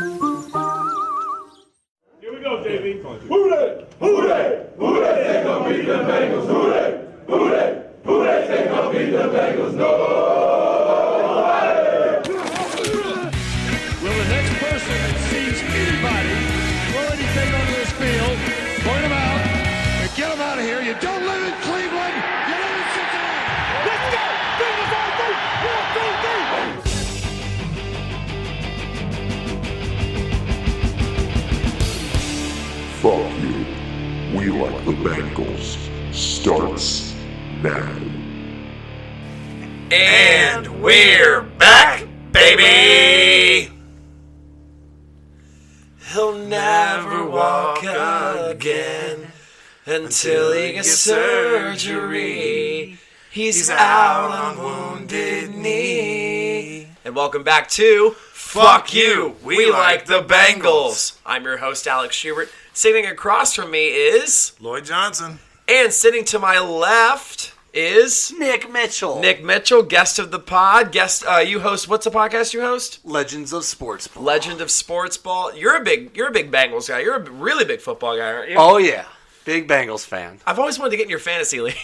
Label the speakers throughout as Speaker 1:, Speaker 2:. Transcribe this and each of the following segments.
Speaker 1: Here we go, JV. Who they? Who they? Who they think gonna beat the Bengals? Who they? Who they? Who they think gonna beat the Bengals? No.
Speaker 2: Will the next person that sees anybody throw anything onto this field, point them out, and get them out of here? You don't live in Cleveland. You live in Cincinnati. Let's go. Bengals on three. One, two, three.
Speaker 3: Fuck you. We like the Bengals. Starts now.
Speaker 4: And we're back, baby! He'll never walk again until he gets surgery. He's out on wounded knee. And welcome back to Fuck You! We like the Bengals! I'm your host, Alex Schubert. Sitting across from me is.
Speaker 5: Lloyd Johnson.
Speaker 4: And sitting to my left is.
Speaker 6: Nick Mitchell.
Speaker 4: Nick Mitchell, guest of the pod, guest. Uh, you host. What's the podcast you host?
Speaker 6: Legends of Sports. Ball.
Speaker 4: Legend of Sports Ball. You're a big. You're a big Bengals guy. You're a really big football guy, aren't you?
Speaker 6: Oh yeah, big Bengals fan.
Speaker 4: I've always wanted to get in your fantasy league.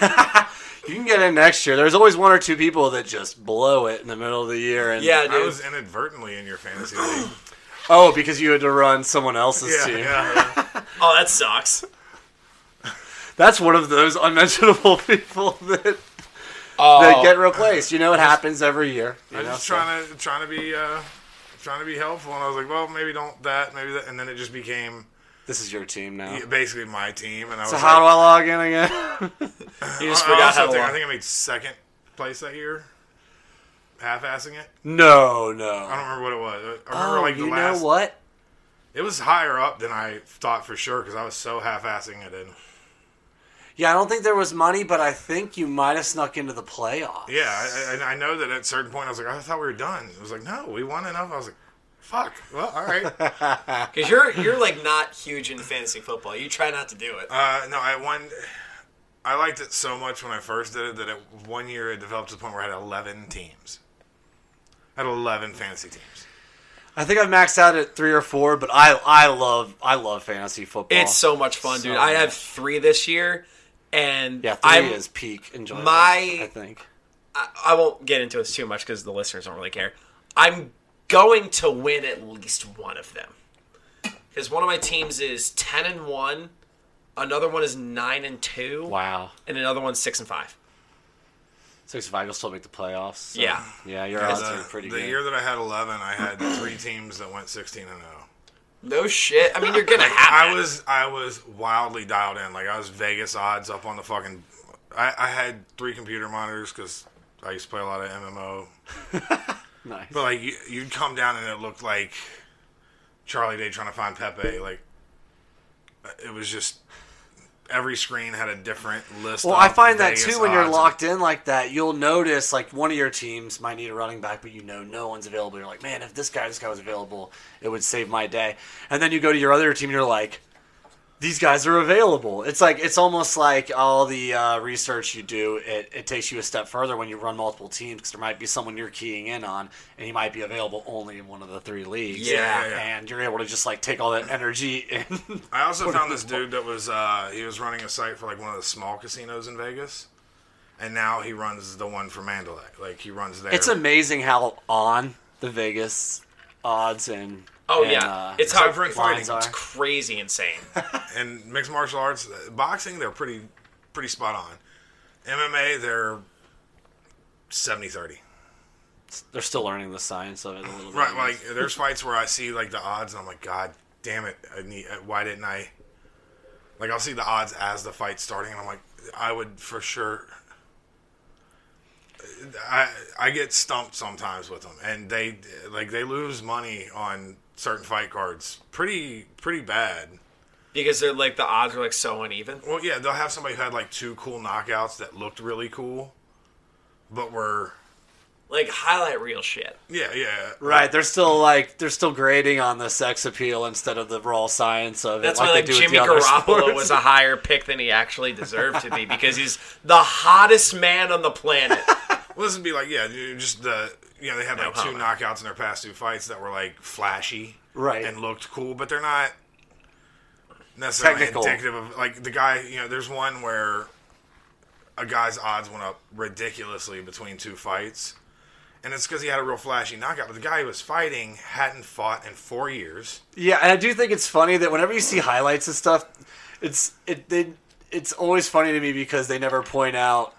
Speaker 6: You can get in next year. There's always one or two people that just blow it in the middle of the year, and
Speaker 4: yeah,
Speaker 5: I
Speaker 4: dude.
Speaker 5: was inadvertently in your fantasy league.
Speaker 6: oh, because you had to run someone else's team.
Speaker 5: yeah.
Speaker 4: oh, that sucks.
Speaker 6: That's one of those unmentionable people that that get replaced. You know, it happens every year. you
Speaker 5: Oh. I was
Speaker 6: know,
Speaker 5: just
Speaker 6: so-
Speaker 5: trying to trying to be uh, trying to be helpful, and I was like, well, maybe don't that, maybe that, and then it just became
Speaker 6: This is your team now.
Speaker 5: basically my team, and I was
Speaker 6: So
Speaker 5: like,
Speaker 6: how do I log in again?
Speaker 4: You just
Speaker 5: I,
Speaker 4: forgot
Speaker 5: also
Speaker 4: how to.
Speaker 5: think, I
Speaker 4: laugh.
Speaker 5: think I made second place that year, half-assing it.
Speaker 6: no, no.
Speaker 5: I don't remember what it was. I remember
Speaker 6: Oh,
Speaker 5: like the
Speaker 6: you
Speaker 5: last.
Speaker 6: know what?
Speaker 5: It was higher up than I thought for sure because I was so half-assing it in.
Speaker 6: Yeah, I don't think there was money, but I think you might have snuck into the playoffs.
Speaker 5: Yeah, I, I, I know that at a certain point I was like, I thought we were done. It was like, no, we won enough. I was like, fuck. Well, all right.
Speaker 4: Because you're you're like not huge into fantasy football. You try not to do it.
Speaker 5: Uh, no, I won. I liked it so much when I first did it that it, one year it developed to the point where I had 11 teams. I had 11 fantasy teams.
Speaker 6: I think I've maxed out at three or four, but I I love I love fantasy football.
Speaker 4: it's so much fun,
Speaker 6: so
Speaker 4: dude. I have
Speaker 6: much.
Speaker 4: three this year, and
Speaker 6: yeah, 3
Speaker 4: I'm,
Speaker 6: is peak enjoyment.
Speaker 4: my-
Speaker 6: I think
Speaker 4: I won't get into this too much because the listeners don't really care. I'm going to win at least one of them because one of my teams is ten and one, another one is nine and two,
Speaker 6: wow
Speaker 4: and another one's six and five.
Speaker 6: six and five will still make the playoffs. so-
Speaker 4: Yeah.
Speaker 6: yeah, your odds
Speaker 5: Uh,
Speaker 6: are pretty
Speaker 5: the
Speaker 6: good.
Speaker 5: year that I had 11, I had three teams that went 16 and oh. 0.
Speaker 4: No shit. I mean, you're gonna have.
Speaker 5: I was I was wildly dialed in. Like I was Vegas odds up on the fucking. I, I had three computer monitors because I used to play a lot of MMO.
Speaker 6: nice.
Speaker 5: But like you, you'd come down and it looked like Charlie Day trying to find Pepe. Like it was just every screen had a different list.
Speaker 6: Well,
Speaker 5: of
Speaker 6: I find that
Speaker 5: Vegas
Speaker 6: too when you're
Speaker 5: odds.
Speaker 6: locked in like that, you'll notice like one of your teams might need a running back, but you know no one's available. You're like, man, if this guy, this guy was available, it would save my day. And then you go to your other team, and you're like, these guys are available. It's like it's almost like all the uh, research you do. It, it takes you a step further when you run multiple teams because there might be someone you're keying in on, and he might be available only in one of the three leagues.
Speaker 4: Yeah.
Speaker 6: and you're able to just like take all that energy and
Speaker 5: I also found this dude that was uh, he was running a site for like one of the small casinos in Vegas, and now he runs the one for Mandalay. Like he runs there.
Speaker 6: It's amazing how on the Vegas odds and
Speaker 4: Oh
Speaker 6: and,
Speaker 4: yeah,
Speaker 6: uh,
Speaker 4: it's how
Speaker 5: Except for
Speaker 4: fighting. It's
Speaker 6: lines are.
Speaker 4: crazy insane.
Speaker 5: and mixed martial arts, uh, boxing, they're pretty pretty spot on. MMA, they're 70-30.
Speaker 6: they're still learning the science of it a little bit.
Speaker 5: Right,
Speaker 6: I
Speaker 5: like
Speaker 6: guess.
Speaker 5: there's fights where I see like the odds, and I'm like, God damn it! I need, uh, why didn't I? Like I'll see the odds as the fight's starting, and I'm like, I would for sure. uh, I I get stumped sometimes with them, and they like they lose money on certain fight cards pretty pretty bad.
Speaker 4: because they're like the odds are like so uneven.
Speaker 5: Well, yeah, they'll have somebody who had like two cool knockouts that looked really cool, but were
Speaker 4: Like highlight reel shit.
Speaker 5: yeah yeah
Speaker 6: Right, they're still like they're still grading on the sex appeal instead of the raw science of it.
Speaker 4: That's why like
Speaker 6: they do with
Speaker 4: Jimmy
Speaker 6: the other
Speaker 4: Garoppolo
Speaker 6: sports.
Speaker 4: was a higher pick than he actually deserved to be because he's the hottest man on the planet.
Speaker 5: Well, this would be like, yeah, you- just the you know they had like two
Speaker 4: comment.
Speaker 5: knockouts in their past two fights that were like flashy,
Speaker 6: Right.
Speaker 5: and looked cool, but they're not necessarily
Speaker 6: Technical.
Speaker 5: indicative of like the guy. You know, there's one where a guy's odds went up ridiculously between two fights, and it's because he had a real flashy knockout. But the guy he was fighting hadn't fought in four years.
Speaker 6: Yeah, and I do think it's funny that whenever you see highlights and stuff, it's it they, it's always funny to me because they never point out.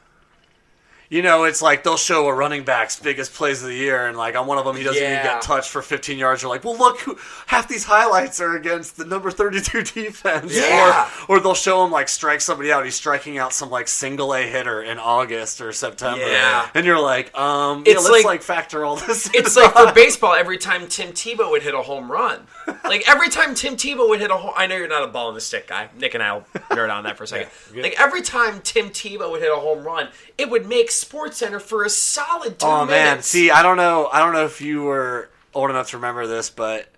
Speaker 6: You know, it's like they'll show a running back's biggest plays of the year, and like on one of them, he doesn't even
Speaker 4: Yeah.
Speaker 6: get touched for 15 yards. You're like, well, look, who, half these highlights are against the number 32 defense.
Speaker 4: Yeah.
Speaker 6: Or, or they'll show him like strike somebody out. He's striking out some like single A hitter in August or September.
Speaker 4: Yeah.
Speaker 6: And you're like, um, yeah,
Speaker 4: It's
Speaker 6: let's
Speaker 4: like-
Speaker 6: like, factor all this.
Speaker 4: It's like for baseball, every time Tim Tebow would hit a home run, like every time Tim Tebow would hit a home. I know you're not a ball in the stick guy. Nick and I will nerd on that for a second. like every time Tim Tebow would hit a home run, it would make Sports Center for a solid two
Speaker 6: Oh man,
Speaker 4: minutes.
Speaker 6: see, I don't know, I don't know if you were old enough to remember this, but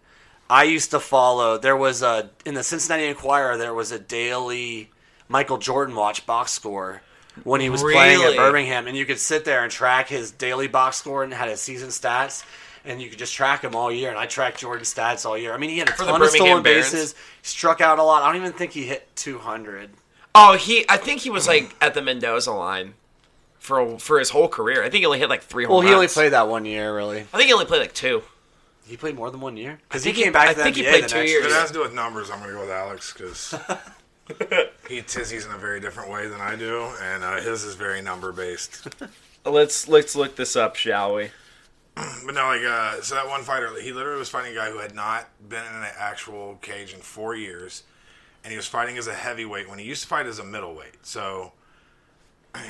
Speaker 6: I used to follow. There was a in the Cincinnati Enquirer. There was a daily Michael Jordan watch box score when he was playing
Speaker 4: Really?
Speaker 6: at Birmingham, and you could sit there and track his daily box score and had his season stats. And you could just track him all year, and I tracked Jordan's stats all year. I mean, he had a
Speaker 4: the
Speaker 6: ton of
Speaker 4: Birmingham
Speaker 6: stolen
Speaker 4: Barons?
Speaker 6: bases, struck out a lot. I don't even think he hit 200.
Speaker 4: oh, he. I think he was like at the Mendoza line for for his whole career. I think he only hit like three home
Speaker 6: Well,
Speaker 4: runs.
Speaker 6: he only played that one year, really.
Speaker 4: I think he only played like two.
Speaker 6: He played more than one year because
Speaker 4: I
Speaker 6: he
Speaker 4: think he-
Speaker 6: came back.
Speaker 4: I
Speaker 6: to the
Speaker 4: think he
Speaker 6: NBA
Speaker 4: played
Speaker 6: the
Speaker 4: two
Speaker 6: next
Speaker 4: years.
Speaker 5: If it has to do with numbers, I'm gonna go with Alex because. He tizzies in a very different way than I do, and uh, his is very number based.
Speaker 4: Let's let's look this up, shall we?
Speaker 5: But no, like, uh, so that one fighter, he literally was fighting a guy who had not been in an actual cage in four years, and he was fighting as a heavyweight when he used to fight as a middleweight. So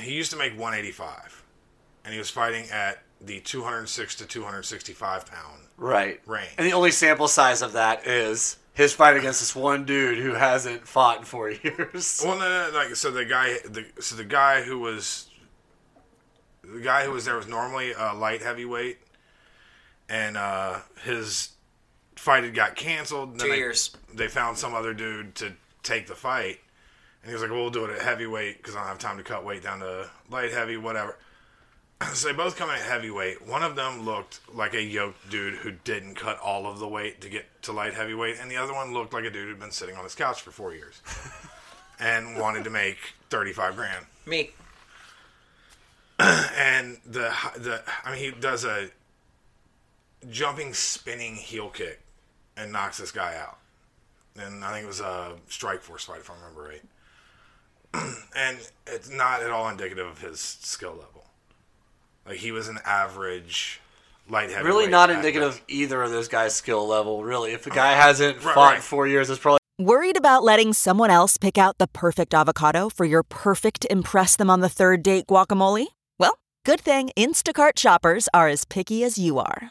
Speaker 5: he used to make 185, and he was fighting at the 206 to 265 pound.
Speaker 6: Right.
Speaker 5: range.
Speaker 6: And the only sample size of that is his fight against this one dude who hasn't fought in four years.
Speaker 5: Well, no, no, no, like, so the guy, the, so the guy who was, the guy who was there was normally a light heavyweight, and uh, his fight had got canceled. and then
Speaker 4: Two
Speaker 5: they-
Speaker 4: years.
Speaker 5: They found some other dude to take the fight, and he was like, "We'll do it at heavyweight because I don't have time to cut weight down to light heavy, whatever." So they both come in at heavyweight. One of them looked like a yoked dude who didn't cut all of the weight to get to light heavyweight, and the other one looked like a dude who'd been sitting on his couch for four years and wanted to make thirty-five grand.
Speaker 4: Me.
Speaker 5: And the the I mean, he does a jumping, spinning heel kick and knocks this guy out. And I think it was a strike force fight, if I remember right. and it's not at all indicative of his skill level. Like he was an average light heavyweight.
Speaker 6: really not
Speaker 5: at
Speaker 6: indicative
Speaker 5: best.
Speaker 6: of either of those guys' skill level, really. If the guy hasn't
Speaker 5: Uh-huh. Right,
Speaker 6: fought in
Speaker 5: right.
Speaker 6: four years, it's probably
Speaker 7: Worried about letting someone else pick out the perfect avocado for your perfect Impress Them on the Third Date guacamole? Well, good thing Instacart shoppers are as picky as you are.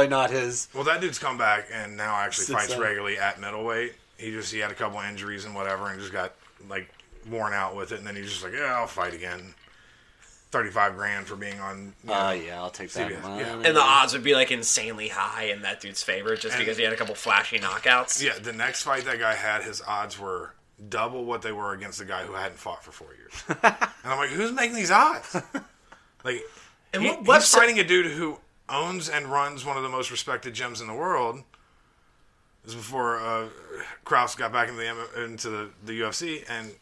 Speaker 6: not his.
Speaker 5: Well, that dude's come back and now actually
Speaker 6: Six,
Speaker 5: fights
Speaker 6: seven.
Speaker 5: regularly at middleweight. He just he had a couple injuries and whatever, and just got like worn out with it. And then he's just like, yeah, I'll fight again. thirty-five grand for being on. you know,
Speaker 6: Uh, yeah, I'll take that
Speaker 5: CBS,
Speaker 6: one.
Speaker 5: yeah.
Speaker 4: And the odds would be like insanely high in that dude's favor just because he had a couple flashy knockouts.
Speaker 5: Yeah, the next fight that guy had, his odds were double what they were against the guy who hadn't fought for four years. and I'm like, who's making these odds? Like,
Speaker 4: And
Speaker 5: he-
Speaker 4: what
Speaker 5: he's
Speaker 4: website-
Speaker 5: fighting a dude who owns and runs one of the most respected gyms in the world. This is before uh, Kraus got back into the M- into the, the UFC, and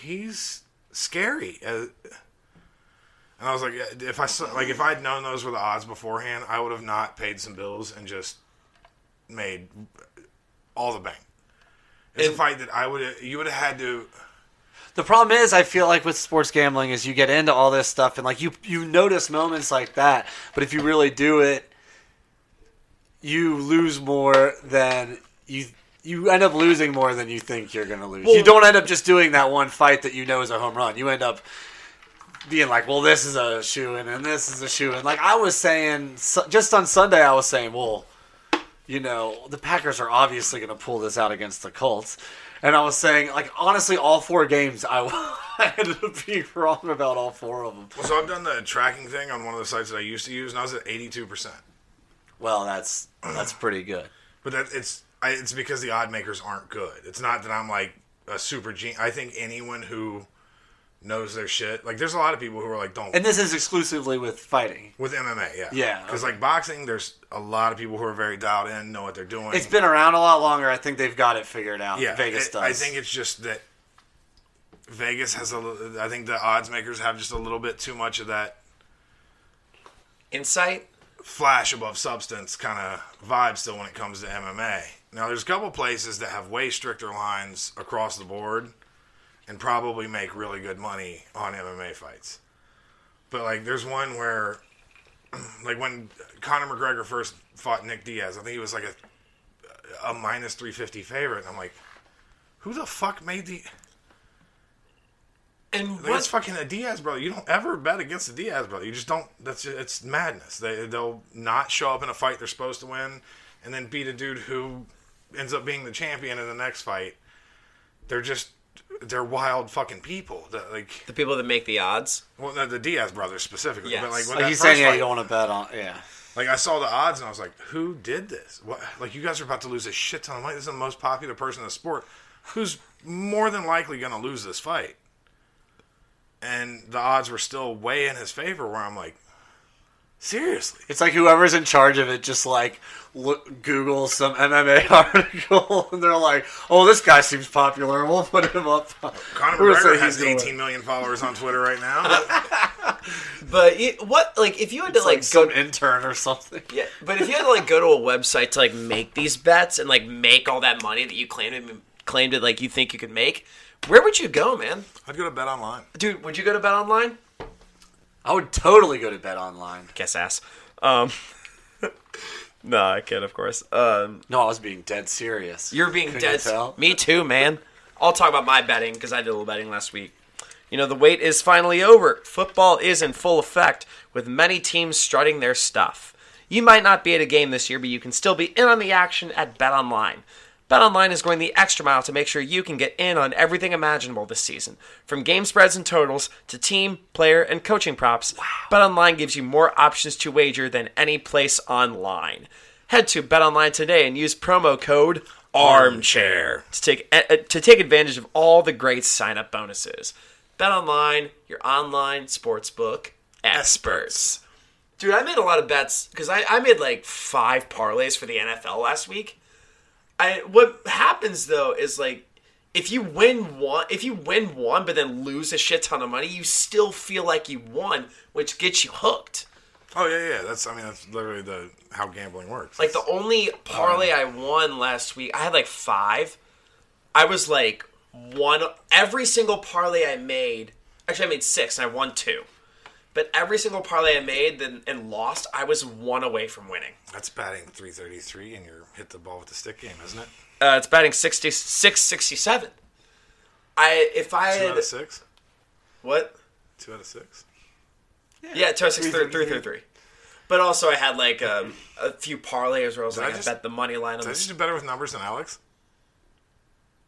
Speaker 5: he's scary. Uh, and I was like, if I saw, like if I'd known those were the odds beforehand, I would have not paid some bills and just made all the bank. It's a fight that I would you would have had to.
Speaker 6: The problem is, I feel like with sports gambling is you get into all this stuff and like you you notice moments like that, but if you really do it, you lose more than you you end up losing more than you think you're going to lose. you don't end up just doing that one fight that you know is a home run. You end up being like, well, this is a shoe in and this is a shoe in. Like I was saying, su- just on Sunday, I was saying, well, you know, the Packers are obviously going to pull this out against the Colts. And I was saying, like, honestly, all four games, I, I ended up being wrong about all four of them.
Speaker 5: So I've done the tracking thing on one of the sites that I used to use, and I was at eighty two percent.
Speaker 6: Well, that's that's pretty good.
Speaker 5: But that it's I, it's because the odd makers aren't good. It's not that I'm like a super genius. I think anyone who knows their shit, like there's a lot of people who are like don't
Speaker 6: And this is exclusively with fighting.
Speaker 5: with MMA, yeah,
Speaker 6: Yeah,
Speaker 5: Because
Speaker 6: okay.
Speaker 5: like boxing, there's a lot of people who are very dialed in, know what they're doing.
Speaker 6: It's been around a lot longer. I think they've got it figured out.
Speaker 5: yeah,
Speaker 6: Vegas
Speaker 5: it-
Speaker 6: does.
Speaker 5: I think it's just that Vegas has a. li- I think the odds makers have just a little bit too much of that
Speaker 4: Insight?
Speaker 5: flash above substance kind of vibe still when it comes to MMA. Now, there's a couple places that have way stricter lines across the board and probably make really good money on MMA fights. But, like, there's one where, like, when Conor McGregor first fought Nick Diaz, I think he was like a, a minus 350 favorite. And I'm like, who the fuck made the.
Speaker 4: And
Speaker 5: Like, that's
Speaker 4: what?
Speaker 5: fucking a Diaz brother. You don't ever bet against a Diaz brother. You just don't. That's it's madness. They they'll not show up in a fight they're supposed to win, and then beat a dude who ends up being the champion in the next fight. They're just they're wild fucking people. That like
Speaker 4: The people that make the odds.
Speaker 5: well, no, the Diaz brothers specifically.
Speaker 4: Yes.
Speaker 5: But like when
Speaker 6: Like
Speaker 5: that
Speaker 6: you
Speaker 5: first
Speaker 6: saying, yeah,
Speaker 5: fight,
Speaker 6: you don't want to bet on. Yeah.
Speaker 5: like I saw the odds and I was like, who did this? What? Like you guys are about to lose a shit ton of money. This is the most popular person in the sport, who's more than likely going to lose this fight. And the odds were still way in his favor. Where I'm like, seriously,
Speaker 6: It's like whoever's in charge of it just like look, Google some MMA article and they're like, oh, this guy seems popular. We'll put him up.
Speaker 5: Conor
Speaker 6: We're gonna say
Speaker 5: McGregor has
Speaker 6: he's gonna win.
Speaker 5: 18 million followers on Twitter right now.
Speaker 4: But you, what, like, if you had to, like,
Speaker 6: Like
Speaker 4: go
Speaker 6: some intern or something.
Speaker 4: Yeah, but if you had to like go to a website to like make these bets and like make all that money that you claimed claimed it like you think you could make, where would you go, man?
Speaker 5: I'd go to bet online.
Speaker 4: Dude, would you go to Bet Online?
Speaker 6: I would totally go to bet online.
Speaker 4: Guess ass. Um, no, I can't. Of course. Um,
Speaker 6: No, I was being dead serious.
Speaker 4: you're being
Speaker 6: Couldn't
Speaker 4: dead.
Speaker 6: you
Speaker 4: s-
Speaker 6: tell?
Speaker 4: Me too, man. I'll talk about my betting because I did a little betting last week. You know, the wait is finally over. Football is in full effect with many teams strutting their stuff. You might not be at a game this year, but you can still be in on the action at BetOnline. BetOnline is going the extra mile to make sure you can get in on everything imaginable this season. From game spreads and totals to team, player, and coaching props, BetOnline gives you more options to wager than any place online. Head to BetOnline today and use promo code armchair to take uh, to take advantage of all the great sign-up bonuses. Bet online, your online sportsbook experts. Dude, I made a lot of bets because I, I made like five parlays for the NFL last week. I what happens though is like if you win one, if you win one but then lose a shit ton of money, you still feel like you won, which gets you hooked.
Speaker 5: Oh yeah, yeah. That's I mean that's literally the how gambling works.
Speaker 4: Like the only parlay I won last week, I had like five. I was like one every single parlay I made. Actually, I made six and I won two. But every single parlay I made and, and lost, I was one away from winning.
Speaker 5: that's batting 333, and you're hit the ball with the stick game, isn't it?
Speaker 4: Uh, it's batting 60, 667. I if I
Speaker 5: Two out
Speaker 4: had
Speaker 5: of six.
Speaker 4: what
Speaker 5: Two out of six.
Speaker 4: yeah, two out of six, three, three, three, three. But also I had like um, a few parlays where I was
Speaker 5: I
Speaker 4: like, I,
Speaker 5: just-
Speaker 4: bet the money line on
Speaker 5: Did I
Speaker 4: this.
Speaker 5: just do better with numbers than Alex?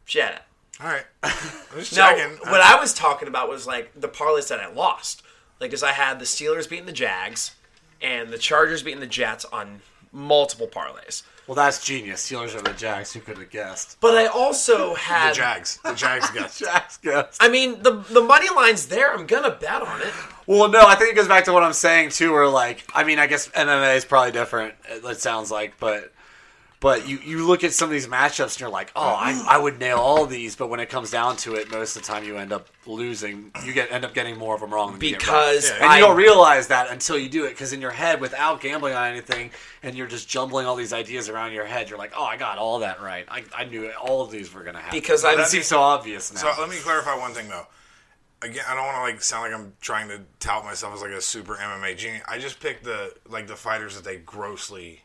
Speaker 4: Shut up.
Speaker 5: All right. I'm just
Speaker 4: No,
Speaker 5: checking.
Speaker 4: what I was talking about was like the parlays that I lost. Like, because I had the Steelers beating the Jags and the Chargers beating the Jets on multiple parlays.
Speaker 6: Well, that's genius. Steelers over the Jags. Who could have guessed?
Speaker 4: But I also
Speaker 5: The
Speaker 4: had.
Speaker 5: Jags. The Jags got.
Speaker 6: Jags guessed.
Speaker 4: I mean, the the money line's there. I'm gonna bet on it.
Speaker 6: Well, no, I think it goes back to what I'm saying too. Where like, I mean, I guess MMA is probably different. It it sounds like, but but you you look at some of these matchups and you're like, oh, I, I would nail all these. But when it comes down to it, most of the time you end up losing. You get end up getting more of them wrong than you get right.
Speaker 4: Because
Speaker 6: and
Speaker 4: I-
Speaker 6: you don't realize that until you do it. Because in your head, without gambling on anything, and you're just jumbling all these ideas around your head, you're like, oh, I got all that right. I, I knew all of these were gonna happen.
Speaker 4: Because I-
Speaker 6: it seems so obvious now.
Speaker 5: So let me clarify one thing though. Again, I don't want to like sound like I'm trying to tout myself as like a super MMA genius. I just picked the like the fighters that they grossly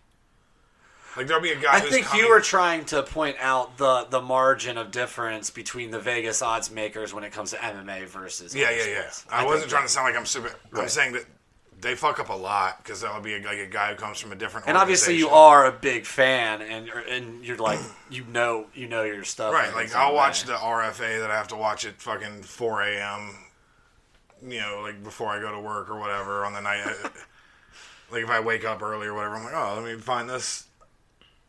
Speaker 5: like. There'll be a guy.
Speaker 6: I
Speaker 5: who's
Speaker 6: think
Speaker 5: coming,
Speaker 6: you were trying to point out the the margin of difference between the Vegas odds makers when it comes to MMA versus
Speaker 5: Yeah,
Speaker 6: other
Speaker 5: yeah, yeah.
Speaker 6: sports.
Speaker 5: I,
Speaker 6: think
Speaker 5: wasn't
Speaker 6: that-
Speaker 5: trying to sound like I'm super. I'm saying that they fuck up a lot because that'll be a, like a guy who comes from a different.
Speaker 6: And obviously, you
Speaker 5: organization.
Speaker 6: are a big fan, and you're, and you're like you know you know your stuff.
Speaker 5: Right,
Speaker 6: and
Speaker 5: like
Speaker 6: it's
Speaker 5: I'll
Speaker 6: MMA.
Speaker 5: watch the RFA that I have to watch at fucking 4 a.m. You know, like before I go to work or whatever on the night. I- like if I wake up early or whatever, I'm like, oh, let me find this.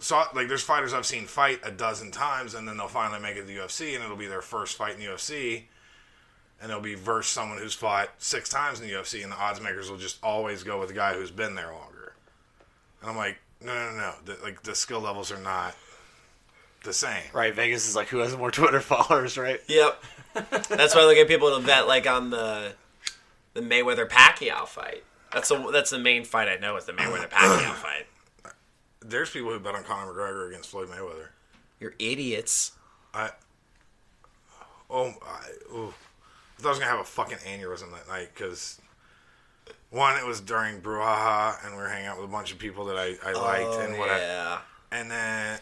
Speaker 5: So I- like, there's fighters I've seen fight a dozen times, and then they'll finally make it to the UFC, and it'll be their first fight in the UFC, and they'll be versus someone who's fought six times in the UFC, and the odds makers will just always go with the guy who's been there longer. And I'm like, no, no, no, no. The, like the skill levels are not the same.
Speaker 6: right. Vegas is like who has more Twitter followers, right?
Speaker 4: Yep. That's why they get people to bet like on the the Mayweather Pacquiao fight. That's the that's the main fight I know is the Mayweather Pacquiao fight.
Speaker 5: There's people who bet on Conor McGregor against Floyd Mayweather.
Speaker 4: You're idiots.
Speaker 5: I oh I, ooh. I thought I was gonna have a fucking aneurysm that night because one, it was during Brouhaha, and we were hanging out with a bunch of people that I, I liked and what. I-
Speaker 4: Yeah.
Speaker 5: and then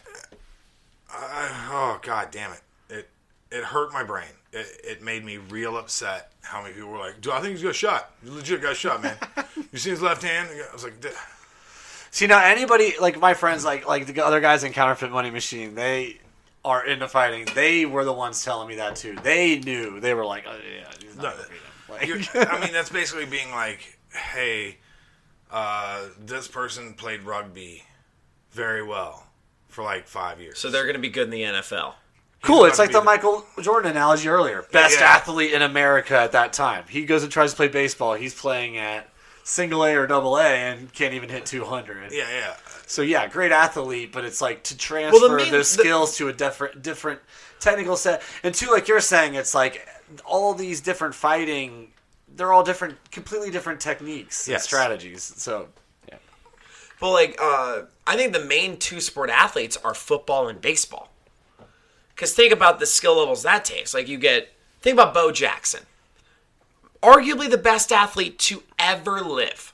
Speaker 5: I, oh god damn it it it hurt my brain it, it made me real upset how many people were like dude i think he's got shot he legit got shot man you see his left hand i was like "D-
Speaker 6: See now, anybody like my friends, like like the other guys in Counterfeit Money Machine, they are into fighting. They were the ones telling me that too. They knew. They were like, oh, yeah, he's not gonna beat him. Like,
Speaker 5: You're, I mean, that's basically being like, hey, uh, this person played rugby very well for like five years.
Speaker 4: So they're gonna be good in the NFL.
Speaker 6: Cool. It's
Speaker 5: not
Speaker 6: like the
Speaker 5: beat him.
Speaker 6: Michael Jordan analogy earlier. Best
Speaker 5: Yeah.
Speaker 6: athlete in America at that time. He goes and tries to play baseball. He's playing at single A or double A and can't even hit 200.
Speaker 5: yeah, yeah.
Speaker 6: So yeah, great athlete, but it's like to transfer
Speaker 4: main-
Speaker 6: those
Speaker 4: the-
Speaker 6: skills to a different different technical set. And two, like you're saying, it's like all these different fighting. They're all different, completely different techniques and
Speaker 5: Yes.
Speaker 6: strategies. So yeah.
Speaker 4: But like, uh, I think the main two sport athletes are football and baseball. Because think about the skill levels that takes. Like you get, think about Bo Jackson, arguably the best athlete to ever live.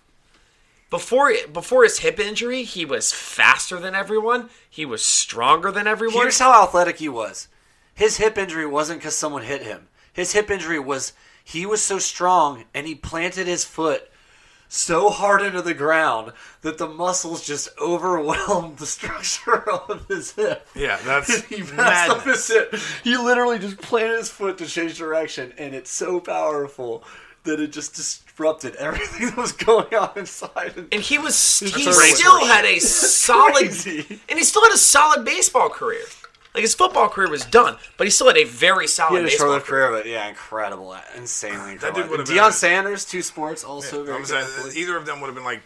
Speaker 4: Before before his hip injury, he was faster than everyone. He was stronger than everyone.
Speaker 6: Here's how athletic he was. His hip injury wasn't because someone hit him. His hip injury was he was so strong and he planted his foot so hard into the ground that the muscles just overwhelmed the structure of his hip.
Speaker 5: Yeah, that's
Speaker 6: he messed up
Speaker 5: madness.
Speaker 6: his hip. He literally just planted his foot to change direction, and it's so powerful that it just disrupted everything that was going on inside.
Speaker 4: and he was he
Speaker 6: crazy.
Speaker 4: still had a solid
Speaker 6: crazy.
Speaker 4: and he still had a solid baseball career. Like his football career was done, but he still had a very solid
Speaker 6: He had a
Speaker 4: baseball
Speaker 6: short-lived career, but yeah, incredible, insanely incredible.
Speaker 5: dude would've been-
Speaker 6: Deion Sanders, two sports, also very
Speaker 5: I'm
Speaker 6: good
Speaker 5: saying,
Speaker 6: athlete.
Speaker 5: either of them would have been like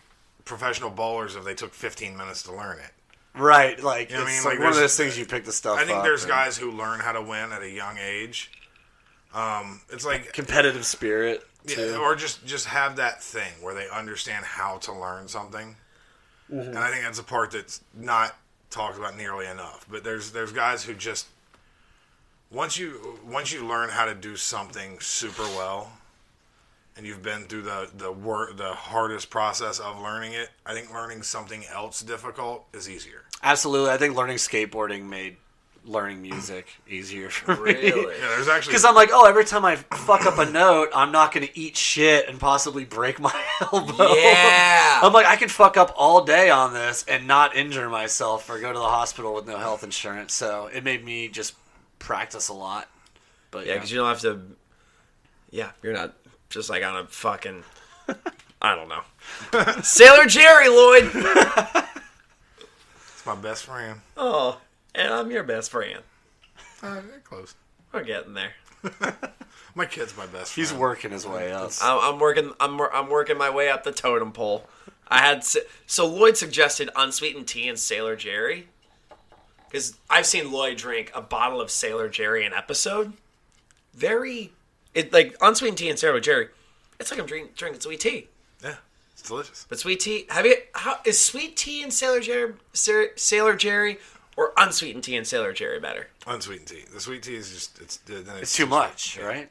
Speaker 5: professional bowlers if they took 15 minutes to learn it.
Speaker 6: right? Like
Speaker 5: You know what I
Speaker 6: it's like,
Speaker 5: mean? Like,
Speaker 6: one of those
Speaker 5: there's-
Speaker 6: things you pick the stuff.
Speaker 5: I think
Speaker 6: up
Speaker 5: there's
Speaker 6: and
Speaker 5: guys who learn how to win at a young age. Um, it's like
Speaker 6: competitive spirit.
Speaker 5: Yeah, or just just have that thing where they understand how to learn something.
Speaker 6: Mm-hmm.
Speaker 5: And I think that's a part that's not talked about nearly enough. But there's there's guys who just once you once you learn how to do something super well and you've been through the the wor- the hardest process of learning it, I think learning something else difficult is easier.
Speaker 6: Absolutely, I think learning skateboarding made learning music easier for me.
Speaker 4: Really?
Speaker 5: Yeah, there's actually
Speaker 6: Because I'm like, oh, every time I fuck up a note, I'm not going to eat shit and possibly break my elbow.
Speaker 4: Yeah.
Speaker 6: I'm like, I can fuck up all day on this and not injure myself or go to the hospital with no health insurance. So it made me just practice a lot. But
Speaker 4: Yeah,
Speaker 6: yeah,
Speaker 4: because you don't have to. Yeah, you're not just like on a fucking, I don't know, Sailor Jerry Lloyd.
Speaker 5: It's my best friend.
Speaker 4: Oh, and I'm your best friend.
Speaker 5: Uh, they're close.
Speaker 4: We're getting there.
Speaker 5: My kid's my best friend.
Speaker 6: He's working his way up.
Speaker 4: I'm, I'm working. I'm wor- I'm working my way up the totem pole. I had s- so Lloyd suggested unsweetened tea and Sailor Jerry because I've seen Lloyd drink a bottle of Sailor Jerry an episode. Very, it like unsweetened tea and Sailor Jerry. It's like I'm drink, drinking sweet tea.
Speaker 5: Yeah, it's delicious.
Speaker 4: But sweet tea, have you? How is sweet tea and Sailor Jerry, Sar- Sailor Jerry, or unsweetened tea and Sailor Jerry better?
Speaker 5: Unsweetened tea. The sweet tea is just it's then it's,
Speaker 6: It's too much, right?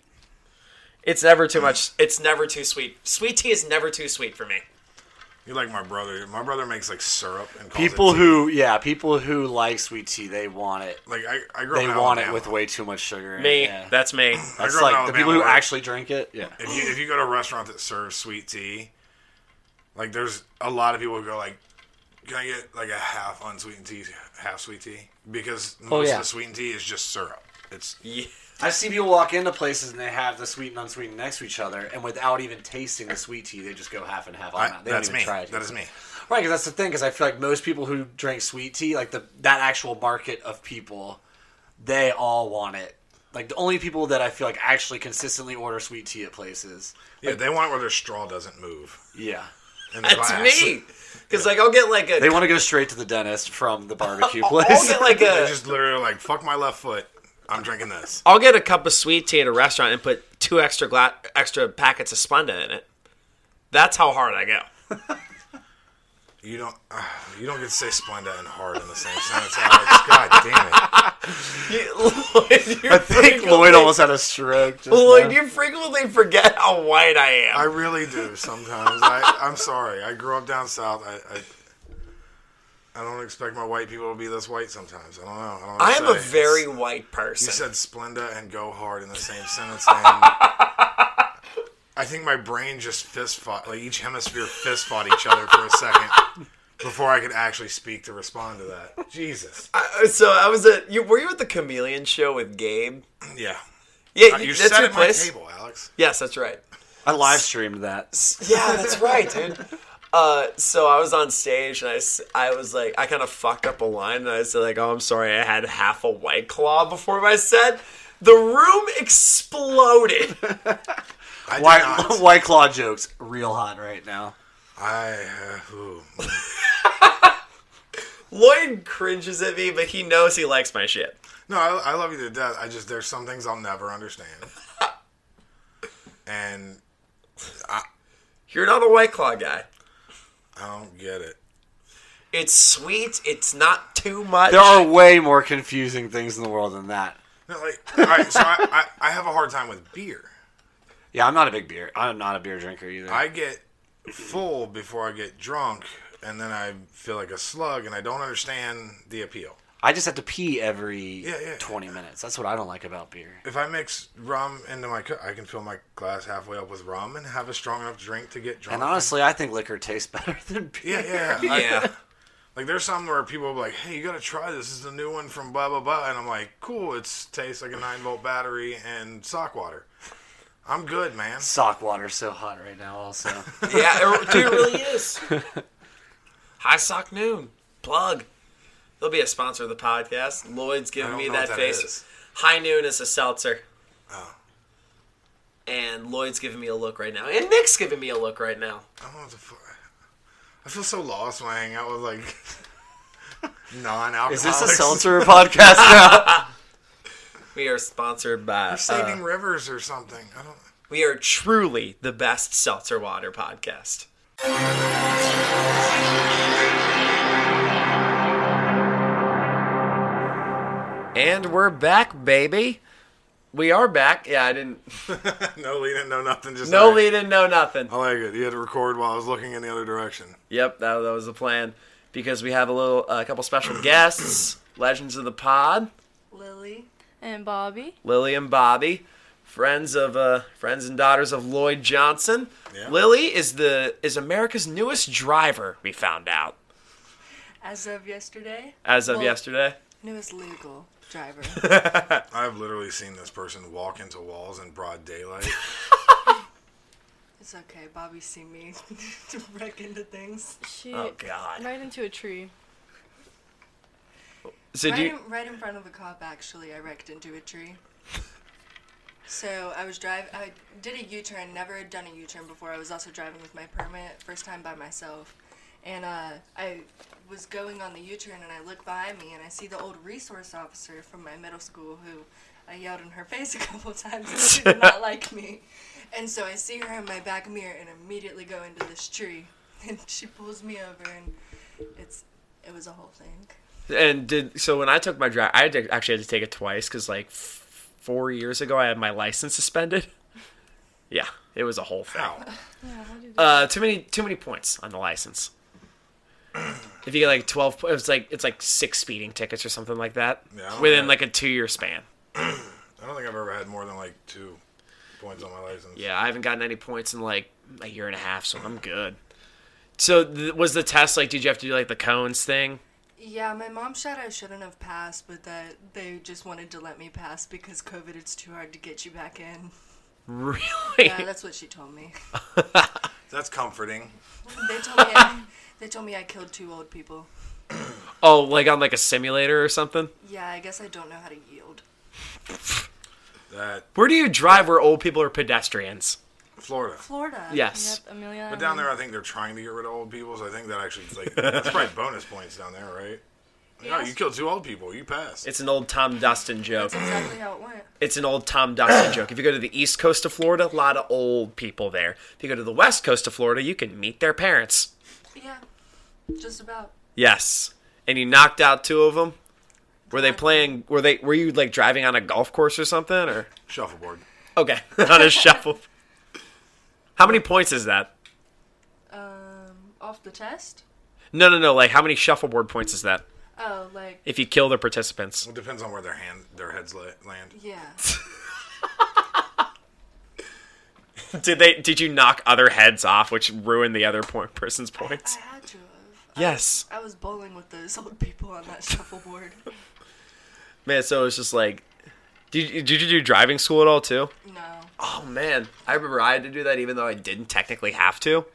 Speaker 4: It's never too much. It's never too sweet. Sweet tea is never too sweet for me.
Speaker 5: You're like my brother. My brother makes like syrup and calls
Speaker 6: People
Speaker 5: it tea.
Speaker 6: who, yeah, people who like sweet tea, they want it.
Speaker 5: like I I grew
Speaker 6: They
Speaker 5: up in
Speaker 6: want it
Speaker 5: Alabama.
Speaker 6: with way too much sugar. in it,
Speaker 4: Me,
Speaker 6: yeah.
Speaker 4: that's me.
Speaker 5: I
Speaker 6: That's
Speaker 5: grew up in
Speaker 6: like the people who
Speaker 5: Alabama where-
Speaker 6: actually drink it. Yeah,
Speaker 5: If you if you go to a restaurant that serves sweet tea, like there's a lot of people who go like, can I get like a half unsweetened tea, half sweet tea? Because most
Speaker 6: Oh, yeah.
Speaker 5: of the sweetened tea is just syrup. It's
Speaker 6: I've seen people walk into places and they have the sweet and unsweetened next to each other, and without even tasting the sweet tea, they just go half and half on
Speaker 5: I,
Speaker 6: that. They don't
Speaker 5: that's
Speaker 6: even
Speaker 5: me.
Speaker 6: try it.
Speaker 5: That is me.
Speaker 6: Right, because that's the thing. Because I feel like most people who drink sweet tea, like the that actual market of people, they all want it. Like the only people that I feel like actually consistently order sweet tea at places.
Speaker 5: Yeah, they want it where their straw doesn't move.
Speaker 6: Yeah,
Speaker 5: In the
Speaker 4: That's
Speaker 5: glass.
Speaker 4: me. Because like I'll get like a
Speaker 6: they want to go straight to the dentist from the barbecue
Speaker 4: I'll, I'll
Speaker 6: place.
Speaker 4: get like
Speaker 5: They
Speaker 4: a
Speaker 5: just literally like fuck my left foot. I'm drinking this.
Speaker 4: I'll get a cup of sweet tea at a restaurant and put two extra gla- extra packets of Splenda in it. That's how hard I go.
Speaker 5: You don't. Uh, you don't get to say Splenda and hard in the same sentence. Alex. God damn it.
Speaker 4: I
Speaker 6: I think Lloyd almost had a stroke. Just
Speaker 4: Lloyd,
Speaker 6: now.
Speaker 4: you frequently forget how white I am.
Speaker 5: I really do sometimes. I, I'm sorry. I grew up down south. I, I I don't expect my white people to be this white sometimes. I don't know. I, don't know what to
Speaker 4: I am a
Speaker 5: say.
Speaker 4: very white person.
Speaker 5: You said Splenda and go hard in the same sentence. And I think my brain just fist fought. Like each hemisphere fist fought each other for a second before I could actually speak to respond to that. Jesus.
Speaker 4: I- Uh, so I was at you. Were you at the Chameleon Show with Gabe?
Speaker 5: Yeah.
Speaker 4: Yeah,
Speaker 5: Uh,
Speaker 4: you,
Speaker 5: You're
Speaker 4: that's
Speaker 5: set
Speaker 4: your
Speaker 5: at my
Speaker 4: place.
Speaker 5: table, Alex.
Speaker 4: Yes, that's right.
Speaker 6: I live streamed that.
Speaker 4: Yeah, that's right, dude. Uh, so I was on stage and I, s- I was like, I kind of fucked up a line and I said like, oh, I'm sorry, I had half a white claw before my set. The room exploded.
Speaker 5: I did
Speaker 6: White,
Speaker 5: not.
Speaker 6: White Claw jokes real hot right now.
Speaker 5: I uh, ooh.
Speaker 4: Lloyd cringes at me, but he knows he likes my shit.
Speaker 5: no, I, I love you to death. I just there's some things I'll never understand, and
Speaker 4: You're not a white claw guy.
Speaker 5: I don't get it.
Speaker 4: It's sweet. It's not too much.
Speaker 6: There are way more confusing things in the world than that.
Speaker 5: No, like all right, so I, I, I have a hard time with beer.
Speaker 6: Yeah, I'm not a big beer. I'm not a beer drinker either.
Speaker 5: I get full before I get drunk, and then I feel like a slug, and I don't understand the appeal.
Speaker 6: I just have to pee every
Speaker 5: Yeah, yeah.
Speaker 6: 20 minutes. That's what I don't like about beer.
Speaker 5: If I mix rum into my cup, I can fill my glass halfway up with rum and have a strong enough drink to get drunk.
Speaker 6: And honestly, I think liquor tastes better than
Speaker 5: Oh, yeah,
Speaker 6: beer.
Speaker 5: yeah, I-
Speaker 4: yeah.
Speaker 5: Like there's some where people are like, "Hey, you gotta try this. This is the new one from blah blah blah," and I'm like, "Cool, it's tastes like a nine volt battery and sock water. I'm good, man."
Speaker 6: Sock water's so hot right now, also.
Speaker 4: Yeah, it, dude, it really is. High Sock Noon. Plug. They'll be a sponsor of the podcast. Lloyd's
Speaker 5: I
Speaker 4: giving
Speaker 5: don't
Speaker 4: me
Speaker 5: know
Speaker 4: that,
Speaker 5: what that
Speaker 4: face.
Speaker 5: is. Oh.
Speaker 4: High Noon is a seltzer. And Lloyd's giving me a look right now. And Nick's giving me a look right now.
Speaker 5: I don't know what the fuck. I feel so lost when I hang out with like
Speaker 6: Is
Speaker 5: non-alcoholics.
Speaker 6: this a seltzer podcast now?
Speaker 4: We are sponsored by. uh,
Speaker 5: Saving rivers or something? I don't.
Speaker 4: we are truly the best seltzer water podcast. And we're back, baby. We are back. Yeah, I didn't.
Speaker 5: No lead in, no nothing. Just
Speaker 4: No
Speaker 5: like-
Speaker 4: lead in, no nothing.
Speaker 5: I like it. You had to record while I was looking in the other direction.
Speaker 4: Yep, that, that was the plan. Because we have a little, a couple special guests, legends of the pod,
Speaker 2: Lily and Bobby.
Speaker 4: Lily and Bobby, friends of uh, friends and daughters of Lloyd Johnson. Lily is the is America's newest driver. We found out
Speaker 2: As of yesterday,
Speaker 4: as of
Speaker 2: Well-
Speaker 4: yesterday.
Speaker 2: newest legal driver.
Speaker 5: I've literally seen this person walk into walls in broad daylight
Speaker 2: It's okay. Bobby's seen me wreck into things.
Speaker 8: She
Speaker 4: Oh, God.
Speaker 8: right into a tree.
Speaker 4: So
Speaker 2: right,
Speaker 4: do you,
Speaker 2: in, right in front of the cop, actually, I wrecked into a tree. So I was driving. I did a U-turn. Never had done a U-turn before. I was also driving with my permit, first time by myself. And uh, I was going on the U-turn, and I look by me, and I see the old resource officer from my middle school who I yelled in her face a couple times because she did not like me. And so I see her in my back mirror, and immediately go into this tree. And she pulls me over, and it's it was a whole thing.
Speaker 4: and did so when I took my drive, I had to, actually had to take it twice because like f- four years ago I had my license suspended. Yeah, it was a whole thing.
Speaker 8: Yeah, how do you do
Speaker 4: Uh, too many too many points on the license. if you get like twelve, po- it's like it's like six speeding tickets or something like that
Speaker 5: Yeah.
Speaker 4: within like a two year span.
Speaker 5: I don't think I've ever had more than like two points on my license.
Speaker 4: Yeah, I haven't gotten any points in like a year and a half, so I'm good. So th- was the test like? Did you have to do like the cones thing?
Speaker 2: Yeah, my mom said I shouldn't have passed, but that they just wanted to let me pass because COVID, it's too hard to get you back in.
Speaker 4: Really?
Speaker 2: Yeah, that's what she told me.
Speaker 5: That's comforting.
Speaker 2: They told me I, they told me I killed two old people.
Speaker 4: Oh, like on like a simulator or something?
Speaker 2: Yeah, I guess I don't know how to yield.
Speaker 5: That
Speaker 4: Where do you drive where old people are pedestrians?
Speaker 5: Florida.
Speaker 2: Florida.
Speaker 4: Yes.
Speaker 8: Yep, Amelia.
Speaker 5: But
Speaker 8: Island.
Speaker 5: down there, I think they're trying to get rid of old people, so I think that actually is like that's probably bonus points down there, right? No, you killed two old people. You passed.
Speaker 4: It's an old Tom Dustin joke.
Speaker 2: That's exactly how it went.
Speaker 4: It's an old Tom Dustin joke. If you go to the east coast of Florida, a lot of old people there. If you go to the west coast of Florida, you can meet their parents.
Speaker 2: Yeah, just about.
Speaker 4: Yes. And you knocked out two of them. Were they playing? Were they? Were you like driving on a golf course or something? Or
Speaker 5: shuffleboard.
Speaker 4: okay, on a shuffle. How many points is that?
Speaker 2: Um, off the test.
Speaker 4: No, no, no. Like how many shuffleboard points is that
Speaker 2: Oh, like
Speaker 4: if you kill the participants?
Speaker 5: It depends on where their hand, their heads la- land.
Speaker 2: yeah.
Speaker 4: Did they? Did you knock other heads off, which ruined the other point person's
Speaker 2: I
Speaker 4: points?
Speaker 2: had to have.
Speaker 4: Yes,
Speaker 2: I was bowling with those old people on that shuffleboard.
Speaker 4: man. So it's just like, did you, did you do driving school at all too?
Speaker 2: No.
Speaker 4: Oh man, I remember I had to do that even though I didn't technically have to.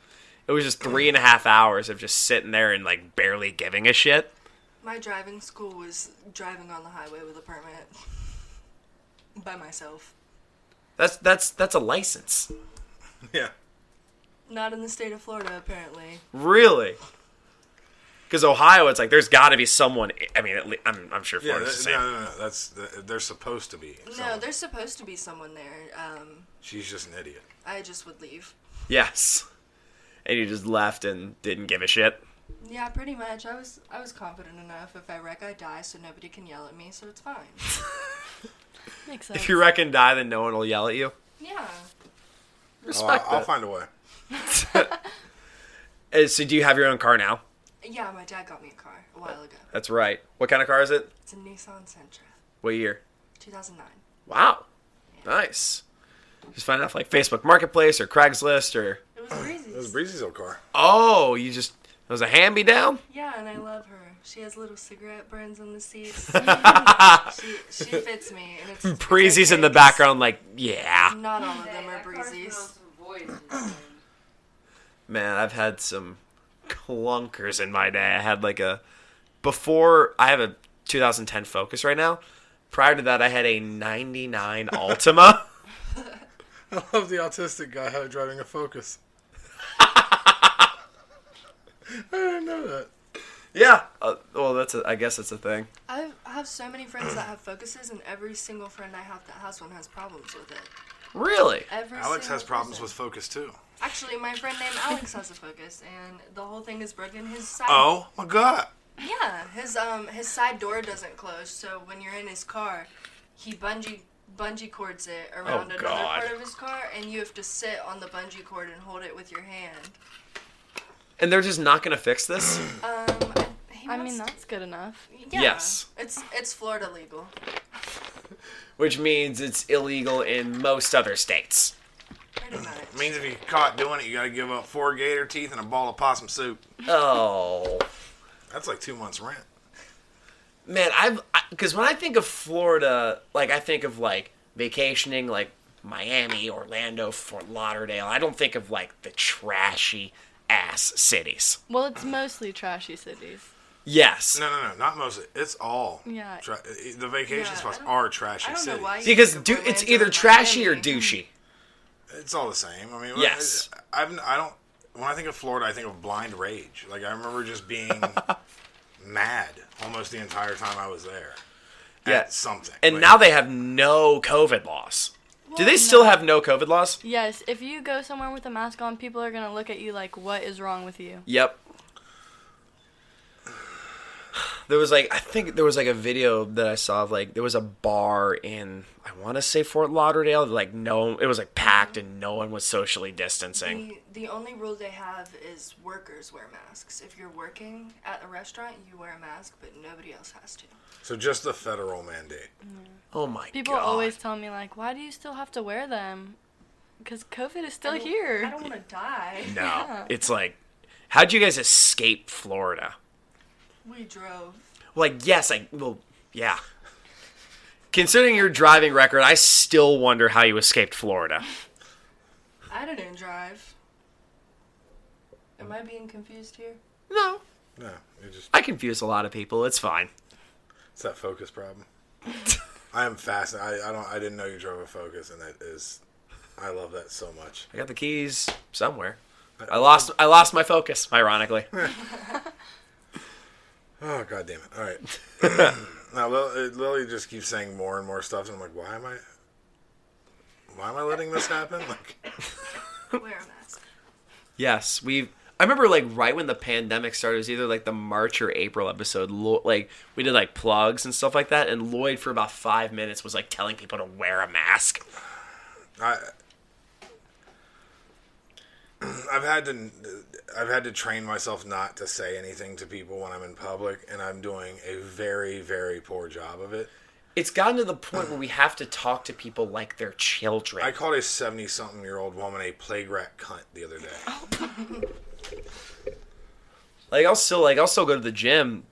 Speaker 4: It was just three and a half hours of just sitting there and like barely giving a shit.
Speaker 2: My driving school was driving on the highway with a permit by myself.
Speaker 4: That's that's that's a license.
Speaker 5: Yeah.
Speaker 2: Not in the state of Florida, apparently.
Speaker 4: Really? Because Ohio, it's like there's got to be someone. I mean, at least, I'm, I'm sure
Speaker 5: Yeah,
Speaker 4: Florida's the
Speaker 5: that-
Speaker 4: same.
Speaker 5: no, no, no. That's the, they're supposed to be.
Speaker 2: No,
Speaker 4: Oh.
Speaker 5: someone.
Speaker 2: there's supposed to be someone there. Um,
Speaker 5: She's just an idiot.
Speaker 2: I just would leave.
Speaker 4: Yes. And you just left and didn't give a shit.
Speaker 2: Yeah, pretty much. I was I was confident enough. If I wreck, I die, so nobody can yell at me, so it's fine.
Speaker 8: Makes sense.
Speaker 4: If you wreck and die, then no one will yell at you.
Speaker 2: yeah.
Speaker 5: Oh, I, I'll find a way.
Speaker 4: Uh, So, do you have your own car now?
Speaker 2: Yeah, my dad got me a car a while ago.
Speaker 4: That's right. What kind of car is it?
Speaker 2: It's a Nissan Sentra,
Speaker 4: What year?
Speaker 2: 2009.
Speaker 4: Wow. Nice. Just find out like Facebook Marketplace or Craigslist or.
Speaker 2: It was breezy.
Speaker 5: It was Breezy's old car.
Speaker 4: Oh, you just. It was a hand me down?
Speaker 2: Yeah, and I love her. She has little cigarette burns on the seats. she, she fits me, and it's it's
Speaker 4: Breezy's in the
Speaker 2: okay.
Speaker 4: background, like, yeah.
Speaker 2: Not all of them are breezes.
Speaker 4: Man, I've had some clunkers in my day. I had like a before I have a 2010 Focus right now. Prior to that, I had a 99 Altima.
Speaker 5: I love the autistic guy how driving a Focus. I didn't know that.
Speaker 4: yeah. Uh, well, that's a, I guess it's a thing.
Speaker 2: I've, I have so many friends that have focuses, and every single friend I have that has one has problems with it.
Speaker 4: Really?
Speaker 2: Every
Speaker 5: Alex
Speaker 2: single
Speaker 5: has problems
Speaker 2: person.
Speaker 5: with Focus too.
Speaker 2: Actually, my friend named Alex has a focus, and the whole thing is broken. His side.
Speaker 5: Oh my god.
Speaker 2: Yeah, his um his side door doesn't close, so when you're in his car, he bungee bungee cords it
Speaker 5: Oh,
Speaker 2: around another
Speaker 4: God.
Speaker 2: part of his car, and you have to sit on the bungee cord and hold it with your hand.
Speaker 4: And they're just not gonna fix this?
Speaker 2: He
Speaker 8: I
Speaker 2: must-
Speaker 8: mean, that's good enough.
Speaker 2: yeah,
Speaker 4: Yes.
Speaker 2: It's it's Florida legal.
Speaker 4: Which means it's illegal in most other states.
Speaker 2: Pretty much.
Speaker 5: Means if you're caught doing it, you gotta give up four gator teeth and a ball of possum soup.
Speaker 4: Oh.
Speaker 5: That's like two months' rent.
Speaker 4: Man, I've because when I think of Florida, like I think of like vacationing, like Miami, Orlando, Fort Lauderdale. I don't think of like the trashy ass cities.
Speaker 8: Well, it's mostly trashy cities.
Speaker 4: Yes.
Speaker 5: No, no, no. Not mostly. It's all.
Speaker 8: Yeah.
Speaker 5: Tra- the vacation spots are trashy
Speaker 8: I don't know
Speaker 5: cities.
Speaker 8: why you
Speaker 4: Because du- it's either trashy or douchey.
Speaker 5: It's all the same. I mean,
Speaker 4: Yes.
Speaker 5: I've, I don't. When I think of Florida, I think of blind rage. Like I remember just being mad almost the entire time I was there.
Speaker 4: Yeah.
Speaker 5: At something.
Speaker 4: And
Speaker 5: Like,
Speaker 4: now they have no COVID laws. Do they still have no COVID laws?
Speaker 8: Yes, if you go somewhere with a mask on, people are gonna look at you like, "What is wrong with you?"
Speaker 4: Yep. There was like I think there was like a video that I saw of like there was a bar in I want to say Fort Lauderdale like no it was like packed and no one was socially distancing.
Speaker 2: The, the only rule they have is workers wear masks. If you're working at a restaurant, you wear a mask, but nobody else has to.
Speaker 5: So just the federal mandate.
Speaker 4: Oh my
Speaker 8: People always tell me like, "Why do you still have to wear them?" Because COVID is still
Speaker 2: I don't-
Speaker 8: here.
Speaker 2: I don't want to die.
Speaker 4: No, it's like how'd you guys escape Florida?
Speaker 2: We drove.
Speaker 4: Like yes, I well yeah. Considering your driving record, I still wonder how you escaped Florida.
Speaker 2: I didn't drive. Am I being confused here?
Speaker 4: No.
Speaker 5: No, it just
Speaker 4: I confuse a lot of people. It's fine.
Speaker 5: it's that focus problem. I am fascinated. I, I don't. I didn't know you drove a Focus, and that is. I love that so much.
Speaker 4: I got the keys somewhere. I lost I lost my focus, ironically.
Speaker 5: Oh god damn it! All right. now Lil- uh, Lily just keeps saying more and more stuff, and I'm like, why am I? Why am I letting this happen? Like,
Speaker 2: Wear a mask.
Speaker 4: yes, we I remember like right when the pandemic started, it was either like the March or April episode. Lo- like we did like plugs and stuff like that, and Lloyd for about five minutes was like telling people to wear a mask.
Speaker 5: I I've had to I've had to train myself not to say anything to people when I'm in public, and I'm doing a very very poor job of it.
Speaker 4: It's gotten to the point where we have to talk to people like they're children.
Speaker 5: I called a seventy something year old woman a plague rat cunt the other day.
Speaker 4: Like I'll still like I'll still go to the gym,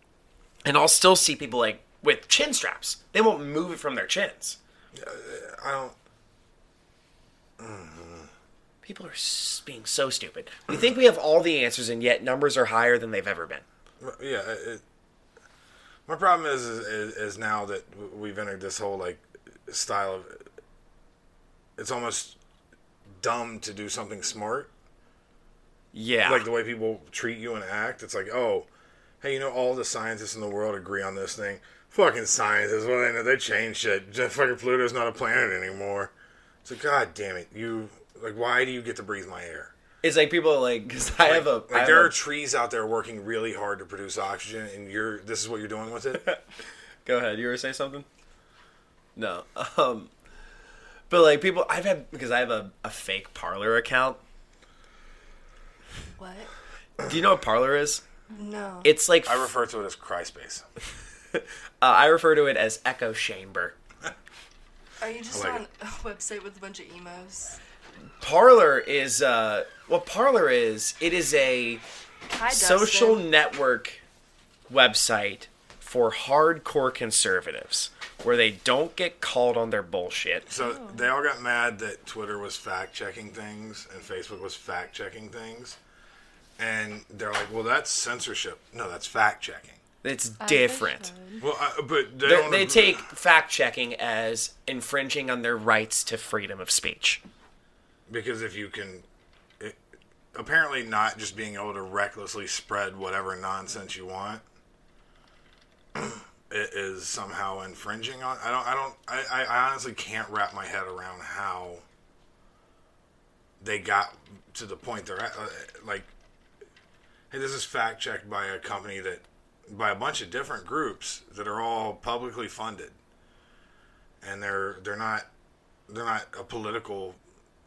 Speaker 4: and I'll still see people like with chin straps. They won't move it from their chins.
Speaker 5: I don't.
Speaker 4: People are s- being so stupid. We think we have all the answers, and yet numbers are higher than they've ever been.
Speaker 5: Yeah. It, it, my problem is, is is now that w- we've entered this whole like style of. It's almost dumb to do something smart.
Speaker 4: Yeah.
Speaker 5: like the way people treat you and act. It's like, oh, hey, you know, all the scientists in the world agree on this thing. Fucking scientists, well, they know they change shit. Just fucking Pluto's not a planet anymore. It's like, god damn it, you like, why do you get to breathe my air?
Speaker 4: it's like people are like because I have a
Speaker 5: Like,
Speaker 4: I have
Speaker 5: there
Speaker 4: a-
Speaker 5: are trees out there working really hard to produce oxygen, and you're this is what you're doing with it.
Speaker 4: go ahead. You were saying something? No. Um, but like people, I've had because I have a, a fake Parlor account.
Speaker 2: What?
Speaker 4: Do you know what Parlor is?
Speaker 2: No.
Speaker 4: It's like
Speaker 5: I refer to it as Cryspace.
Speaker 4: uh, I refer to it as echo chamber.
Speaker 2: Are you just
Speaker 4: I like
Speaker 2: on oh,
Speaker 4: it.
Speaker 2: a website with a bunch of emos?
Speaker 4: Parlor is uh, what Parlor is. It is a
Speaker 2: Hi,
Speaker 4: social
Speaker 2: Dustin.
Speaker 4: network website for hardcore conservatives where they don't get called on their bullshit.
Speaker 5: So they all got mad that Twitter was fact checking things and Facebook was fact checking things, and they're like, well, that's censorship. No, that's fact checking.
Speaker 4: It's different.
Speaker 5: Well, I, but they
Speaker 4: They,
Speaker 5: don't
Speaker 4: they
Speaker 5: agree-
Speaker 4: take fact checking as infringing on their rights to freedom of speech.
Speaker 5: because if you can, it, apparently not just being able to recklessly spread whatever nonsense you want, it is somehow infringing on. I don't. I don't. I, I honestly can't wrap my head around how they got to the point they're at. Uh, Like, hey, this is fact checked by a company that by a bunch of different groups that are all publicly funded, and they're they're not they're not a political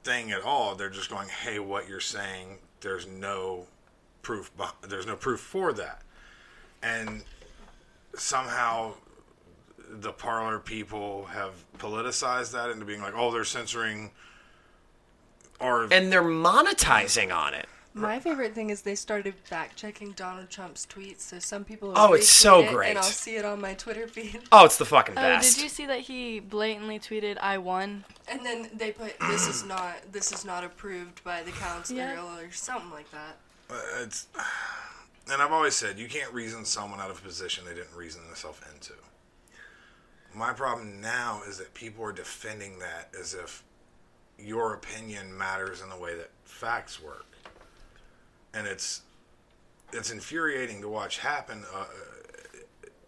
Speaker 5: thing at all. They're just going, hey, what you're saying, there's no proof. beh- There's no proof for that, and somehow the parlor people have politicized that into being like, oh, they're censoring. Or
Speaker 4: And they're monetizing on it.
Speaker 2: My favorite thing is they started fact checking Donald Trump's tweets, so some people.
Speaker 4: Oh, it's so
Speaker 2: retweet it,
Speaker 4: great.
Speaker 2: And I'll see it on my Twitter feed.
Speaker 4: Oh, it's the fucking
Speaker 8: Oh,
Speaker 4: best.
Speaker 8: did you see that he blatantly tweeted, "I won"?
Speaker 2: And then they put this is not this is not approved by the council or something like that.
Speaker 5: Uh, It's, and I've always said you can't reason someone out of a position they didn't reason themselves into. My problem now is that people are defending that as if your opinion matters in the way that facts work, and it's it's infuriating to watch happen. Uh,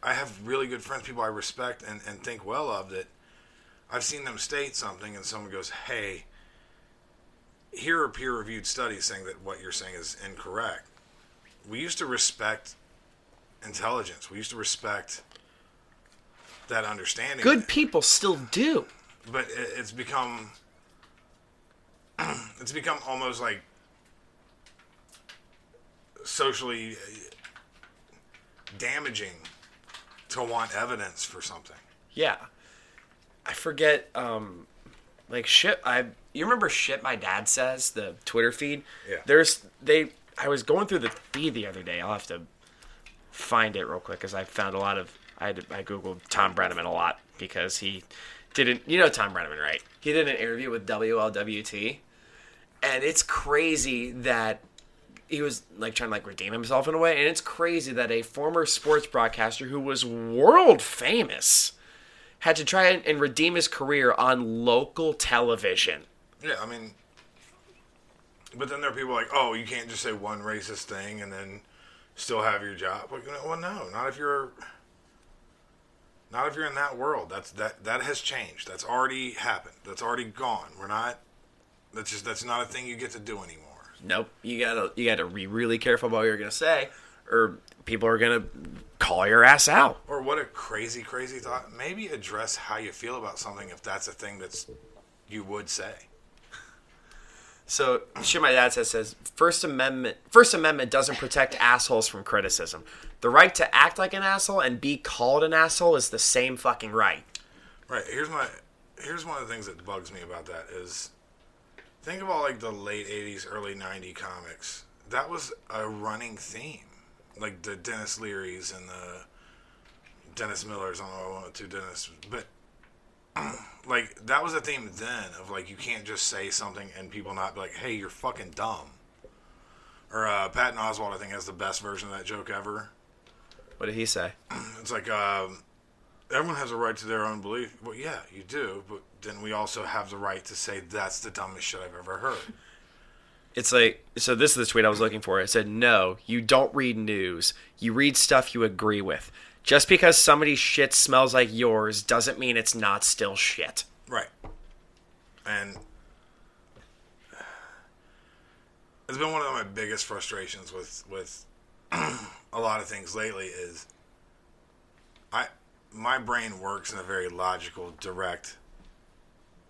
Speaker 5: I have really good friends, people I respect and, and think well of that. I've seen them state something, and someone goes, "Hey." here are peer reviewed studies saying that what you're saying is incorrect. We used to respect intelligence. We used to respect that understanding.
Speaker 4: Good people still do.
Speaker 5: But it, it's become it's become almost like socially damaging to want evidence for something.
Speaker 4: Yeah. I forget, um, like shit. I you remember shit my dad says the Twitter feed.
Speaker 5: Yeah.
Speaker 4: There's they. I was going through the feed the other day. I'll have to find it real quick because I found a lot of. I had, I googled Tom Brenneman a lot because he didn't. You know Tom Brenneman, right? He did an interview with WLWT, and it's crazy that he was like trying to like redeem himself in a way and it's crazy that a former sports broadcaster who was world famous had to try and, and redeem his career on local television
Speaker 5: Yeah, I mean, but then there are people like, oh, you can't just say one racist thing and then still have your job. Like, well, no, not if you're, not if you're in that world. That's that that has changed. That's already happened. That's already gone. We're not. That's just that's not a thing you get to do anymore.
Speaker 4: nope you gotta you gotta be really careful about what you're gonna say or people are gonna call your ass out
Speaker 5: Or what a crazy, crazy thought. Maybe address how you feel about something if that's a thing that's you would say.
Speaker 4: So shit my dad says says First Amendment First Amendment doesn't protect assholes from criticism. The right to act like an asshole and be called an asshole is the same fucking right.
Speaker 5: Right. Here's my here's one of the things that bugs me about that is think of all like the late '80s, early '90 comics. That was a running theme, like the Dennis Leary's and the Dennis Miller's. I don't know, I want to Dennis, but like that was a theme then of like you can't just say something and people not be like, "Hey, you're fucking dumb." Or uh, Patton Oswald, I think, has the best version of that joke ever.
Speaker 4: What did he say?
Speaker 5: It's like um, everyone has a right to their own belief. Well, yeah, you do, but then we also have the right to say that's the dumbest shit I've ever heard.
Speaker 4: It's like so this is the tweet I was looking for. It said, No, you don't read news. You read stuff you agree with. Just because somebody's shit smells like yours doesn't mean it's not still shit.
Speaker 5: Right. And it's been one of my biggest frustrations with with a lot of things lately is I my brain works in a very logical, direct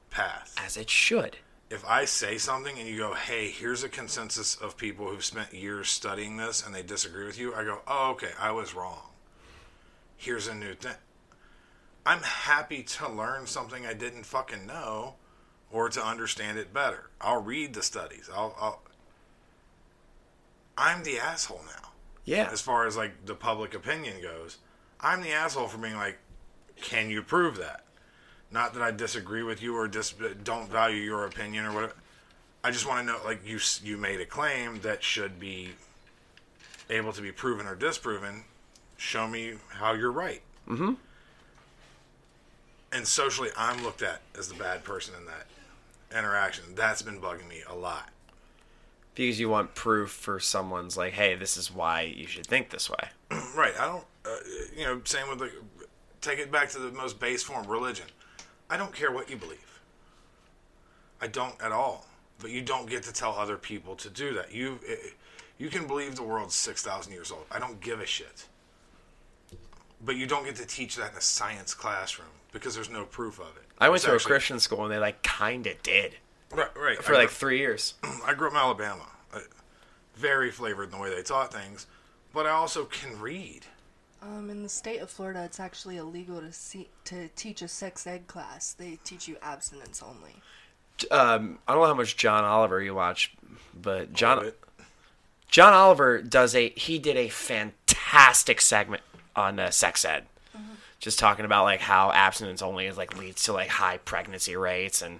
Speaker 5: path.
Speaker 4: As it should.
Speaker 5: If I say something and you go, "Hey, here's a consensus of people who've spent years studying this and they disagree with you," I go, "Oh, okay, I was wrong. Here's a new thing." I'm happy to learn something I didn't fucking know or to understand it better. I'll read the studies. I'll, I'll I'm the asshole now.
Speaker 4: Yeah.
Speaker 5: As far as like the public opinion goes, I'm the asshole for being like, can you prove that? Not that I disagree with you or dis- don't value your opinion or whatever. I just want to know like you s- you made a claim that should be able to be proven or disproven. Show me how you're right
Speaker 4: Mm-hmm.
Speaker 5: and socially I'm looked at as the bad person in that interaction. That's been bugging me a lot.
Speaker 4: Because you want proof for someone's like, hey, this is why you should think this way.
Speaker 5: right. I don't. Uh, you know, same with the. Take it back to the most base form, religion. I don't care what you believe. I don't at all. But you don't get to tell other people to do that. You, eh, you can believe the world's six thousand years old. I don't give a shit. But you don't get to teach that in a science classroom because there's no proof of it.
Speaker 4: I went
Speaker 5: It's
Speaker 4: to a
Speaker 5: actually-
Speaker 4: Christian school and they like kinda did.
Speaker 5: Right, right.
Speaker 4: For
Speaker 5: I
Speaker 4: like
Speaker 5: grew-
Speaker 4: three years.
Speaker 5: I grew up in Alabama. I, very flavored in the way they taught things, but I also can read.
Speaker 2: Um, in the state of Florida, it's actually illegal to see, to teach a sex ed class. They teach you abstinence only.
Speaker 4: Um, I don't know how much John Oliver you watch, but John John Oliver does a he did a fantastic segment on uh, sex ed, just talking about like how abstinence only is like leads to like high pregnancy rates and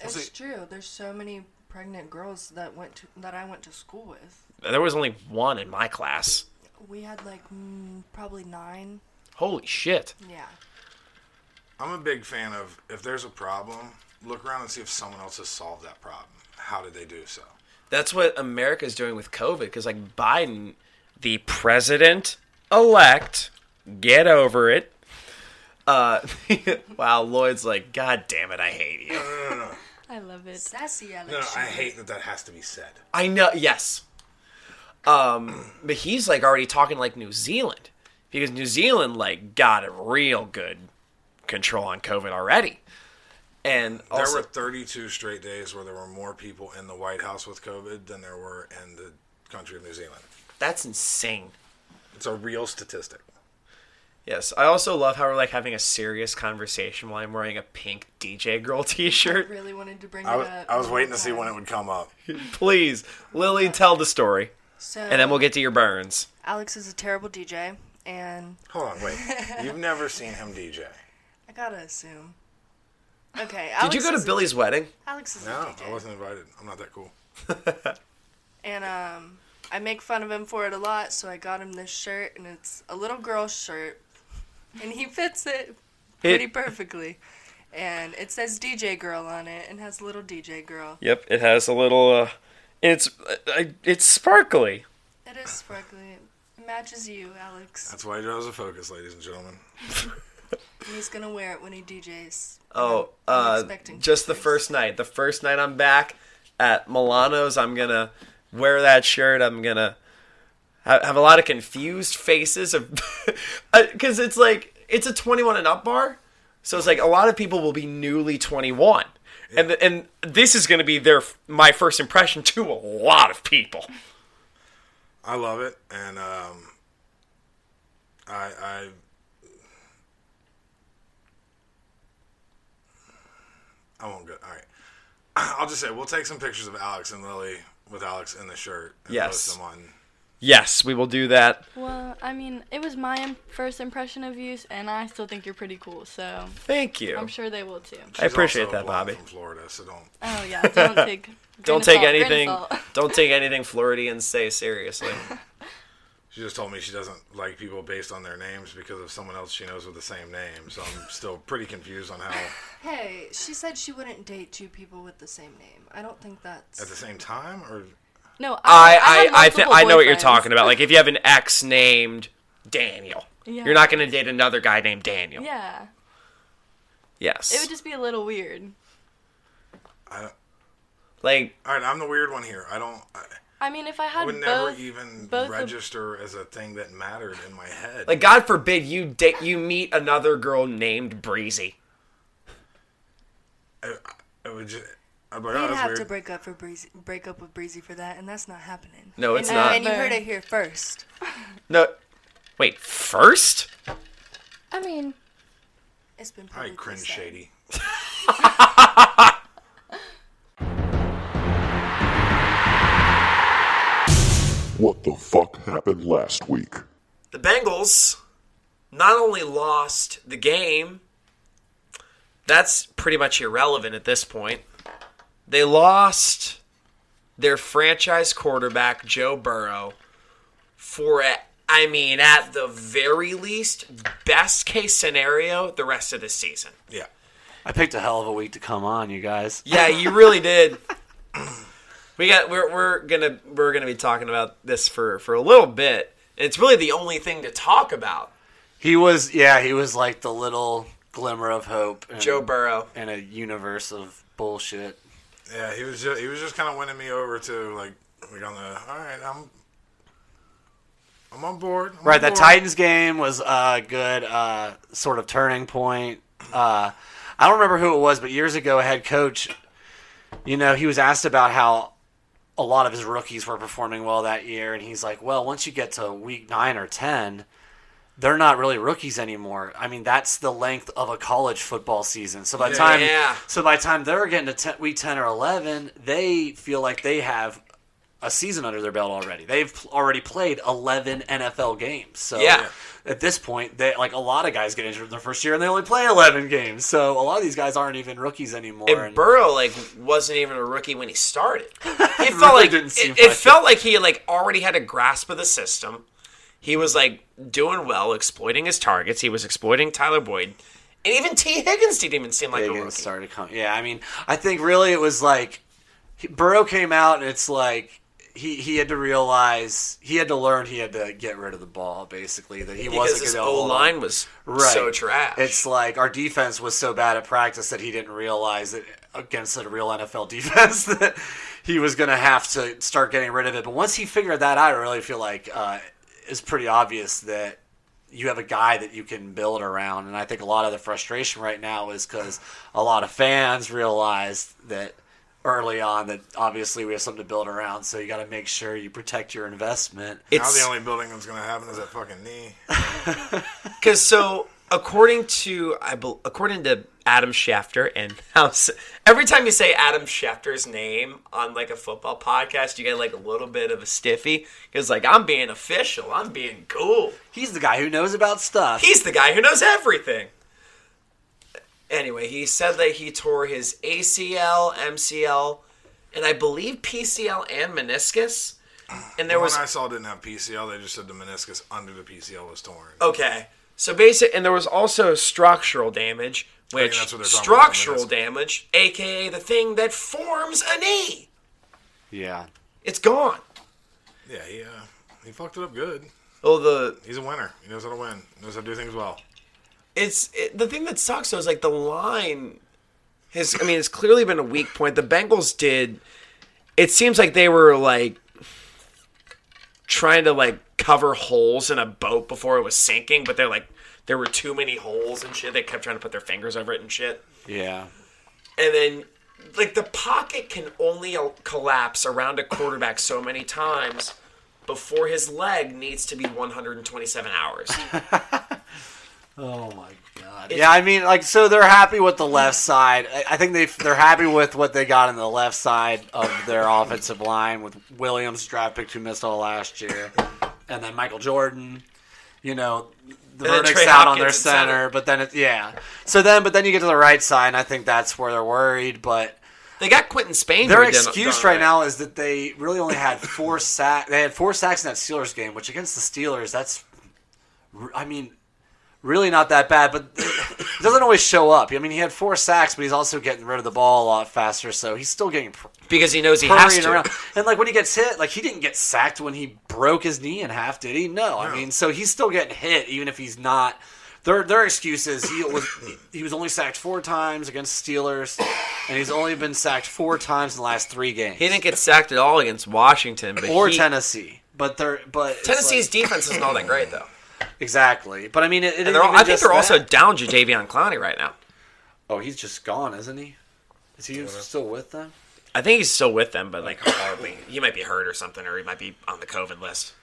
Speaker 2: It's true. There's so many pregnant girls that went to, that I went to school with.
Speaker 4: there was only one in my class.
Speaker 2: We had like mm, probably nine.
Speaker 4: Holy shit!
Speaker 2: Yeah.
Speaker 5: I'm a big fan of if there's a problem, look around and see if someone else has solved that problem. How did they do so?
Speaker 4: That's what America's doing with COVID because, like, Biden, the president elect, get over it. Uh, wow, Lloyd's like, God damn it, I hate you.
Speaker 5: No, no, no.
Speaker 8: I love it.
Speaker 2: Sassy
Speaker 5: No, no, I hate that that has to be said.
Speaker 4: I know, yes. Um, but he's like already talking like New Zealand because New Zealand, like, got a real good control on COVID already. And also,
Speaker 5: there were 32 straight days where there were more people in the White House with COVID than there were in the country of New Zealand.
Speaker 4: that's insane.
Speaker 5: It's a real statistic.
Speaker 4: Yes, I also love how we're like having a serious conversation while I'm wearing a pink DJ Girl T-shirt.
Speaker 2: I really wanted to bring
Speaker 5: I
Speaker 2: it
Speaker 5: was,
Speaker 2: up.
Speaker 5: I was
Speaker 2: the
Speaker 5: waiting
Speaker 2: whole
Speaker 5: to see when
Speaker 2: time.
Speaker 5: it would come up.
Speaker 4: Please, Lily, tell the story.
Speaker 2: So-
Speaker 4: and then we'll get to your burns.
Speaker 2: Alex is a terrible DJ, and
Speaker 5: Hold on, wait. You've never seen him DJ.
Speaker 2: I gotta assume. Okay.
Speaker 4: Did
Speaker 5: Oh,
Speaker 2: Alex
Speaker 4: you go
Speaker 2: is
Speaker 4: to
Speaker 2: a-
Speaker 4: Billy's wedding?
Speaker 2: Alex is a
Speaker 5: No,
Speaker 2: DJ.
Speaker 5: I wasn't invited. I'm not that cool.
Speaker 2: and um, I make fun of him for it a lot. So I got him this shirt, and it's a little girl shirt, and he fits it pretty perfectly. And it says DJ girl on it, and has little DJ girl.
Speaker 4: Yep, it has a little. Uh, it's uh, it's sparkly.
Speaker 2: It is sparkly. It matches you, Alex.
Speaker 5: That's why he draws a focus, ladies and gentlemen.
Speaker 2: And he's gonna wear it when he DJs.
Speaker 4: Oh,
Speaker 2: I'm
Speaker 4: uh,
Speaker 2: expecting
Speaker 4: just the first night. The first night I'm back at Milano's, I'm gonna wear that shirt. I'm gonna ha- have a lot of confused faces of because it's like it's a 21 and up bar, so it's like a lot of people will be newly 21. And, th- and this is going to be their f- my first impression to a lot of people.
Speaker 5: I love it, and um, I, I, I won't go. All right, I'll just say we'll take some pictures of Alex and Lily with Alex in the shirt and
Speaker 4: Yes.
Speaker 5: post them on.
Speaker 4: Yes, we will do that.
Speaker 8: Well, I mean, it was my im- first impression of you, and I still think you're pretty cool. So
Speaker 4: Thank you.
Speaker 8: I'm sure they will too.
Speaker 4: I appreciate
Speaker 5: also a
Speaker 4: that,
Speaker 5: blonde
Speaker 4: Bobby.
Speaker 5: From Florida, so don't.
Speaker 8: Oh yeah, don't take. grain
Speaker 4: Don't
Speaker 8: of
Speaker 4: take
Speaker 8: salt, grain of
Speaker 4: anything.
Speaker 8: salt.
Speaker 4: Don't take anything Floridians say seriously.
Speaker 5: She just told me she doesn't like people based on their names because of someone else she knows with the same name. So I'm still pretty confused on how
Speaker 2: Hey, she said she wouldn't date two people with the same name. I don't think that's.
Speaker 5: at the same time or
Speaker 8: No,
Speaker 4: I I I,
Speaker 8: had
Speaker 4: thi-
Speaker 8: multiple
Speaker 4: I know what you're
Speaker 8: boyfriends.
Speaker 4: talking about. Like if you have an ex named Daniel,
Speaker 8: Yeah.
Speaker 4: you're not going to date another guy named Daniel.
Speaker 8: Yeah,
Speaker 4: Yes.
Speaker 8: it would just be a little weird.
Speaker 5: I don't.
Speaker 4: like
Speaker 5: All right, I'm the weird one here. I don't. I,
Speaker 8: I mean, if I
Speaker 5: I
Speaker 8: had
Speaker 5: would
Speaker 8: both,
Speaker 5: never even
Speaker 8: both of-
Speaker 5: register as a thing that mattered in my head.
Speaker 4: like God forbid you date you meet another girl named Breezy.
Speaker 5: I, I would just. I'd be like,
Speaker 2: We'd
Speaker 5: oh, that's
Speaker 2: have
Speaker 5: weird.
Speaker 2: to break up for breezy, break up with breezy for that, and that's not happening.
Speaker 4: No, it's
Speaker 2: and,
Speaker 4: not.
Speaker 2: And you heard it here first.
Speaker 4: No, wait. First,
Speaker 8: I mean,
Speaker 2: It's been
Speaker 5: All
Speaker 2: publicly
Speaker 5: right, cringe
Speaker 2: said.
Speaker 5: shady.
Speaker 3: What the fuck happened last week?
Speaker 4: the Bengals not only lost the game, that's pretty much irrelevant at this point. They lost their franchise quarterback, Joe Burrow, for, a- I mean, at the very least, best case scenario, the rest of the season.
Speaker 5: Yeah.
Speaker 6: I picked a hell of a week to come on, you guys.
Speaker 4: Yeah, you really did. We got we're we're gonna we're gonna be talking about this for for a little bit. It's really the only thing to talk about.
Speaker 6: He was, yeah, he was like the little glimmer of hope. In,
Speaker 4: Joe Burrow.
Speaker 6: in a universe of bullshit.
Speaker 5: Yeah, he was just, he was just kind of winning me over to like like on the all right, I'm I'm on board. I'm
Speaker 6: Right,
Speaker 5: on
Speaker 6: that
Speaker 5: board.
Speaker 6: Titans game was a good uh, sort of turning point. Uh, I don't remember who it was, but years ago, a head coach, you know, he was asked about how a lot of his rookies were performing well that year, and he's like, "Well, once you get to week nine or ten, they're not really rookies anymore. I mean, that's the length of a college football season. So by the time,
Speaker 4: Yeah.
Speaker 6: so by the time they're getting to 10, week ten or eleven, they feel like they have a season under their belt already. They've pl- already played 11 NFL games. So
Speaker 4: Yeah.
Speaker 6: at this point, they like a lot of guys get injured in their first year and they only play 11 games. So a lot of these guys aren't even rookies anymore.
Speaker 4: And Burrow like wasn't even a rookie when he started. It
Speaker 6: really
Speaker 4: felt like
Speaker 6: didn't seem
Speaker 4: it, it
Speaker 6: like
Speaker 4: felt like he like already had a grasp of the system. He was like doing well, exploiting his targets. He was exploiting Tyler Boyd, and even T. Higgins didn't even seem like a rookie.
Speaker 6: started coming. Yeah, I mean, I think really it was like he- Burrow came out and it's like he, he had to realize he had to learn he had to get rid of the ball basically that he
Speaker 4: Because
Speaker 6: wasn't
Speaker 4: his
Speaker 6: going to hold
Speaker 4: O-line
Speaker 6: on.
Speaker 4: was so trash.
Speaker 6: It's like our defense was so bad at practice that he didn't realize that against a real NFL defense that he was going to have to start getting rid of it. But once he figured that out, I really feel like uh, it's pretty obvious that you have a guy that you can build around. And I think a lot of the frustration right now is because a lot of fans realized that early on that obviously we have something to build around. So you got to make sure you protect your investment.
Speaker 5: now the only building that's gonna happen is that fucking knee.
Speaker 4: Because so according to I bel according to Adam Schefter and House, every time you say Adam Schefter's name on like a football podcast, you get like a little bit of a stiffy. Because like I'm being official, I'm being cool.
Speaker 6: He's the guy who knows about stuff.
Speaker 4: He's the guy who knows everything. Anyway, he said that he tore his ACL, MCL, and I believe PCL and meniscus. And there
Speaker 5: the
Speaker 4: was
Speaker 5: one I saw didn't have PCL. They just said the meniscus under the PCL was torn.
Speaker 4: Okay. So basic, and there was also structural damage,
Speaker 5: I think
Speaker 4: which
Speaker 5: that's what they're talking about,
Speaker 4: structural damage, aka the thing that forms a knee,
Speaker 6: Yeah.
Speaker 4: it's gone.
Speaker 5: Yeah, he uh, he fucked it up good.
Speaker 4: Oh, the
Speaker 5: he's a winner. He knows how to win. He knows how to do things well.
Speaker 4: It's it, the thing that sucks though is like the line has. I mean, it's clearly been a weak point. The Bengals did. It seems like they were like trying to like cover holes in a boat before it was sinking, but they're like there were too many holes and shit. They kept trying to put their fingers over it and shit.
Speaker 6: Yeah.
Speaker 4: and then like the pocket can only collapse around a quarterback so many times before his leg needs to be 127 hours.
Speaker 6: Oh my god.
Speaker 4: It-
Speaker 6: yeah, I mean, like, so they're happy with the left side. I, I think they they're happy with what they got on the left side of their offensive line with Williams draft pick who missed all last year, and then Michael Jordan. You know, the
Speaker 4: And then
Speaker 6: verdict's
Speaker 4: Trey
Speaker 6: out on
Speaker 4: Hopkins
Speaker 6: their
Speaker 4: at
Speaker 6: center,
Speaker 4: center.
Speaker 6: but then it, yeah. So then, but then you get to the right side, and I think that's where they're worried. But
Speaker 4: they got Quentin Spain.
Speaker 6: Their
Speaker 4: who did-
Speaker 6: excuse
Speaker 4: done
Speaker 6: right now is that they really only had four sacks. They had four sacks in that Steelers game, which against the Steelers, that's, r- I mean, really not that bad. But it doesn't always show up. I mean, he had four sacks, but he's also getting rid of the ball a lot faster, so he's still getting pr-
Speaker 4: because he knows he
Speaker 6: hurrying
Speaker 4: has to.
Speaker 6: around. And like when he gets hit, like he didn't get sacked when he broke his knee in half, did he? No, I mean, so he's still getting hit even if he's not. Their their excuse is he was he was only sacked four times against Steelers, and he's only been sacked four times in the last three games.
Speaker 4: He didn't get sacked at all against Washington, but
Speaker 6: or
Speaker 4: he-
Speaker 6: Tennessee, but they're but it's
Speaker 4: Tennessee's
Speaker 6: like-
Speaker 4: defense isn't all that great though.
Speaker 6: Exactly, but I mean, it,
Speaker 4: And
Speaker 6: it isn't
Speaker 4: they're all,
Speaker 6: even
Speaker 4: I think
Speaker 6: just
Speaker 4: they're also
Speaker 6: that.
Speaker 4: down Jadavion Clowney right now.
Speaker 6: Oh, he's just gone, isn't he? Is he still with them?
Speaker 4: I think he's still with them, but like horribly. He might be hurt or something, or he might be on the COVID list.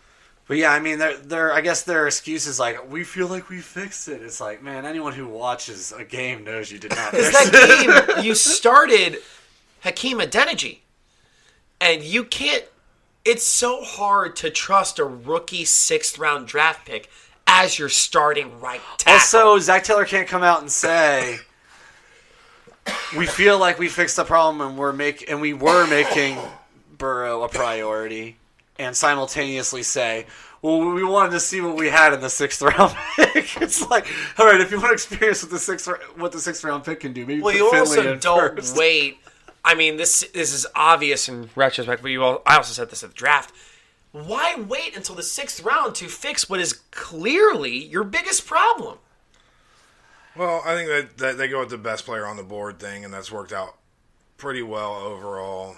Speaker 6: But yeah, I mean, their their I guess their excuse is like we feel like we fixed it. It's like man, anyone who watches a game knows you did not.
Speaker 4: Because
Speaker 6: fix
Speaker 4: that game, you started Hakeem Adeniji, and you can't. It's so hard to trust a rookie sixth round draft pick as your starting right
Speaker 6: it.
Speaker 4: tackle.
Speaker 6: Also, Zach Taylor can't come out and say we feel like we fixed the problem and we're make and we were making Burrow a priority, and simultaneously say. Well, we wanted to see what we had in the sixth round pick. It's like, all right, if you want to experience what the sixth ra- what the sixth round pick can do, maybe
Speaker 4: well,
Speaker 6: put
Speaker 4: you
Speaker 6: Finley
Speaker 4: also
Speaker 6: in
Speaker 4: don't
Speaker 6: first.
Speaker 4: wait. I mean, this this is obvious in retrospect, but you all, I also said this at the draft. Why wait until the sixth round to fix what is clearly your biggest problem?
Speaker 5: Well, I think that, that they go with the best player on the board thing, and that's worked out pretty well overall.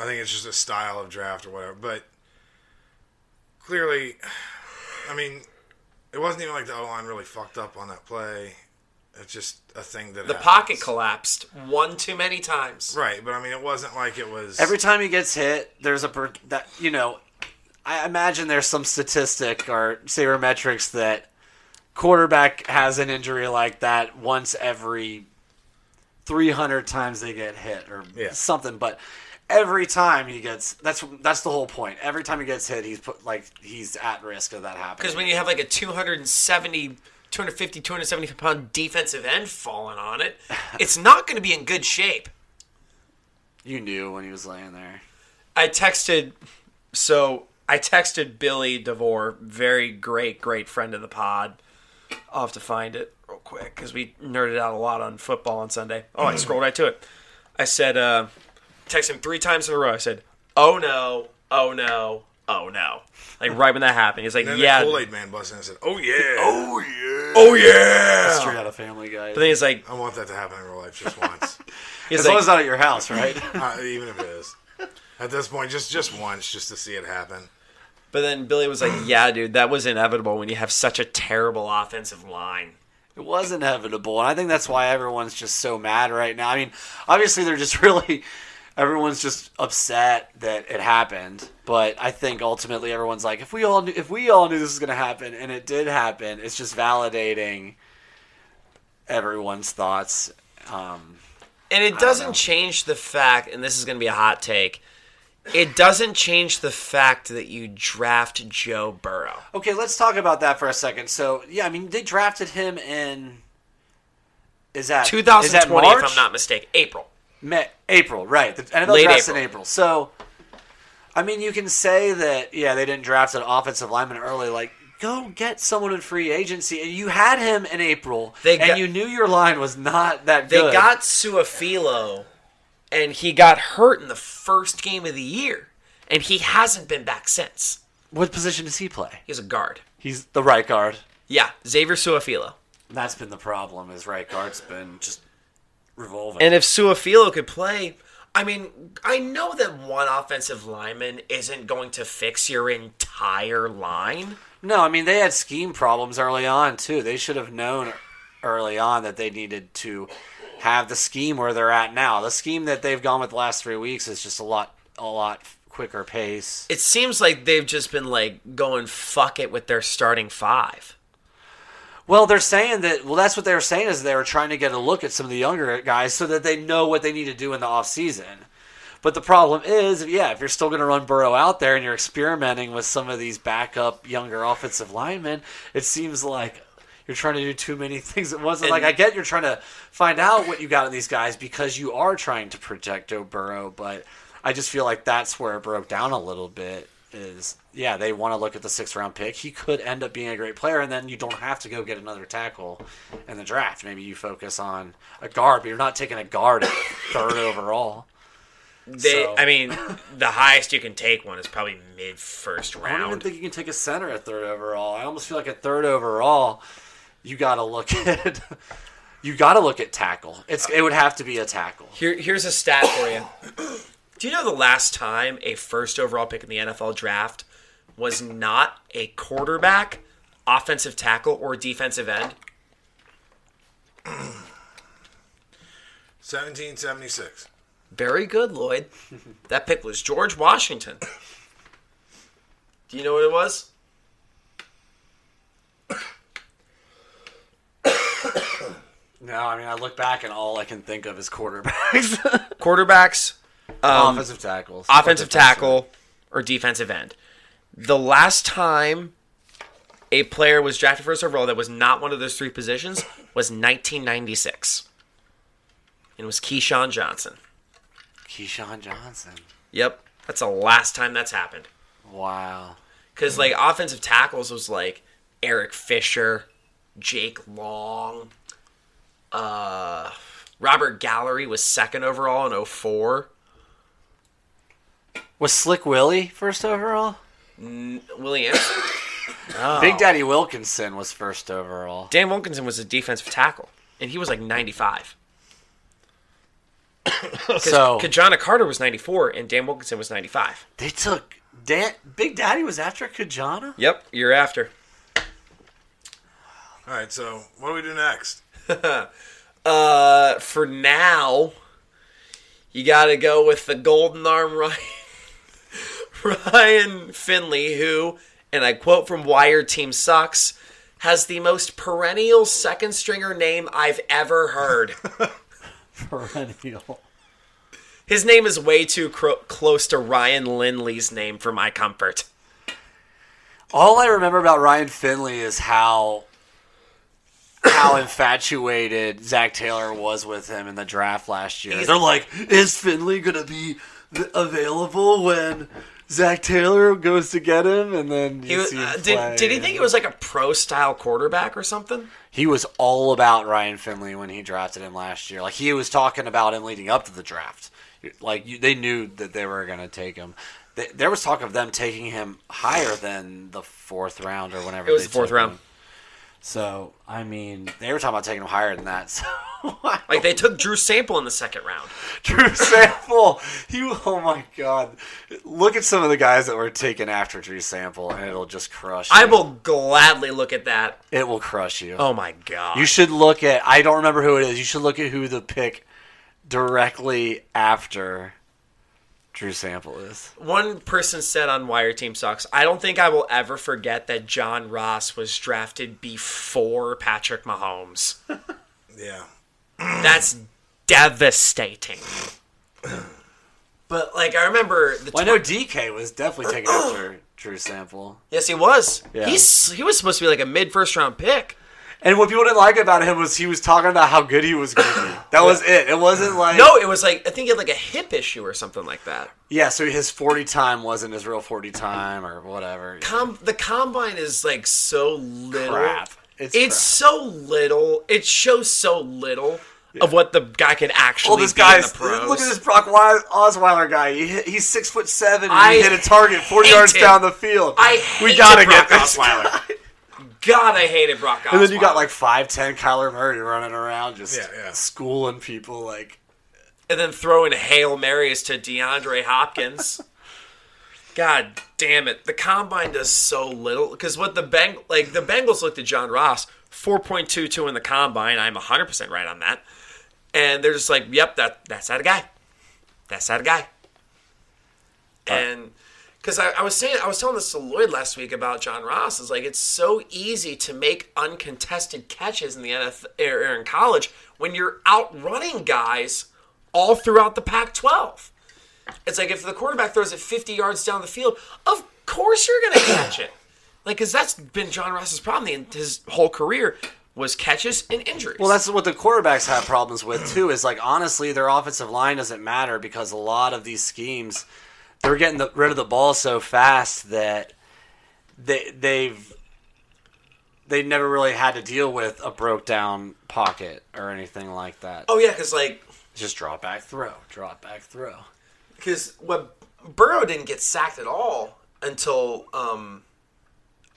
Speaker 5: I think it's just a style of draft or whatever. But clearly, I mean, it wasn't even like the O line really fucked up on that play. It's just a thing that
Speaker 4: The
Speaker 5: happens.
Speaker 4: pocket collapsed one too many times.
Speaker 5: Right, but I mean, it wasn't like it was
Speaker 6: Every time he gets hit, there's a per- that you know. I imagine there's some statistic or sabermetrics that quarterback has an injury like that once every 300 times they get hit or
Speaker 5: Yeah.
Speaker 6: something. But Every time he gets that's that's the whole point. Every time he gets hit, he's put like he's at risk of that happening.
Speaker 4: Because when you have like a 270, 250, 275 pound defensive end falling on it, it's not going to be in good shape.
Speaker 6: You knew when he was laying there.
Speaker 4: I texted, so I texted Billy DeVore, very great, great friend of the pod. I'll have to find it real quick because we nerded out a lot on football on Sunday. Oh, I scrolled right to it. I said, uh, text him three times in a row. I said, oh no, oh no, oh no. Like right when that happened, he's like,
Speaker 5: then
Speaker 4: yeah.
Speaker 5: the Kool Aid Man busted in and said, "Oh yeah, oh yeah,
Speaker 4: Oh, yeah. That's straight
Speaker 6: out of Family Guy.
Speaker 4: But then he's like,
Speaker 5: "I want that to happen in real life just once."
Speaker 4: He's Oh. As long like- as it's
Speaker 6: not at your house, right?
Speaker 5: uh, even if it is, at this point, just just once, just to see it happen.
Speaker 4: But then Billy was like, yeah, dude, that was inevitable when you have such a terrible offensive line.
Speaker 6: It was inevitable, and I think that's why everyone's just so mad right now. I mean, obviously they're just really everyone's just upset that it happened, but I think ultimately everyone's like, if we all knew, if we all knew this was going to happen and it did happen, it's just validating everyone's thoughts. Um,
Speaker 4: And it doesn't change the fact, and this is going to be a hot take, it doesn't change the fact that you draft Joe Burrow.
Speaker 6: Okay, let's talk about that for a second. So, yeah, I mean, they drafted him in is that is that
Speaker 4: 2020,
Speaker 6: March?
Speaker 4: if I'm not mistaken, April.
Speaker 6: May, April, right? The NFL
Speaker 4: Late
Speaker 6: drafts in
Speaker 4: April.
Speaker 6: April, so I mean, you can say that yeah, they didn't draft an offensive lineman early. Like, go get someone in free agency, and you had him in April,
Speaker 4: They
Speaker 6: and
Speaker 4: got-
Speaker 6: you knew your line was not that
Speaker 4: They
Speaker 6: good.
Speaker 4: got Suafilo, and he got hurt in the first game of the year, and he hasn't been back since.
Speaker 6: what position does he play?
Speaker 4: He's a guard.
Speaker 6: He's the right guard.
Speaker 4: Yeah, Xavier Suafilo.
Speaker 6: That's been the problem. Is right guard's been just revolving.
Speaker 4: And if Suafilo could play, I mean, I know that one offensive lineman isn't going to fix your entire line.
Speaker 6: No, I mean they had scheme problems early on too. They should have known early on that they needed to have the scheme where they're at now. The scheme that they've gone with the last three weeks is just a lot, a lot quicker pace.
Speaker 4: It seems like they've just been like going fuck it with their starting five.
Speaker 6: Well, they're saying that. Well, that's what they were saying is they were trying to get a look at some of the younger guys so that they know what they need to do in the off season. But the problem is, yeah, if you're still going to run Burrow out there and you're experimenting with some of these backup younger offensive linemen, it seems like you're trying to do too many things at once. And, like
Speaker 4: And-
Speaker 6: I get you're trying to find out what you got in these guys because you are trying to protect Joe Burrow, but I just feel like that's where it broke down a little bit. Is yeah, they want to look at the sixth round pick. He could end up being a great player, and then you don't have to go get another tackle in the draft. Maybe you focus on a guard, but you're not taking a guard at third overall.
Speaker 4: They,
Speaker 6: So-
Speaker 4: I mean, the highest you can take one is probably mid first
Speaker 6: I don't even
Speaker 4: round.
Speaker 6: think you can take a center at third overall. I almost feel like at third overall, you got to look at you got to look at tackle. It's it would have to be a tackle.
Speaker 4: Here, here's a stat for you. Do you know the last time a first overall pick in the NFL draft was not a quarterback, offensive tackle, or defensive end?
Speaker 5: 1776.
Speaker 4: Very good, Lloyd. That pick was George Washington. Do you know what it was?
Speaker 6: No, I mean I look back and all I can think of is quarterbacks,
Speaker 4: Quarterbacks, um,
Speaker 6: offensive tackles,
Speaker 4: offensive
Speaker 6: Defensive-
Speaker 4: tackle, or defensive end. The last time a player was drafted first overall that was not one of those three positions was 1996. And it was Keyshawn Johnson.
Speaker 6: Keyshawn Johnson.
Speaker 4: Yep. That's the last time that's happened.
Speaker 6: Wow.
Speaker 4: Because, like, offensive tackles was like Eric Fisher, Jake Long, uh, Robert Gallery was second overall in 04.
Speaker 6: Was Slick Willie first overall?
Speaker 4: N- Willie Anderson? No.
Speaker 6: Big Daddy Wilkinson was first overall.
Speaker 4: Dan Wilkinson was a defensive tackle, and he was like 95.
Speaker 6: So-
Speaker 4: Kajana Carter was 94, and Dan Wilkinson was 95.
Speaker 6: They took Dan. Big Daddy was after Kajana.
Speaker 4: Yep, year after.
Speaker 5: All right, so what do we do next?
Speaker 4: uh, for now, you got to go with the golden arm Ryan, Ryan Finley, who, and I quote from Wired Team Sucks, has the most perennial second stringer name I've ever heard.
Speaker 6: Perennial.
Speaker 4: His name is way too cro- close to Ryan Lindley's name for my comfort.
Speaker 6: All I remember about Ryan Finley is how how infatuated Zach Taylor was with him in the draft last year.
Speaker 9: He's-
Speaker 6: They're like, is Finley gonna be th- available when Zach Taylor goes to get him? And then
Speaker 4: He
Speaker 6: you
Speaker 4: was,
Speaker 6: see him
Speaker 4: uh,
Speaker 6: play,
Speaker 4: did, did he
Speaker 6: and-
Speaker 4: think he was like a pro style quarterback or something?
Speaker 6: He was all about Ryan Finley when he drafted him last year. Like he was talking about him leading up to the draft. Like you, they knew that they were going to take him. Th there was talk of them taking him higher than the fourth round or whenever
Speaker 4: It was
Speaker 6: they
Speaker 4: the fourth
Speaker 6: took
Speaker 4: round.
Speaker 6: him. So I mean, they were talking about taking him higher than that. So
Speaker 4: Like they took Drew Sample in the second round.
Speaker 6: Drew Sample, he oh my god, look at some of the guys that were taken after Drew Sample, and it'll just crush.
Speaker 4: I
Speaker 6: you.
Speaker 4: will gladly look at that.
Speaker 6: It will crush you.
Speaker 4: Oh my god.
Speaker 6: You should look at. I don't remember who it is. You should look at who the pick directly after Drew Sample is.
Speaker 4: One person said on Wire Team Sucks, I don't think I will ever forget that John Ross was drafted before Patrick Mahomes.
Speaker 5: Yeah.
Speaker 4: That's devastating. But like I remember the
Speaker 6: Well, I know DK was definitely taken after Drew Sample.
Speaker 4: Yes, he was.
Speaker 6: Yeah.
Speaker 4: He's he was supposed to be like a mid first round pick.
Speaker 6: And what people didn't like about him was he was talking about how good he was going to be. That was it. It wasn't like
Speaker 4: No, it was like I think he had like a hip issue or something like that.
Speaker 6: Yeah, so his forty time wasn't his real forty time or whatever.
Speaker 4: Com- the combine is like so little.
Speaker 6: Crap.
Speaker 4: It's, so little. It shows so little of what the guy can actually
Speaker 6: Well, this
Speaker 4: be in
Speaker 6: guy's
Speaker 4: the pros.
Speaker 6: look at this Brock Wei- Osweiler guy. He hit, he's six foot seven. And
Speaker 4: I
Speaker 6: he hit a target forty
Speaker 4: hate
Speaker 6: yards
Speaker 4: him.
Speaker 6: down the field.
Speaker 4: I
Speaker 6: we
Speaker 4: hated
Speaker 6: gotta
Speaker 4: Brock
Speaker 6: get this
Speaker 4: Osweiler. God, I hated Brock Osweiler.
Speaker 6: And then you got like five ten Kyler Murray running around just
Speaker 4: Yeah, yeah.
Speaker 6: schooling people like
Speaker 4: and then throwing hail marys to DeAndre Hopkins. God damn it! The combine does so little because what the Beng- like the Bengals looked at John Ross four point two two in the combine. I'm hundred percent right on that, and they're just like, "Yep, that that's that guy, that's that guy." And because I, I was saying, I was telling this to Lloyd last week about John Ross. Is like it's so easy to make uncontested catches in the NFL or or er, in college when you're outrunning guys all throughout the Pac-12. It's like if the quarterback throws it 50 yards down the field, of course you're going to catch it. Like, because that's been John Ross's problem the, his whole career was catches and injuries.
Speaker 6: Well, that's what the quarterbacks have problems with too. Is like honestly, their offensive line doesn't matter because a lot of these schemes, they're getting the, rid of the ball so fast that they they've they never really had to deal with a broke down pocket or anything like that.
Speaker 4: Oh yeah, because like
Speaker 6: just drop back throw, drop back throw.
Speaker 4: Because what Burrow didn't get sacked at all until, um,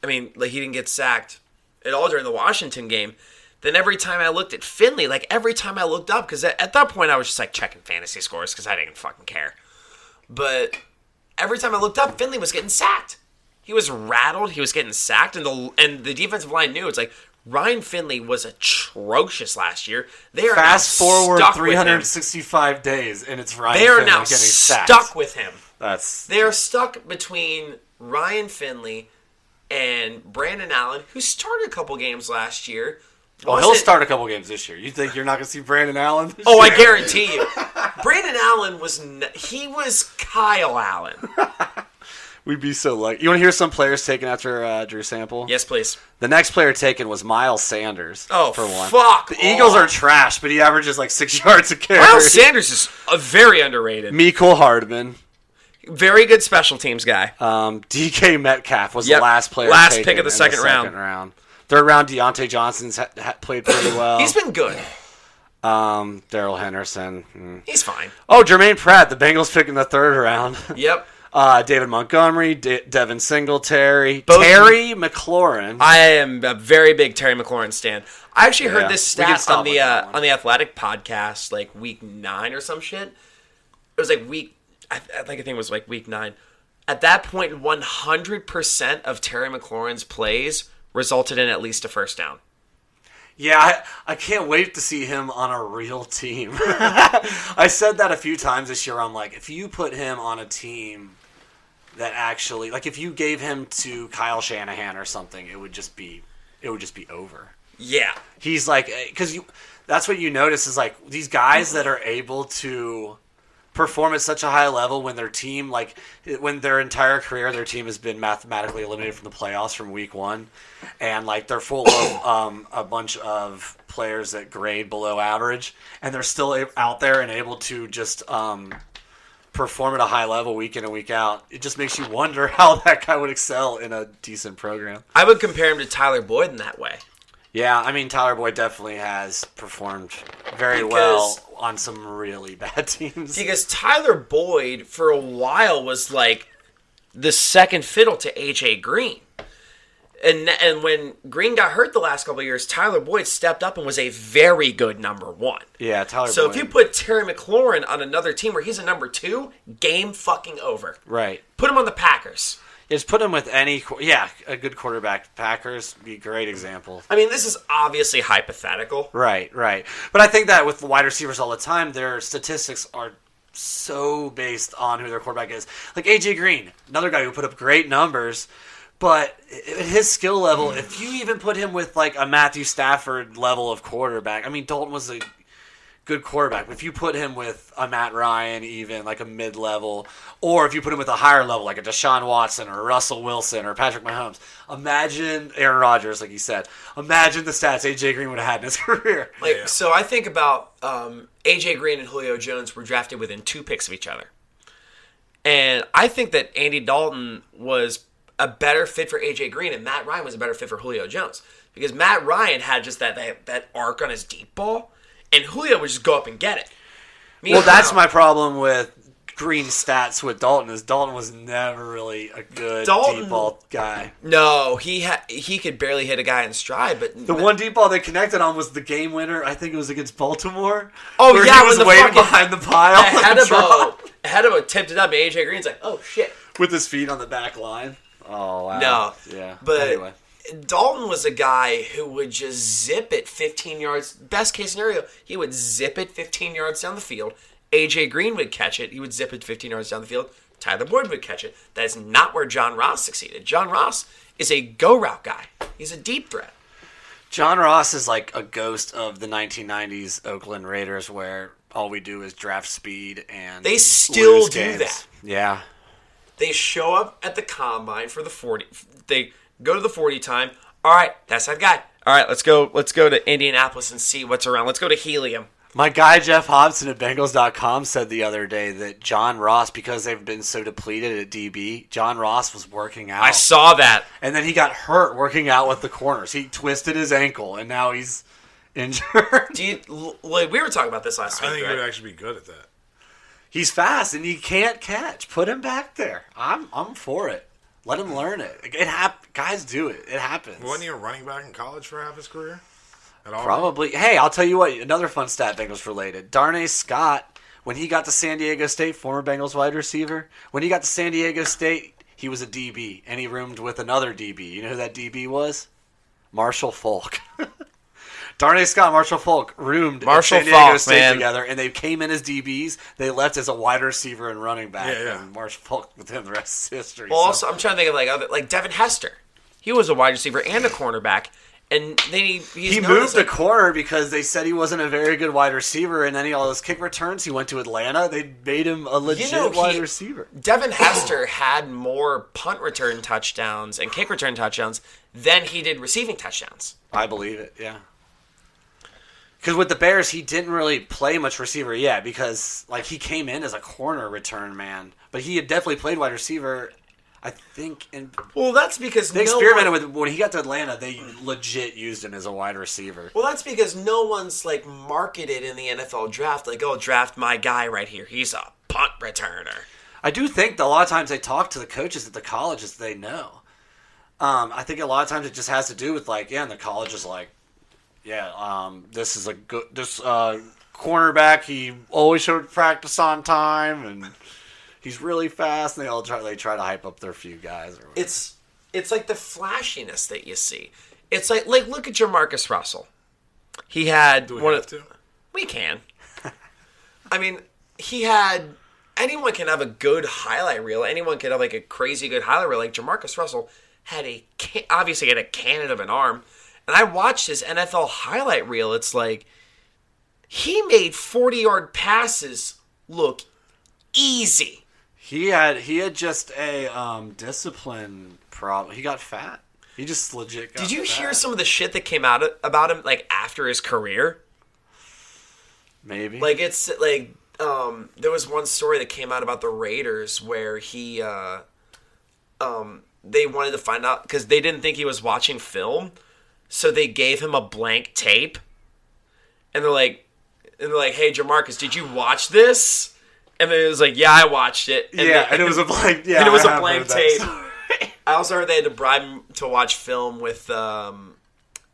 Speaker 4: I mean, like he didn't get sacked at all during the Washington game. Then every time I looked at Finley, like every time I looked up, because at, at that point I was just like checking fantasy scores because I didn't fucking care. But every time I looked up, Finley was getting sacked. He was rattled. He was getting sacked, and the and the defensive line knew it's like Ryan Finley was atrocious last year. They are now
Speaker 6: Fast forward
Speaker 4: stuck with him.
Speaker 6: 365 days, and it's Ryan.
Speaker 4: They are
Speaker 6: Finley
Speaker 4: now
Speaker 6: getting
Speaker 4: stuck
Speaker 6: sacked.
Speaker 4: with him.
Speaker 6: That's
Speaker 4: They are stuck between Ryan Finley and Brandon Allen, who started a couple games last year.
Speaker 6: Well, Oh, he'll
Speaker 4: Wasn't-
Speaker 6: start a couple games this year. You think you're not going to see Brandon Allen? this
Speaker 4: Oh, I
Speaker 6: year?
Speaker 4: guarantee you, Brandon Allen was n- he was Kyle Allen.
Speaker 6: We'd be so lucky. You want to hear some players taken after uh, Drew Sample?
Speaker 4: Yes, please.
Speaker 6: The next player taken was Miles Sanders.
Speaker 4: Oh,
Speaker 6: for one.
Speaker 4: fuck
Speaker 6: The Eagles
Speaker 4: off.
Speaker 6: are trash, but he averages like six yards a carry.
Speaker 4: Kyle Sanders is a very underrated,
Speaker 6: Mecole Hardman.
Speaker 4: very good special teams guy.
Speaker 6: Um, DK Metcalf was
Speaker 4: Yep.
Speaker 6: the last player.
Speaker 4: Last
Speaker 6: taken
Speaker 4: pick of the
Speaker 6: in
Speaker 4: second round.
Speaker 6: Third round, Deontay Johnson's ha- ha- played pretty well.
Speaker 4: He's been good.
Speaker 6: Um, Daryl Henderson. mm.
Speaker 4: He's fine.
Speaker 6: Oh, Jermaine Pratt. The Bengals pick in the third round.
Speaker 4: Yep.
Speaker 6: Uh, David Montgomery, De- Devin Singletary,
Speaker 4: Both-
Speaker 6: Terry McLaurin.
Speaker 4: I am a very big Terry McLaurin stan. I actually heard
Speaker 6: Yeah.
Speaker 4: this
Speaker 6: We can
Speaker 4: stat
Speaker 6: stop
Speaker 4: on the
Speaker 6: with that
Speaker 4: uh, on the Athletic podcast like week nine or some shit. It was like week, I, I think I think it was like week nine. At that point, one hundred percent of Terry McLaurin's plays resulted in at least a first down.
Speaker 6: Yeah, I, I can't wait to see him on a real team. I said that a few times this year. I'm like, if you put him on a team that actually, like, if you gave him to Kyle Shanahan or something, it would just be, it would just be over.
Speaker 4: Yeah,
Speaker 6: eh, He's like, because you, that's what you notice is like these guys that are able to perform at such a high level when their team, like eh, when their entire career, their team has been mathematically eliminated from the playoffs from week one, and like they're full of um, a bunch of players that grade below average, and they're still a- out there and able to just um, perform at a high level week in and week out. It just makes you wonder how that guy would excel in a decent program.
Speaker 4: I would compare him to Tyler Boyd in that way.
Speaker 6: Yeah, I mean Tyler Boyd definitely has performed very
Speaker 4: Because-
Speaker 6: well on some really bad teams.
Speaker 4: Because Tyler Boyd, for a while, was like the second fiddle to AJ Green. And, and when Green got hurt the last couple of years, Tyler Boyd stepped up and was a very good number one.
Speaker 6: Yeah, Tyler.
Speaker 4: so
Speaker 6: Boyd.
Speaker 4: if you put Terry McLaurin on another team where he's a number two, game fucking over.
Speaker 6: right,
Speaker 4: Put him on the Packers.
Speaker 6: just put him with any. qu- Yeah, a good quarterback. Packers be a great example.
Speaker 4: I mean, this is obviously hypothetical.
Speaker 6: Right, right. But I think that with wide receivers all the time, their statistics are so based on who their quarterback is. Like AJ Green, another guy who put up great numbers, but at his skill level, if you even put him with like a Matthew Stafford level of quarterback, I mean Dalton was a good quarterback. But if you put him with a Matt Ryan, even like a mid level, or if you put him with a higher level, like a Deshaun Watson or Russell Wilson or Patrick Mahomes, imagine Aaron Rodgers, like you said. Imagine the stats AJ Green would have had in his career.
Speaker 4: Like so, I think about um, AJ Green and Julio Jones were drafted within two picks of each other, and I think that Andy Dalton was a better fit for AJ Green, and Matt Ryan was a better fit for Julio Jones because Matt Ryan had just that that, that arc on his deep ball, and Julio would just go up and get it.
Speaker 6: Well, that's
Speaker 4: Meanwhile-
Speaker 6: my problem with Green stats with Dalton is Dalton was never really a good
Speaker 4: Dalton-
Speaker 6: deep ball guy.
Speaker 4: No, he ha- he could barely hit a guy in stride, but
Speaker 6: The one deep ball they connected on was the game winner. I think it was against Baltimore.
Speaker 4: Oh
Speaker 6: where
Speaker 4: yeah,
Speaker 6: he was
Speaker 4: when the
Speaker 6: waiting
Speaker 4: fucking-
Speaker 6: behind the pile. and dropped
Speaker 4: Hedibo, Hedibo tipped it up, and AJ Green's like, "Oh shit."
Speaker 6: with his feet on the back line. Oh wow.
Speaker 4: No.
Speaker 6: Yeah.
Speaker 4: But
Speaker 6: anyway.
Speaker 4: Dalton was a guy who would just zip it 15 yards. Best case scenario, he would zip it 15 yards down the field. AJ Green would catch it. He would zip it 15 yards down the field. Tyler Boyd would catch it. That is not where John Ross succeeded. John Ross is a go route guy. He's a deep threat.
Speaker 6: John Ross is like a ghost of the 1990s Oakland Raiders, where all we do is draft speed and
Speaker 4: They still
Speaker 6: lose
Speaker 4: do
Speaker 6: games.
Speaker 4: that.
Speaker 6: Yeah.
Speaker 4: They show up at the combine for the 40. They go to the 40 time. All right, that's that guy. All right, let's go. Let's go to Indianapolis and see what's around. Let's go to Helium.
Speaker 6: My guy Jeff Hobson at Bengals.com said the other day that John Ross, because they've been so depleted at DB, John Ross was working out.
Speaker 4: I saw that.
Speaker 6: And then he got hurt working out with the corners. He twisted his ankle, and now he's injured.
Speaker 4: Do you, l- like, we were talking about this last
Speaker 5: I
Speaker 4: week.
Speaker 5: think he
Speaker 4: right?
Speaker 5: would actually be good at that.
Speaker 6: He's fast and he can't catch. Put him back there. I'm I'm for it. Let him learn it. It hap- guys do it. It happens.
Speaker 5: Wasn't he a running back in college for half his career? At all?
Speaker 6: Probably. Hey, I'll tell you what. Another fun stat Bengals related. Darnay Scott, when he got to San Diego State, former Bengals wide receiver, when he got to San Diego State, he was a DB and he roomed with another DB. You know who that DB was? Marshall Falk. Darnay Scott, Marshall Falk roomed
Speaker 4: Marshall
Speaker 6: at San Diego
Speaker 4: Faulk,
Speaker 6: State
Speaker 4: man.
Speaker 6: together, and they came in as DBs. They left as a wide receiver and running back,
Speaker 4: Yeah, yeah.
Speaker 6: and Marshall Falk with him the rest is history.
Speaker 4: Well, also,
Speaker 6: so-
Speaker 4: I'm trying to think of like other, like Devin Hester. He was a wide receiver and a cornerback, and then he he's
Speaker 6: he
Speaker 4: known as,
Speaker 6: moved to
Speaker 4: like,
Speaker 6: corner because they said he wasn't a very good wide receiver, and then he all those kick returns. He went to Atlanta. They made him a legit
Speaker 4: know,
Speaker 6: wide
Speaker 4: he-
Speaker 6: receiver.
Speaker 4: Devin Hester had more punt return touchdowns and kick return touchdowns than he did receiving touchdowns.
Speaker 6: I believe it. Yeah. Because with the Bears, he didn't really play much receiver yet because like he came in as a corner return man, but he had definitely played wide receiver. I think in
Speaker 4: Well, that's because
Speaker 6: they
Speaker 4: no
Speaker 6: experimented
Speaker 4: one-
Speaker 6: with when he got to Atlanta. They legit used him as a wide receiver.
Speaker 4: Well, that's because no one's like marketed in the NFL draft like, oh, draft my guy right here. He's a punt returner.
Speaker 6: I do think that a lot of times they talk to the coaches at the colleges that they know. Um, I think a lot of times it just has to do with like, yeah, and the college is like, yeah, um, this is a good this uh, cornerback. He always showed practice on time, and he's really fast. And they all try they try to hype up their few guys. Or whatever.
Speaker 4: It's it's like the flashiness that you see. It's like like look at Jamarcus Russell. He had
Speaker 5: Do we
Speaker 4: one
Speaker 5: have
Speaker 4: of
Speaker 5: to?
Speaker 4: we can. I mean, he had anyone can have a good highlight reel. Anyone can have like a crazy good highlight reel. Like Jamarcus Russell had a ca- obviously had a cannon of an arm, and I watched his NFL highlight reel. It's like he made forty yard passes look easy.
Speaker 6: He had he had just a um, discipline problem. He got fat. He just legit. Got
Speaker 4: Did you
Speaker 6: fat.
Speaker 4: hear some of the shit that came out about him like after his career?
Speaker 6: Maybe.
Speaker 4: Like it's like um there was one story that came out about the Raiders where he uh um they wanted to find out cuz they didn't think he was watching film, so they gave him a blank tape. And they're like and they're like, "Hey Jamarcus, did you watch this?" And then it was like, "Yeah, I watched it." And
Speaker 6: Yeah,
Speaker 4: they-
Speaker 6: and it was a blank- yeah,
Speaker 4: and it was
Speaker 6: I
Speaker 4: a
Speaker 6: have
Speaker 4: blank
Speaker 6: heard that
Speaker 4: tape. I also heard they had to bribe him to watch film with um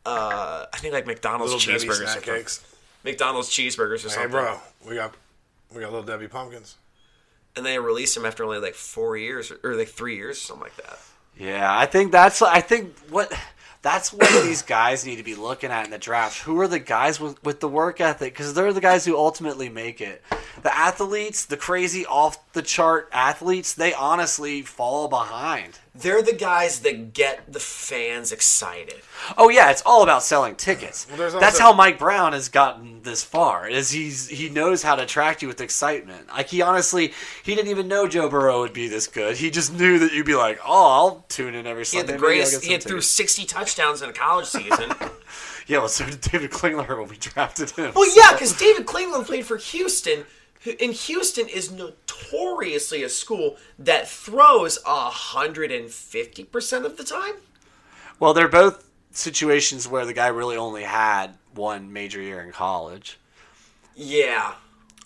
Speaker 4: uh I think like McDonald's
Speaker 5: Little Debbie
Speaker 4: cheeseburgers or
Speaker 5: snack
Speaker 4: something.
Speaker 5: cakes.
Speaker 4: McDonald's cheeseburgers or
Speaker 5: Hey,
Speaker 4: something.
Speaker 5: bro, we got we got little Debbie pumpkins.
Speaker 4: and they released him after only like four years or, or like three years or something like that.
Speaker 6: Yeah, I think that's I think what that's what these guys need to be looking at in the draft. Who are the guys with, with the work ethic? Because they're the guys who ultimately make it. The athletes, the crazy off the chart athletes, they honestly fall behind.
Speaker 4: They're the guys that get the fans excited.
Speaker 6: Oh yeah, it's all about selling tickets.
Speaker 4: there's
Speaker 6: That's
Speaker 4: also-
Speaker 6: how Mike Brown has gotten this far. Is he's he knows how to attract you with excitement. Like he honestly, he didn't even know Joe Burrow would be this good. He just knew that you'd be like, oh, I'll tune in every
Speaker 4: He had
Speaker 6: Sunday.
Speaker 4: the
Speaker 6: maybe I'll get
Speaker 4: greatest.
Speaker 6: some
Speaker 4: He had threw
Speaker 6: tickets."
Speaker 4: sixty touchdowns in a college season.
Speaker 6: Yeah, well, so did David Klingler when we drafted him.
Speaker 4: well, yeah, because David Klingland played for Houston, who- and Houston is notoriously a school that throws hundred and fifty percent of the time.
Speaker 6: Well, they're both situations where the guy really only had one major year in college.
Speaker 4: Yeah,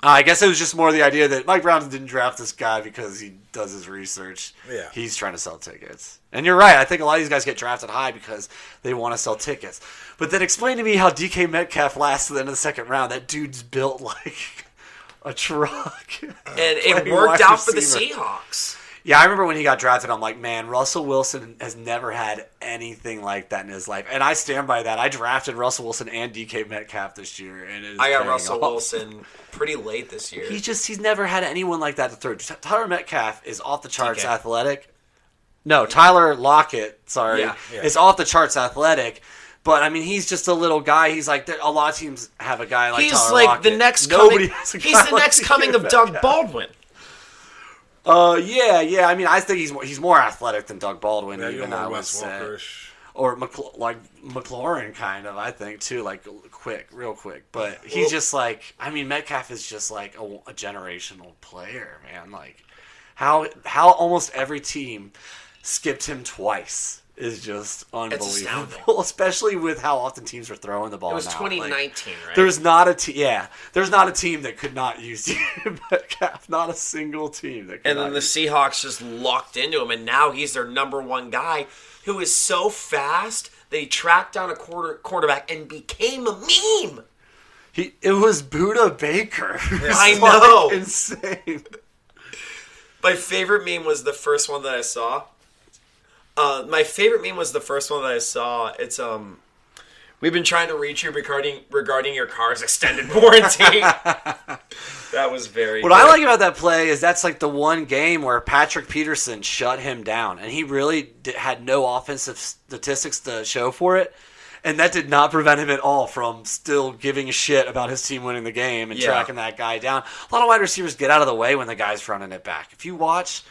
Speaker 6: Uh, I guess it was just more the idea that Mike Brown didn't draft this guy because he does his research.
Speaker 4: Yeah.
Speaker 6: He's trying to sell tickets. And you're right. I think a lot of these guys get drafted high because they want to sell tickets. But then explain to me how DK Metcalf lasts to the end of the second round. That dude's built like a truck.
Speaker 4: and it
Speaker 6: Playing
Speaker 4: worked
Speaker 6: wide
Speaker 4: out for the
Speaker 6: receiver.
Speaker 4: Seahawks.
Speaker 6: Yeah, I remember when he got drafted, I'm like, man, Russell Wilson has never had anything like that in his life. And I stand by that. I drafted Russell Wilson and DK Metcalf this year. and it is
Speaker 4: I got
Speaker 6: paying
Speaker 4: Russell
Speaker 6: off.
Speaker 4: Wilson pretty late this year.
Speaker 6: He just, he's never had anyone like that to throw. Tyler Metcalf is off the charts
Speaker 4: DK.
Speaker 6: athletic. No, Tyler Lockett, sorry,
Speaker 4: Yeah, yeah.
Speaker 6: is off the charts athletic. But I mean, he's just a little guy. He's like there- a lot of teams have a guy like.
Speaker 4: he's
Speaker 6: Tyler
Speaker 4: like the
Speaker 6: Lockett.
Speaker 4: next coming.
Speaker 6: Nobody has a guy
Speaker 4: He's the
Speaker 6: like
Speaker 4: next
Speaker 6: DK
Speaker 4: coming of
Speaker 6: Metcalf.
Speaker 4: Doug Baldwin.
Speaker 6: Uh, yeah, yeah. I mean, I think he's more, he's more athletic than Doug Baldwin.
Speaker 5: Yeah, you're
Speaker 6: even
Speaker 5: more
Speaker 6: I would
Speaker 5: Wes
Speaker 6: say,
Speaker 5: Walker-ish.
Speaker 6: or McL- like McLaurin, kind of. I think too, like quick, real quick. But he's
Speaker 4: Well-
Speaker 6: just like, I mean, Metcalf is just like a, a generational player, man. Like how how almost every team skipped him twice is just
Speaker 4: astounding.
Speaker 6: unbelievable, especially with how often teams were throwing the ball.
Speaker 4: It was
Speaker 6: now. Like,
Speaker 4: 2019, right?
Speaker 6: There's not a te- yeah. There's not a team that could not use DK Metcalf. Not a single team that could
Speaker 4: And
Speaker 6: not
Speaker 4: then the Seahawks just locked into him, and now he's their number one guy, who is so fast that he tracked down a quarter quarterback and became a meme.
Speaker 6: He it was Buddha Baker.
Speaker 4: I
Speaker 6: It's like
Speaker 4: know,
Speaker 6: insane.
Speaker 4: My favorite meme was the first one that I saw. Uh, my favorite meme was the first one that I saw. It's um, we've been trying to reach you regarding regarding your car's extended warranty. that was very.
Speaker 6: What I
Speaker 4: good.
Speaker 6: like about that play is that's like the one game where Patrick Peterson shut him down, and he really did, had no offensive statistics to show for it. And that did not prevent him at all from still giving a shit about his team winning the game and
Speaker 4: Yeah.
Speaker 6: tracking that guy down. A lot of wide receivers get out of the way when the guy's running it back. If you watch,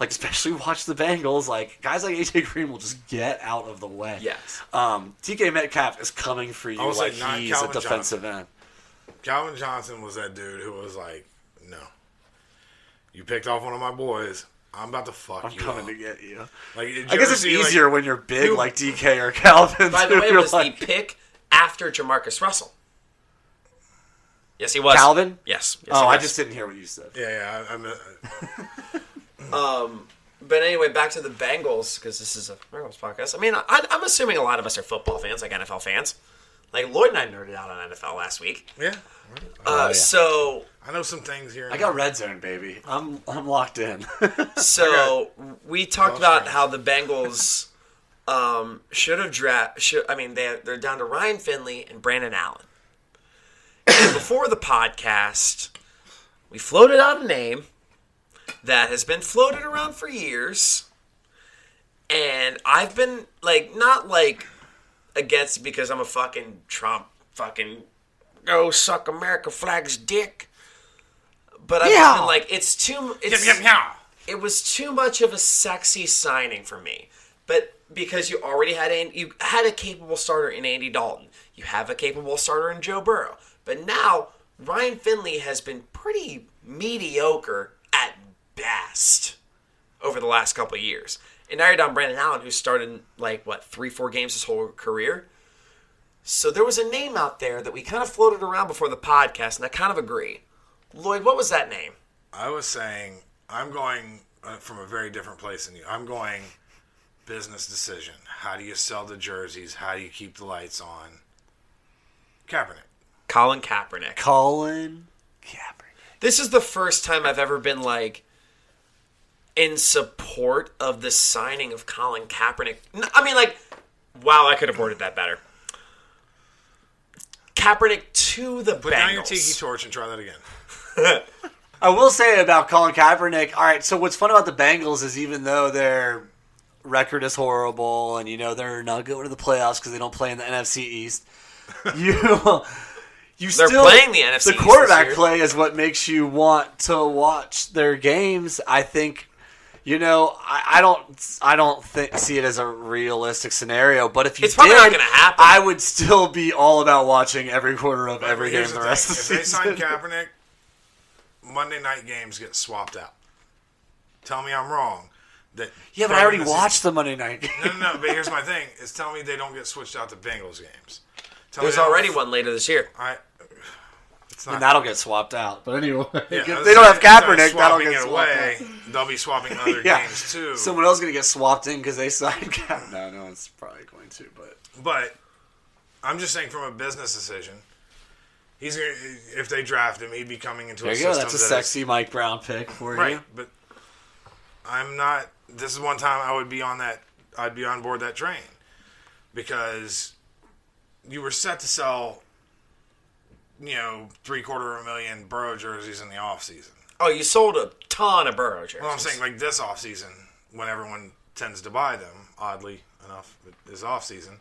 Speaker 6: like especially watch the Bengals, like guys like AJ Green will just get out of the way.
Speaker 4: Yes.
Speaker 6: Um, TK Metcalf is coming for you
Speaker 5: I was
Speaker 6: like,
Speaker 5: like, not
Speaker 6: he's
Speaker 5: Calvin
Speaker 6: a defensive
Speaker 5: Johnson.
Speaker 6: end.
Speaker 5: Calvin Johnson was that dude who was like, "No, you picked off one of my boys. I'm about to fuck
Speaker 6: I'm
Speaker 5: you.
Speaker 6: coming
Speaker 5: up."
Speaker 6: to get you.
Speaker 5: Like, did you
Speaker 6: I guess
Speaker 5: ever
Speaker 6: it's
Speaker 5: see, like-
Speaker 6: easier when you're big
Speaker 5: You-
Speaker 6: like DK or Calvin.
Speaker 4: By the way, it
Speaker 6: You're
Speaker 4: was
Speaker 6: like-
Speaker 4: the pick after Jamarcus Russell. Yes, he was.
Speaker 6: Calvin?
Speaker 4: Yes. yes
Speaker 6: oh,
Speaker 4: he
Speaker 6: I
Speaker 4: was.
Speaker 6: just didn't hear what you said.
Speaker 5: Yeah, yeah. I, I'm, uh,
Speaker 4: Um, but anyway, back to the Bengals because this is a Bengals podcast. I mean, I, I'm assuming a lot of us are football fans, like NFL fans. Like Lloyd and I nerded out on NFL last week.
Speaker 5: yeah.
Speaker 6: Oh,
Speaker 4: Uh, So
Speaker 5: I know some things here.
Speaker 6: I got red zone, baby. I'm I'm locked in.
Speaker 4: so we talked about how the Bengals um, should have draft. Should, I mean, they they're down to Ryan Finley and Brandon Allen. And before the podcast, we floated out a name that has been floated around for years, and I've been like not like against it because I'm a oh, fucking Trump fucking go suck America flag's dick. But I've just
Speaker 6: Meow.
Speaker 4: been like, it's too. It's, It was too much of a sexy signing for me. But because you already had an, you had a capable starter in Andy Dalton, you have a capable starter in Joe Burrow. But now Ryan Finley has been pretty mediocre at best over the last couple of years. And now you're down Brandon Allen, who started like what three, four games his whole career. So there was a name out there that we kind of floated around before the podcast, and I kind of agree. Lloyd, what was that name?
Speaker 5: I was saying I'm going uh, from a very different place than you. I'm going business decision. How do you sell the jerseys? How do you keep the lights on? Kaepernick.
Speaker 4: Colin Kaepernick.
Speaker 6: Colin
Speaker 4: Kaepernick. This is the first time I've ever been like in support of the signing of Colin Kaepernick. N- I mean, like, wow, I could have worded that better. Kaepernick to the
Speaker 5: Put down your tiki torch and try that again.
Speaker 6: I will say about Colin Kaepernick. All right, so what's fun about the Bengals is even though their record is horrible and you know they're not going to the playoffs because they don't play in the NFC East, you you
Speaker 4: They're
Speaker 6: still
Speaker 4: playing the NFC
Speaker 6: The
Speaker 4: East this
Speaker 6: quarterback
Speaker 4: year.
Speaker 6: play is what makes you want to watch their games. I think. You know, I, I don't, I don't think, see it as a realistic scenario. But if you
Speaker 4: It's probably not
Speaker 6: did,
Speaker 4: gonna happen.
Speaker 6: I would still be all about watching every quarter of every game
Speaker 5: Here's
Speaker 6: the
Speaker 5: thing.
Speaker 6: rest of the
Speaker 5: If they
Speaker 6: season.
Speaker 5: sign Kaepernick, Monday night games get swapped out. Tell me I'm wrong. That
Speaker 6: Yeah, but I already watched the Monday night. game.
Speaker 5: No, no, no. But here's my thing: is tell me they don't get switched out to Bengals games. Tell me
Speaker 4: There's
Speaker 5: they don't-
Speaker 4: already one later this year.
Speaker 5: I,
Speaker 6: and that'll get swapped out. But anyway,
Speaker 5: Yeah,
Speaker 6: if
Speaker 5: I was
Speaker 6: they don't have
Speaker 5: saying, instead
Speaker 6: Kaepernick,
Speaker 5: of
Speaker 6: that'll
Speaker 5: swapping
Speaker 6: get
Speaker 5: it
Speaker 6: swapped
Speaker 5: away.
Speaker 6: out.
Speaker 5: They'll be swapping other
Speaker 6: yeah,
Speaker 5: games too.
Speaker 6: someone else gonna get swapped in because they signed Kaepernick. No, no one's probably going to. But
Speaker 5: But I'm just saying, from a business decision, he's gonna, if they draft him, he'd be coming into
Speaker 6: there
Speaker 5: a
Speaker 6: you go.
Speaker 5: system
Speaker 6: That's a
Speaker 5: that is-
Speaker 6: sexy Mike Brown pick for
Speaker 5: right.
Speaker 6: you.
Speaker 5: But I'm not. This is one time I would be on that. I'd be on board that train because you were set to sell, you know, three quarter of a million Burrow jerseys in the off season.
Speaker 4: Oh, you sold a ton of Burrow jerseys.
Speaker 5: Well, I'm saying like this off season when everyone tends to buy them. Oddly enough, it is off season.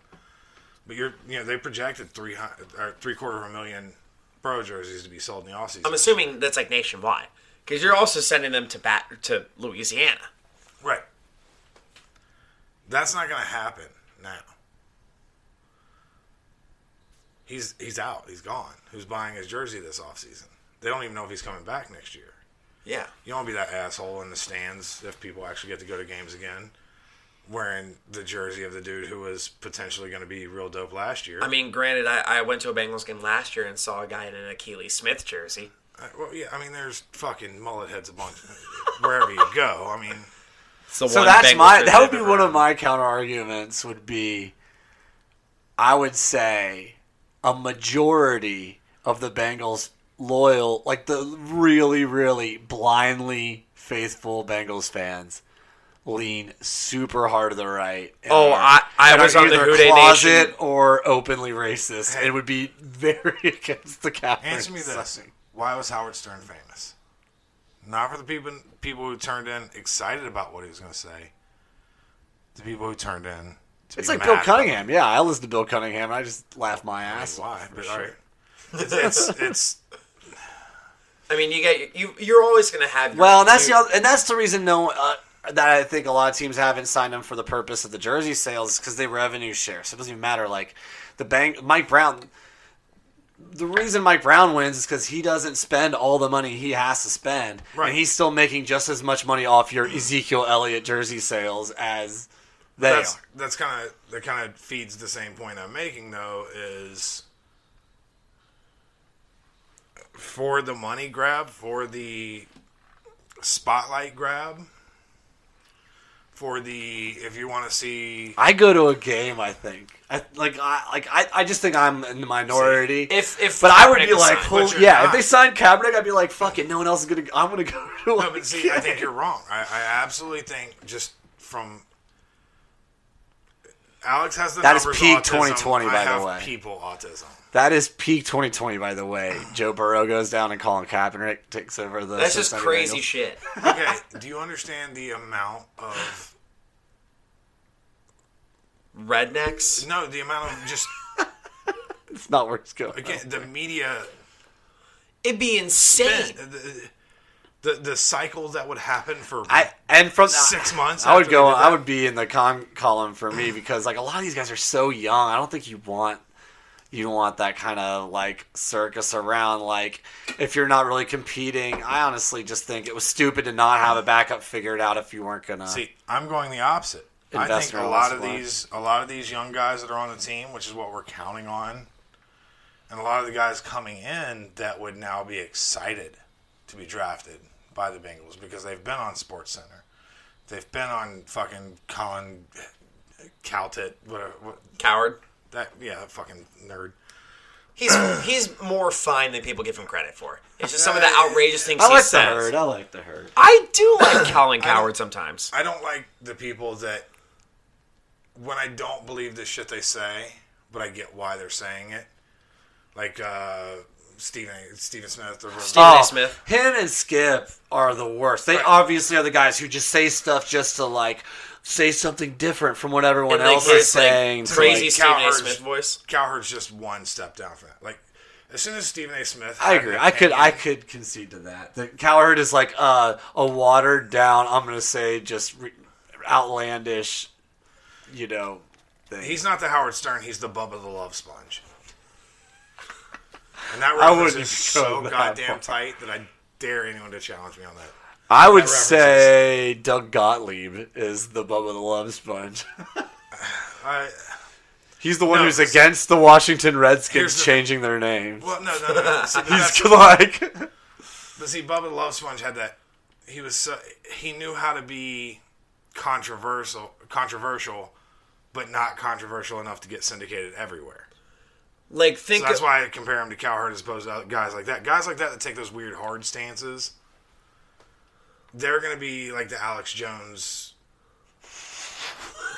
Speaker 5: But you're, you know, they projected three hundred or three quarter of a million Burrow jerseys to be sold in the off season.
Speaker 4: I'm assuming that's like nationwide because you're also sending them to bat to Louisiana.
Speaker 5: Right. That's not going to happen now. He's he's out. He's gone. Who's buying his jersey this offseason? They don't even know if he's coming back next year.
Speaker 4: Yeah.
Speaker 5: You don't want to be that asshole in the stands if people actually get to go to games again wearing the jersey of the dude who was potentially going to be real dope last year.
Speaker 4: I mean, granted, I, I went to a Bengals game last year and saw a guy in an Achilles Smith jersey.
Speaker 5: Uh, well, yeah, I mean, there's fucking mullet heads a bunch wherever you go. I mean,
Speaker 6: so that's my that would be one of my counter arguments would be i would say a majority of the bengals loyal like the really really blindly faithful bengals fans lean super hard to the right and
Speaker 4: Oh,
Speaker 6: are-
Speaker 4: I- I
Speaker 6: and
Speaker 4: was
Speaker 6: are
Speaker 4: on the
Speaker 6: either
Speaker 4: Who Dey
Speaker 6: closet
Speaker 4: Nation.
Speaker 6: or openly racist it would be very against the Catholic
Speaker 5: Answer me this: Why was Howard Stern famous? Not for the people people who turned in excited about what he was going to say. The people who turned in. To
Speaker 6: it's
Speaker 5: be
Speaker 6: like
Speaker 5: mad
Speaker 6: bill
Speaker 5: about
Speaker 6: cunningham yeah i listen to bill cunningham and i just laugh my ass
Speaker 5: Why?
Speaker 6: off for
Speaker 5: But
Speaker 6: sure.
Speaker 5: all right. It's, it's it's
Speaker 4: I mean, you get you. You're always going to have. Your
Speaker 6: Well, and that's the other, and that's the reason no uh, that I think a lot of teams haven't signed him for the purpose of the jersey sales because they revenue share. So it doesn't even matter. Like the bank, Mike Brown. The reason Mike Brown wins is because he doesn't spend all the money he has to spend,
Speaker 5: Right. Mm.
Speaker 6: and he's still making just as much money off your Ezekiel Elliott jersey sales as they
Speaker 5: that's
Speaker 6: are.
Speaker 5: that's kind of that kind of feeds the same point I'm making though is for the money grab, for the spotlight grab, for the if you want to see
Speaker 6: I go to a game. I think. I, like I like I, I just think I'm in the minority.
Speaker 4: If if
Speaker 6: but I would be
Speaker 4: Kaepernick
Speaker 6: like,
Speaker 4: signed-
Speaker 6: holy,
Speaker 5: But you're
Speaker 6: yeah. If
Speaker 5: not.
Speaker 6: they signed Kaepernick, I'd be like, fuck it. No one else is gonna. I'm gonna go to.
Speaker 5: No,
Speaker 6: a
Speaker 5: but see,
Speaker 6: game.
Speaker 5: I think you're wrong. I, I absolutely think just from Alex has the
Speaker 6: That is
Speaker 5: numbers
Speaker 6: peak
Speaker 5: autism.
Speaker 6: 2020,
Speaker 5: I
Speaker 6: by the
Speaker 5: have
Speaker 6: way.
Speaker 5: People autism.
Speaker 6: That is peak 2020, by the way. Joe Burrow goes down and Colin Kaepernick takes over the.
Speaker 4: That's just
Speaker 6: Cincinnati
Speaker 4: crazy
Speaker 6: Bengals.
Speaker 4: shit.
Speaker 5: Okay, do you understand the amount of
Speaker 4: Rednecks.
Speaker 5: no? The amount of just
Speaker 6: It's not where it's going.
Speaker 5: again the media.
Speaker 4: It'd be insane.
Speaker 5: the- the the cycles that would happen for
Speaker 6: I and from
Speaker 5: six months.
Speaker 6: I would
Speaker 5: after they
Speaker 6: go.
Speaker 5: did that.
Speaker 6: I would be in the con column for me because like a lot of these guys are so young. I don't think you want you don't want that kind of like circus around. Like if you're not really competing, I honestly just think it was stupid to not have a backup figured out if you weren't gonna.
Speaker 5: See, I'm going the opposite. I
Speaker 6: Invest
Speaker 5: think
Speaker 6: in
Speaker 5: a
Speaker 6: all
Speaker 5: lot
Speaker 6: this
Speaker 5: of
Speaker 6: money.
Speaker 5: these, a lot of these young guys that are on the team, which is what we're counting on, and a lot of the guys coming in that would now be excited to be drafted by the Bengals because they've been on Sports Center, they've been on fucking Colin Caltett, whatever, what,
Speaker 4: coward.
Speaker 5: That yeah, that fucking nerd.
Speaker 4: He's he's more fine than people give him credit for. It's just some of the
Speaker 5: Uh,
Speaker 4: outrageous things
Speaker 6: I
Speaker 4: he
Speaker 6: like the
Speaker 4: says.
Speaker 6: herd. I like the herd.
Speaker 4: I do like Colin Coward sometimes.
Speaker 5: I don't like the people that when I don't believe the shit they say, but I get why they're saying it. Like uh Stephen Stephen Smith or
Speaker 6: Oh, Him and Skip are the worst. They obviously are the guys who just say stuff just to like say something different from what everyone
Speaker 5: And, like,
Speaker 6: else
Speaker 5: his,
Speaker 6: is
Speaker 5: like,
Speaker 6: saying. to,
Speaker 4: crazy
Speaker 6: like-
Speaker 4: Stephen A. Smith voice.
Speaker 5: Cowherd's just one step down from that. Like as soon as Stephen A. Smith,
Speaker 6: I
Speaker 5: had
Speaker 6: agree.
Speaker 5: an
Speaker 6: I could
Speaker 5: opinion-
Speaker 6: I could concede to that. The Cowherd is like uh, a watered down. I'm gonna say just re- outlandish. You know, thing.
Speaker 5: He's not the Howard Stern. He's the Bubba the Love Sponge. And that
Speaker 6: I
Speaker 5: reference
Speaker 6: wouldn't
Speaker 5: is
Speaker 6: go
Speaker 5: so
Speaker 6: that
Speaker 5: goddamn
Speaker 6: far.
Speaker 5: tight that I dare anyone to challenge me on that.
Speaker 6: I would
Speaker 5: That reference
Speaker 6: say Doug Gottlieb is the Bubba the Love Sponge.
Speaker 5: I-
Speaker 6: He's the one
Speaker 5: No,
Speaker 6: who's
Speaker 5: so-
Speaker 6: against the Washington Redskins
Speaker 5: Here's the-
Speaker 6: changing their name.
Speaker 5: Well, no, no, no, no. See,
Speaker 6: He's
Speaker 5: that's-
Speaker 6: like,
Speaker 5: But see, Bubba the Love Sponge had that. He was so, he knew how to be controversial, controversial, but not controversial enough to get syndicated everywhere.
Speaker 4: Like think
Speaker 5: so that's why I compare him to Cowherd as opposed to other guys like that. Guys like that that take those weird hard stances, they're gonna be like the Alex Jones.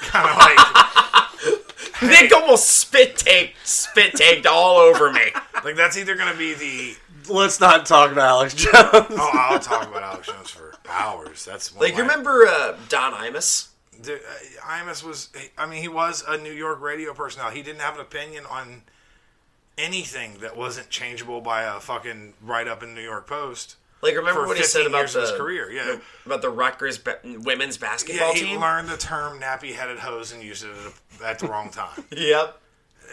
Speaker 5: Kind of like
Speaker 4: Nick almost spit take spit taked all over me.
Speaker 5: like that's either gonna be the
Speaker 6: let's not talk about Alex Jones.
Speaker 5: oh I'll talk about Alex Jones for hours. That's one
Speaker 4: Like
Speaker 5: of
Speaker 4: you
Speaker 5: my-
Speaker 4: remember uh, Don Imus?
Speaker 5: Dude, uh, Imus was, I mean, he was a New York radio personality. He didn't have an opinion on anything that wasn't changeable by a fucking write up in New York Post.
Speaker 4: Like remember
Speaker 5: for
Speaker 4: what he said
Speaker 5: 15
Speaker 4: about
Speaker 5: years
Speaker 4: the
Speaker 5: of his career? Yeah.
Speaker 4: about the Rutgers ba- women's basketball
Speaker 5: Yeah, he
Speaker 4: team.
Speaker 5: learned the term nappy headed hose and used it at a- at the wrong time.
Speaker 4: Yep.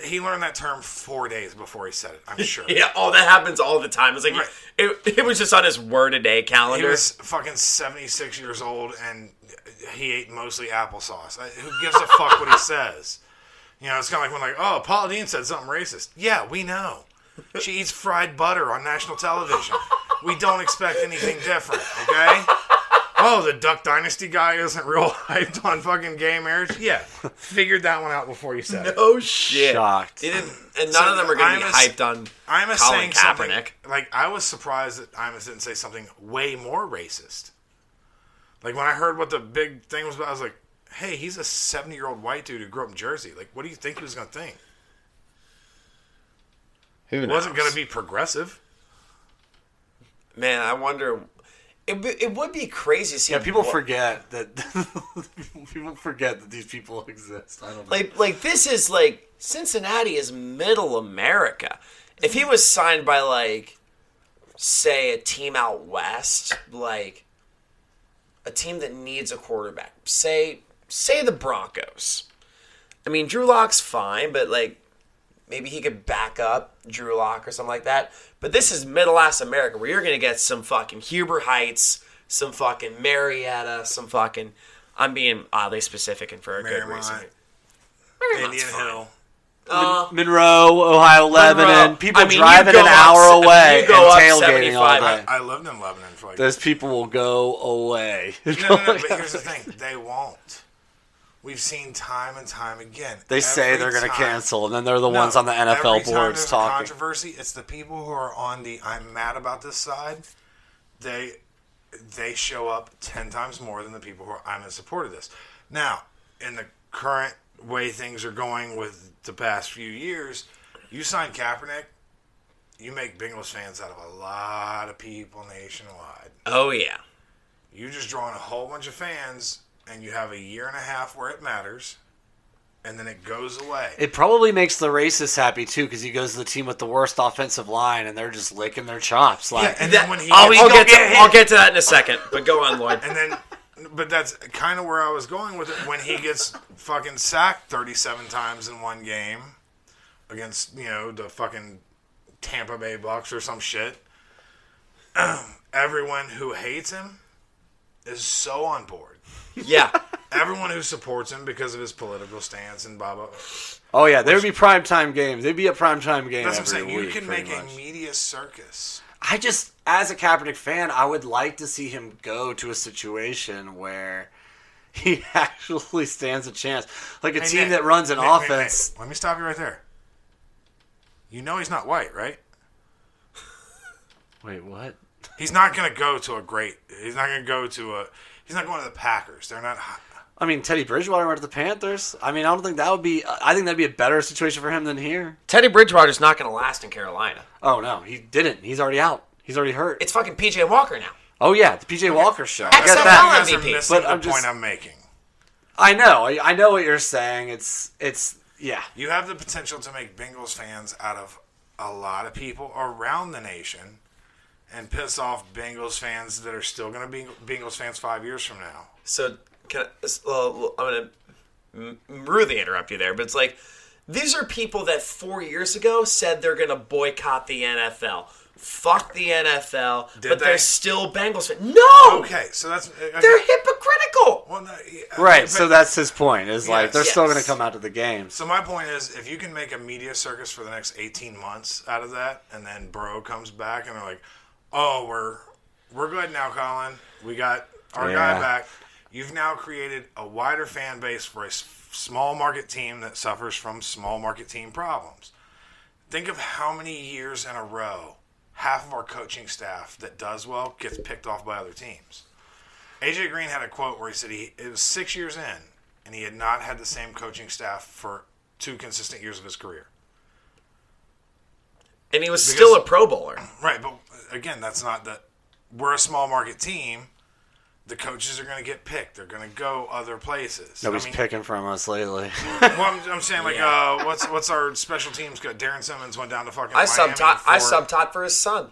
Speaker 5: he learned that term four days before he said it, I'm sure.
Speaker 4: Yeah, all that happens all the time. It's like
Speaker 5: Right.
Speaker 4: it, it was just on his word a day
Speaker 5: He
Speaker 4: calendar.
Speaker 5: was fucking 76 years old and he ate mostly applesauce. I- Who gives a fuck what he says? You know, it's kind of like when, like, oh, Paula Dean said something racist. Yeah, we know. She eats fried butter on national television. We don't expect anything different, okay? Oh, the Duck Dynasty guy isn't real hyped on fucking gay marriage. Yeah, figured that one out before you said it.
Speaker 4: oh shit!
Speaker 6: Shocked.
Speaker 4: He didn't, and none
Speaker 5: So
Speaker 4: of them are going to be
Speaker 5: Imus-
Speaker 4: hyped on
Speaker 5: I'm
Speaker 4: Colin
Speaker 5: saying
Speaker 4: Kaepernick.
Speaker 5: something like I was surprised that Imus didn't say something way more racist. Like when I heard what the big thing was about, I was like, "Hey, he's a seventy-year-old white dude who grew up in Jersey. Like, what do you think he was gonna think?
Speaker 1: Who
Speaker 5: It
Speaker 1: knows?
Speaker 5: wasn't gonna be progressive."
Speaker 4: Man, I wonder. It, be- it would be crazy to see.
Speaker 6: Yeah, people
Speaker 4: what-
Speaker 6: forget that people forget that these people exist. I don't know.
Speaker 4: Like, like this is like Cincinnati is middle America. If he was signed by like, say, a team out west, like a team that needs a quarterback, say, say the Broncos. I mean, Drew Lock's fine, but like maybe he could back up Drew Lock or something like that. But this is middle class America where you're gonna get some fucking Huber Heights, some fucking Marietta, some fucking. I'm being oddly specific and for a good
Speaker 5: Marymount.
Speaker 4: reason.
Speaker 5: Indian Hill.
Speaker 4: Uh,
Speaker 6: Monroe, Ohio, Lebanon,
Speaker 4: Monroe.
Speaker 6: people
Speaker 4: I mean, you
Speaker 6: driving
Speaker 4: go
Speaker 6: an
Speaker 4: up
Speaker 6: hour
Speaker 4: se-
Speaker 6: away
Speaker 4: you go up
Speaker 6: and tailgating all
Speaker 4: 75.
Speaker 6: day.
Speaker 5: I lived in Lebanon for like.
Speaker 6: Those people will go away.
Speaker 5: no, no, no. But here's the thing: they won't. We've seen time and time again.
Speaker 6: They say
Speaker 5: Every
Speaker 6: they're going to
Speaker 5: time-
Speaker 6: cancel, and then they're the
Speaker 5: No,
Speaker 6: ones on the
Speaker 5: every
Speaker 6: NFL boards
Speaker 5: time there's a
Speaker 6: talking.
Speaker 5: Controversy. It's the people who are on the "I'm mad about this" side. They they show up ten times more than the people who are "I'm in support of this." Now, in the current way things are going with the past few years, you sign Kaepernick, you make Bengals fans out of a lot of people nationwide.
Speaker 4: oh yeah.
Speaker 5: You just draw in a whole bunch of fans, and you have a year and a half where it matters. and then it goes away.
Speaker 6: It probably makes the racist happy too, because he goes to the team with the worst offensive line, and they're just licking their chops. Like,
Speaker 5: and then when he
Speaker 4: I'll, I'll get
Speaker 5: hit,
Speaker 4: to, I'll get to that in a second, but go on, Lloyd.
Speaker 5: and then but that's kind of where I was going with it. When he gets fucking sacked 37 times in one game against, you know, the fucking Tampa Bay Bucks or some shit, everyone who hates him is so on board.
Speaker 4: Yeah.
Speaker 5: Everyone who supports him because of his political stance and blah, blah, blah.
Speaker 6: oh yeah, there would be prime time games. They'd be a prime time game.
Speaker 5: That's what I'm
Speaker 6: every
Speaker 5: saying. You
Speaker 6: week,
Speaker 5: can
Speaker 6: pretty
Speaker 5: make
Speaker 6: much.
Speaker 5: a media circus.
Speaker 6: I just, as a Kaepernick fan, I would like to see him go to a situation where he actually stands a chance, like a
Speaker 5: Hey,
Speaker 6: team
Speaker 5: Nick,
Speaker 6: that runs an
Speaker 5: Nick, Nick, Nick,
Speaker 6: offense.
Speaker 5: Let me stop you right there. You know he's not white, right?
Speaker 6: Wait, what?
Speaker 5: He's not going to go to a great. He's not going to go to a. He's not going to the Packers. They're not. hi-
Speaker 6: I mean, Teddy Bridgewater went to the Panthers. I mean, I don't think that would be. I think that'd be a better situation for him than here.
Speaker 4: Teddy Bridgewater's not going to last in Carolina.
Speaker 6: Oh no, he didn't. He's already out. He's already hurt.
Speaker 4: It's fucking PJ Walker now.
Speaker 6: Oh yeah, the PJ Walker show. I
Speaker 4: XFL
Speaker 6: get that.
Speaker 4: MVP.
Speaker 5: You guys are missing
Speaker 6: But
Speaker 5: the
Speaker 6: I'm just-
Speaker 5: point I'm making.
Speaker 6: I know. I, I know what you're saying. It's it's yeah.
Speaker 5: You have the potential to make Bengals fans out of a lot of people around the nation, and piss off Bengals fans that are still going to be Bengals fans five years from now.
Speaker 4: So can I, well, I'm going to really interrupt you there, but it's like these are people that four years ago said they're going to boycott the NFL. Fuck the NFL,
Speaker 5: Did
Speaker 4: but
Speaker 5: they?
Speaker 4: they? are still Bengals fans. No,
Speaker 6: Oh.
Speaker 5: Okay, so that's okay.
Speaker 4: they're hypocritical.
Speaker 5: Well, no, yeah,
Speaker 6: Right.
Speaker 5: but-
Speaker 6: So that's his point. Is like
Speaker 5: Yes.
Speaker 6: they're still
Speaker 4: Yes.
Speaker 6: going to come out to the games.
Speaker 5: So my point is, if you can make a media circus for the next eighteen months out of that, and then Bro comes back and they're like, "Oh, we're we're good now, Colin. We got our
Speaker 6: Yeah.
Speaker 5: guy back." You've now created a wider fan base for a s- small market team that suffers from small market team problems. Think of how many years in a row half of our coaching staff that does well gets picked off by other teams. AJ Green had a quote where he said he it was six years in and he had not had the same coaching staff for two consistent years of his career.
Speaker 4: And he was still a Pro Bowler.
Speaker 5: Right, but again, that's not the we're a small market team. The coaches are going to get picked. They're going to go other places.
Speaker 6: Nobody's
Speaker 5: I mean,
Speaker 6: picking from us lately.
Speaker 5: well, I'm, I'm saying like, uh, what's what's our special teams? Got Darren Simmons went down to fucking.
Speaker 4: I
Speaker 5: Miami
Speaker 4: sub taught. I
Speaker 5: for-
Speaker 4: sub taught for his son.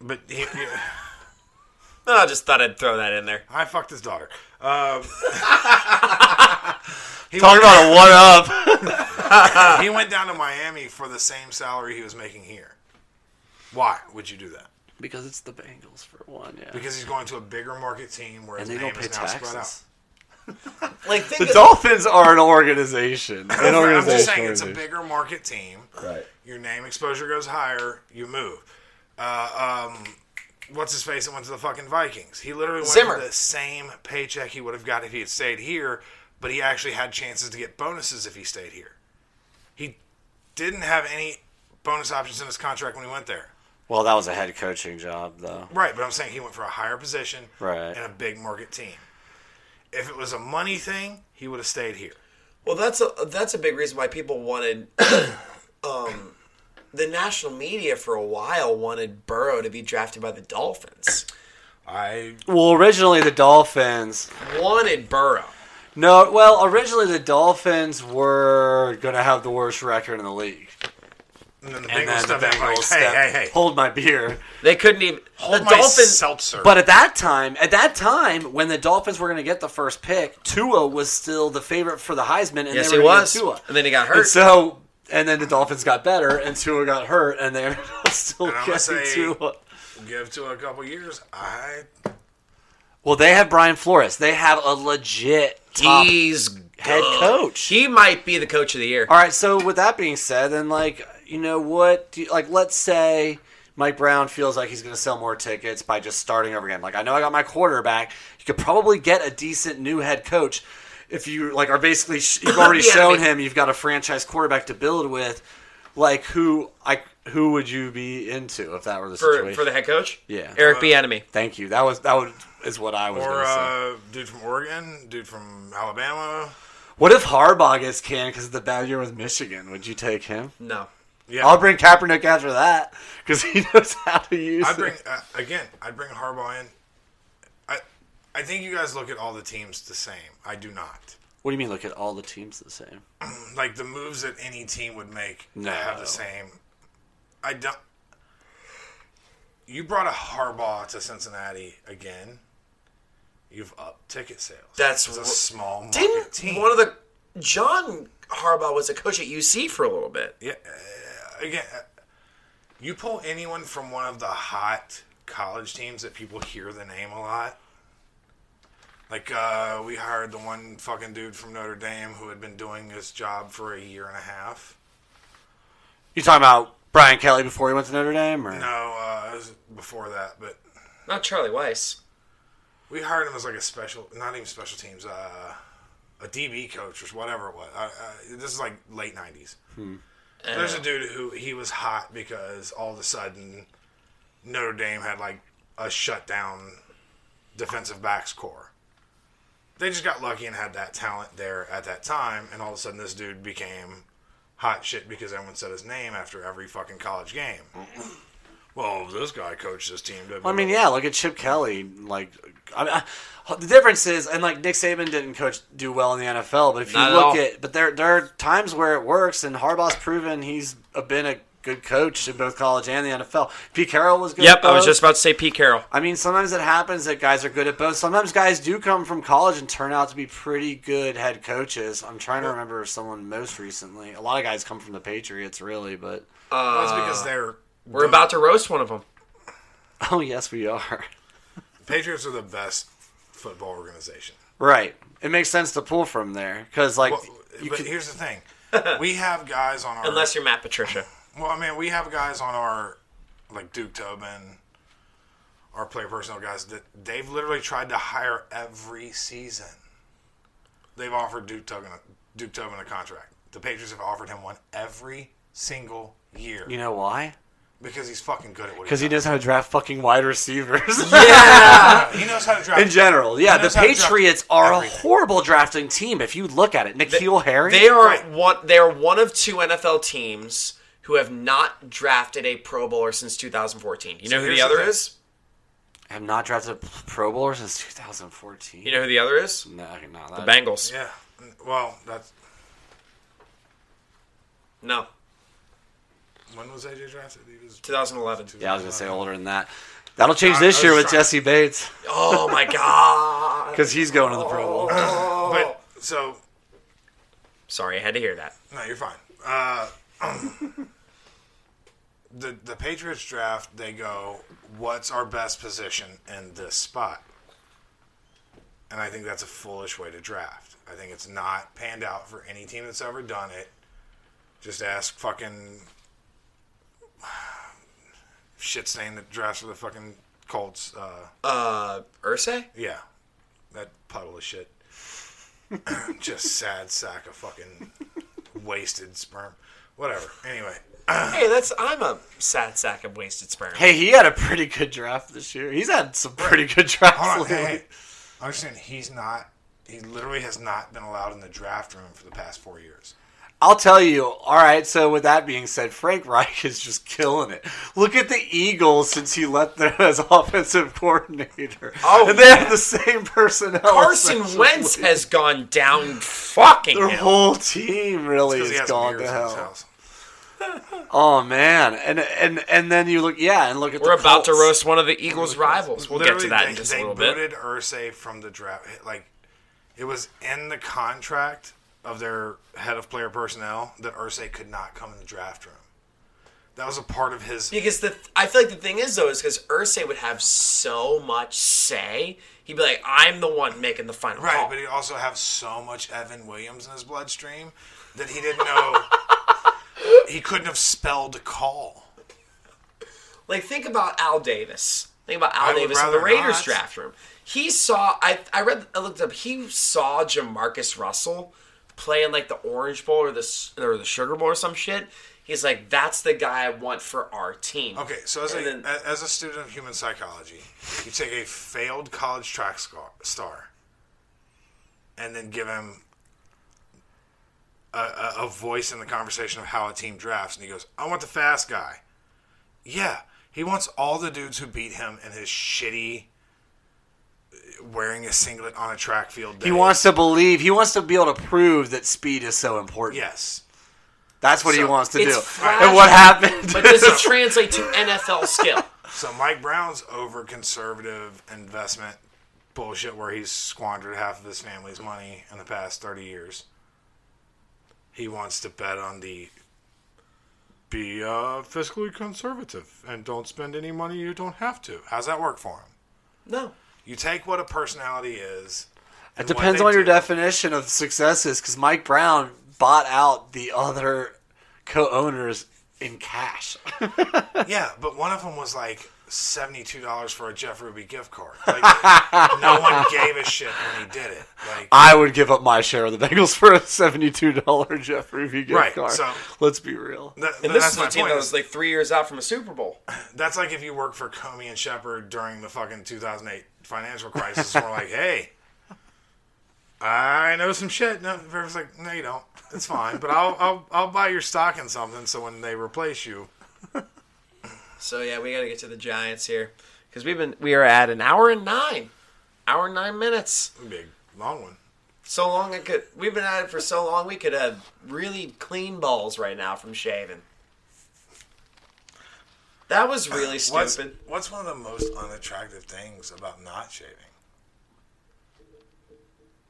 Speaker 5: but he, he-
Speaker 4: No, Ah, I just thought I'd throw that in there.
Speaker 5: I fucked his daughter. Um, he
Speaker 6: Talking
Speaker 5: went-
Speaker 6: about a one up.
Speaker 5: he went down to Miami for the same salary he was making here. Why would you do that?
Speaker 6: Because it's the Bengals for one. Yeah.
Speaker 5: Because he's going to a bigger market team where
Speaker 6: and
Speaker 5: his
Speaker 6: they
Speaker 5: name
Speaker 6: don't pay
Speaker 5: is now spread out.
Speaker 6: taxes.
Speaker 4: Like think
Speaker 6: The
Speaker 4: of-
Speaker 6: Dolphins are an organization. An
Speaker 5: I'm
Speaker 6: organization.
Speaker 5: just saying it's a
Speaker 6: organization.
Speaker 5: bigger market team. Right. Your name exposure goes higher. You move. Uh, um, what's his face? that went to the fucking Vikings. He literally went
Speaker 4: Zimmer.
Speaker 5: for the same paycheck he would have got if he had stayed here, but he actually had chances to get bonuses if he stayed here. He didn't have any bonus options in his contract when he went there.
Speaker 6: Well, that was a head coaching job though.
Speaker 5: Right, but I'm saying he went for a higher position
Speaker 6: Right.
Speaker 5: and a big market team. If it was a money thing, he would have stayed here.
Speaker 4: Well, that's a that's a big reason why people wanted um, the national media for a while wanted Burrow to be drafted by the Dolphins.
Speaker 5: I
Speaker 6: Well, originally the Dolphins
Speaker 4: Wanted Burrow.
Speaker 6: No, well, originally the Dolphins were going to have the worst record in the league.
Speaker 5: and then the
Speaker 6: And
Speaker 5: Bengals
Speaker 6: then the
Speaker 5: stepped in and were
Speaker 6: Bengals
Speaker 5: like,
Speaker 6: stepped,
Speaker 5: hey, hey, hey.
Speaker 6: hold my beer.
Speaker 4: They couldn't even.
Speaker 5: Hold
Speaker 4: the
Speaker 5: my
Speaker 4: Dolphins.
Speaker 5: seltzer.
Speaker 6: But at that time, at that time when the Dolphins were going to get the first pick, Tua was still the favorite for the Heisman, and
Speaker 4: Yes,
Speaker 6: they
Speaker 4: he
Speaker 6: were gonna get
Speaker 4: was.
Speaker 6: Tua.
Speaker 4: And then he got
Speaker 6: And
Speaker 4: hurt.
Speaker 6: so, and then the Dolphins got better, and Tua got hurt, and they ended up still
Speaker 5: And I'm
Speaker 6: getting
Speaker 5: gonna say-
Speaker 6: Tua.
Speaker 5: give to a couple years. I
Speaker 6: Well, they have Brian Flores. They have a legit top
Speaker 4: He's
Speaker 6: head
Speaker 4: good.
Speaker 6: coach.
Speaker 4: He might be the coach of the year.
Speaker 6: All right. So with that being said, then like you know what? Do you, like let's say Mike Brown feels like he's going to sell more tickets by just starting over again. Like I know I got my quarterback. You could probably get a decent new head coach if you like are basically sh- you've already
Speaker 4: Yeah, I
Speaker 6: shown
Speaker 4: mean-
Speaker 6: him you've got a franchise quarterback to build with. Like who I who would you be into if that were the
Speaker 4: For,
Speaker 6: situation?
Speaker 4: for the head coach?
Speaker 6: Yeah.
Speaker 4: Eric B. Enemy.
Speaker 6: Thank you. That was that was is what I was
Speaker 5: or
Speaker 6: going to say.
Speaker 5: uh, dude from Oregon, dude from Alabama.
Speaker 6: What if Harbaugh gets canned because of the bad year with Michigan? Would you take him?
Speaker 4: No.
Speaker 5: Yeah,
Speaker 6: I'll bring Kaepernick after that because he knows how to use
Speaker 5: I bring
Speaker 6: it.
Speaker 5: uh, again. I'd bring Harbaugh in. I I think you guys look at all the teams the same. I do not.
Speaker 6: What do you mean? Look at all the teams the same.
Speaker 5: like the moves that any team would make
Speaker 6: No.
Speaker 5: have the same. I don't. You brought a Harbaugh to Cincinnati again. You've upped ticket sales.
Speaker 4: That's
Speaker 5: It's a
Speaker 4: r-
Speaker 5: small market
Speaker 4: Didn't
Speaker 5: team.
Speaker 4: one of the John Harbaugh was a coach at UC for a little bit?
Speaker 5: Yeah. again, uh, you pull anyone from one of the hot college teams that people hear the name a lot. Like uh, we hired the one fucking dude from Notre Dame who had been doing his job for a year and a half.
Speaker 6: You talking about Brian Kelly before he went to Notre Dame, or
Speaker 5: No, uh, it was before that, but
Speaker 4: not Charlie Weiss.
Speaker 5: We hired him as like a special, not even special teams, uh, a DB coach or whatever it was. Uh, uh, this is like late nineties.
Speaker 10: Hmm.
Speaker 5: There's a dude who he was hot because all of a sudden Notre Dame had like a shutdown defensive backs core. They just got lucky and had that talent there at that time, and all of a sudden this dude became hot shit because everyone said his name after every fucking college game. well, this guy coached this team. to-
Speaker 6: Well, I mean, yeah. Look at Chip Kelly. Like, I mean, I, the difference is, and like Nick Saban didn't coach do well in the NFL, but if you
Speaker 4: Not at
Speaker 6: look
Speaker 4: all.
Speaker 6: at, but there there are times where it works, and Harbaugh's proven he's a, been a good coach in both college and the NFL. Pete Carroll was good.
Speaker 4: Yep,
Speaker 6: at
Speaker 4: I was
Speaker 6: both.
Speaker 4: just about to say Pete Carroll.
Speaker 6: I mean, sometimes it happens that guys are good at both. Sometimes guys do come from college and turn out to be pretty good head coaches. I'm trying to remember someone most recently. A lot of guys come from the Patriots, really, but
Speaker 4: Uh, That's because
Speaker 5: they're
Speaker 4: We're about to roast one of them.
Speaker 6: Oh yes, we are.
Speaker 5: Patriots are the best football organization.
Speaker 6: Right. It makes sense to pull from there because, like,
Speaker 5: but here's the thing: we have guys on our.
Speaker 4: Unless you're Matt Patricia.
Speaker 5: well, I mean, we have guys on our, like Duke Tobin, our player personnel guys that they've literally tried to hire every season. They've offered Duke Tobin a, Duke Tobin a contract. The Patriots have offered him one every single year.
Speaker 6: you know why?
Speaker 5: Because he's fucking good at what he
Speaker 6: Because he knows how to draft fucking wide receivers.
Speaker 5: Yeah. He knows how to draft-
Speaker 6: In general, yeah.
Speaker 5: He
Speaker 6: The
Speaker 5: knows how to draft
Speaker 6: Patriots are
Speaker 5: everything.
Speaker 6: a horrible drafting team. If you look at it, Nikhil Harry.
Speaker 4: They are one. They are one of two NFL teams who have not drafted a Pro Bowler since 2014. You know
Speaker 6: So
Speaker 4: who
Speaker 6: here's
Speaker 4: the other
Speaker 6: the thing.
Speaker 4: is?
Speaker 6: I have not drafted a Pro Bowler since 2014.
Speaker 4: You know who the other is?
Speaker 6: No, no,
Speaker 4: the Bengals.
Speaker 5: Yeah. Well, that's
Speaker 4: No,
Speaker 5: when was AJ drafted? He was
Speaker 4: 2011.
Speaker 6: Yeah, I was gonna say older than that. That'll change
Speaker 5: I- I
Speaker 6: this
Speaker 5: was
Speaker 6: year with
Speaker 5: trying-
Speaker 6: Jesse Bates.
Speaker 4: Oh my god!
Speaker 6: Because he's going to the Pro Bowl.
Speaker 5: but so
Speaker 4: sorry, I had to hear that.
Speaker 5: No, you're fine. Uh, the the Patriots draft, they go, "What's our best position in this spot?" And I think that's a foolish way to draft. I think it's not panned out for any team that's ever done it. Just ask fucking shit stain that drafts for the fucking Colts. Uh,
Speaker 4: Uh, Ursay?
Speaker 5: yeah, that puddle of shit. Just sad sack of fucking wasted sperm. Whatever. Anyway,
Speaker 4: hey, that's I'm a sad sack of wasted sperm.
Speaker 6: Hey, he had a pretty good draft this year. He's had some pretty good drafts
Speaker 5: hold on.
Speaker 6: lately.
Speaker 5: Hey, hey. understand? He's not. He literally has not been allowed in the draft room for the past four years.
Speaker 6: I'll tell you. All right. So with that being said, Frank Reich is just killing it. Look at the Eagles since he left them as offensive coordinator.
Speaker 4: Oh,
Speaker 6: and they
Speaker 4: yeah.
Speaker 6: have the same personnel.
Speaker 4: Carson
Speaker 6: essentially.
Speaker 4: Wentz has gone down fucking
Speaker 6: Their
Speaker 4: hill.
Speaker 6: whole team really
Speaker 4: It's 'cause he
Speaker 6: has
Speaker 4: has some
Speaker 6: gone to
Speaker 4: beers in his
Speaker 6: hell. Oh man, and and and then you look, yeah, and look at.
Speaker 4: We're
Speaker 6: the
Speaker 4: about to
Speaker 6: Colts.
Speaker 4: roast one of the Eagles' rivals. We'll get to
Speaker 5: Literally,
Speaker 4: that
Speaker 5: they,
Speaker 4: in just a
Speaker 5: they
Speaker 4: little bit.
Speaker 5: booted Ursay from the draft. Like, it was in the contract of their head of player personnel that Ursay could not come in the draft room. That was a part of his
Speaker 4: Because the I feel like the thing is though is because Ursay would have so much say. He'd be like, "I'm the one making the final
Speaker 5: Right,
Speaker 4: call."
Speaker 5: but he also have so much Evan Williams in his bloodstream that he didn't know he couldn't have spelled call.
Speaker 4: Like think about Al Davis. Think about
Speaker 5: I
Speaker 4: Al
Speaker 5: would
Speaker 4: Davis in the
Speaker 5: rather
Speaker 4: Raiders
Speaker 5: not.
Speaker 4: draft room. He saw I I read I looked up. He saw Jamarcus Russell playing like the Orange Bowl or the S- or the Sugar Bowl or some shit. He's like, "That's the guy I want for our team."
Speaker 5: Okay, so as a,
Speaker 4: And then-
Speaker 5: a- as a student of human psychology, you take a failed college track scar- star and then give him a, a, a voice in the conversation of how a team drafts, and he goes, "I want the fast guy." Yeah, he wants all the dudes who beat him in his shitty wearing a singlet on a track field day.
Speaker 6: He wants to believe. He wants to be able to prove that speed is so important.
Speaker 5: Yes.
Speaker 6: That's what he
Speaker 5: So,
Speaker 6: wants to
Speaker 5: it's
Speaker 6: do.
Speaker 5: fragile,
Speaker 6: And what happened?
Speaker 4: But does it translate to NFL skill?
Speaker 5: So Mike Brown's over conservative investment bullshit where he's squandered half of his family's money in the past 30 years. He wants to bet on the be uh, fiscally conservative and don't spend any money you don't have to. How's that work for him?
Speaker 4: No.
Speaker 5: You take what a personality is.
Speaker 6: It
Speaker 5: and what
Speaker 6: depends
Speaker 5: they
Speaker 6: on your
Speaker 5: do.
Speaker 6: definition of success is because Mike Brown bought out the other co-owners in cash.
Speaker 5: yeah, but one of them was like seventy-two dollars for a Jeff Ruby gift card. Like, no one gave a shit when he did it. Like,
Speaker 6: I would give up my share of the Bengals for a seventy-two dollar Jeff Ruby gift
Speaker 5: Right,
Speaker 6: card.
Speaker 5: so-
Speaker 6: Let's be real.
Speaker 5: That-
Speaker 4: And
Speaker 5: that's
Speaker 4: this is
Speaker 5: my
Speaker 4: a team
Speaker 5: point,
Speaker 4: that
Speaker 5: is-
Speaker 4: was like three years out from a Super Bowl.
Speaker 5: That's like if you work for Comey and Shepard during the fucking 2008 financial crisis. and we're like, hey, I know some shit. No, Rivers like, no, you don't. It's fine, but I'll I'll I'll buy your stock in something. So when they replace you,
Speaker 4: So yeah, we got to get to the Giants here because we've been we are at an hour and nine, hour and nine minutes.
Speaker 5: Big long one.
Speaker 4: So long it could. We've been at it for so long. We could have really clean balls right now from shaving. That was really
Speaker 5: What's,
Speaker 4: stupid.
Speaker 5: what's one of the most unattractive things about not shaving,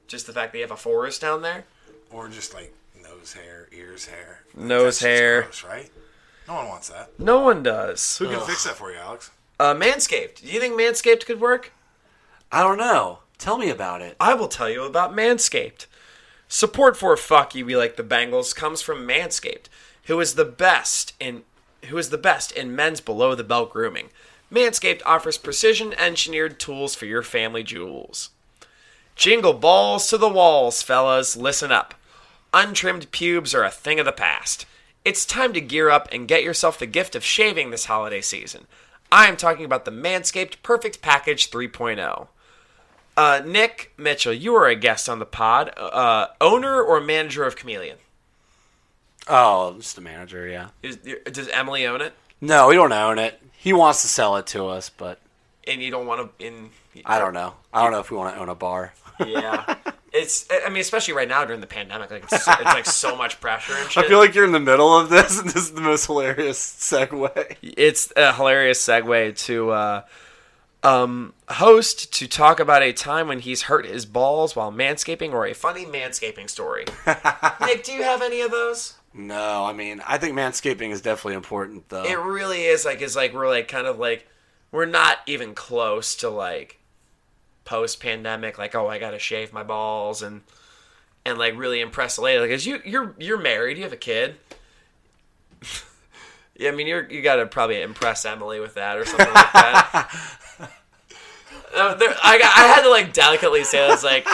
Speaker 4: Just the fact that you have a forest down there.
Speaker 5: or just like nose hair, ears hair,
Speaker 4: Nose hair.
Speaker 5: Gross, right? No one wants that.
Speaker 4: No one does.
Speaker 5: Who can fix that for you, Alex?
Speaker 4: Uh, Manscaped. Do you think Manscaped could work?
Speaker 6: I don't know. Tell me about it.
Speaker 4: I will tell you about Manscaped. Support for fuck you, we like the Bengals comes from Manscaped, who is the best in who is the best in men's below the belt grooming. Manscaped offers precision engineered tools for your family jewels. Jingle balls to the walls, fellas, listen up. Untrimmed pubes are a thing of the past. It's time to gear up and get yourself the gift of shaving this holiday season. I am talking about the Manscaped Perfect Package oh. 3.0. Uh, Nick Mitchell, you are a guest on the pod, uh, owner or manager of Chameleon.
Speaker 6: Oh, I'm just a manager. Yeah.
Speaker 4: Is, does Emily own it?
Speaker 6: No, we don't own it. He wants to sell it to us, but
Speaker 4: And you don't want to in?
Speaker 6: I don't know. I don't know if we want to own a bar.
Speaker 4: Yeah, it's. I mean, especially right now during the pandemic, like it's, so- it's like so much pressure and shit.
Speaker 6: I feel like you're in the middle of this, and this is the most hilarious segue.
Speaker 4: it's a hilarious segue to uh, um, host to talk about a time when he's hurt his balls while manscaping or a funny manscaping story. Nick, do you have any of those?
Speaker 6: No, I mean, I think manscaping is definitely important, though.
Speaker 4: It really is like it's like we're like kind of like we're not even close to like post pandemic like oh I gotta shave my balls and and like really impress the lady like 'cause you you're you're married you have a kid. yeah, I mean you're you gotta probably impress Emily with that or something like that. Uh, there, I, got- I had to like delicately say this like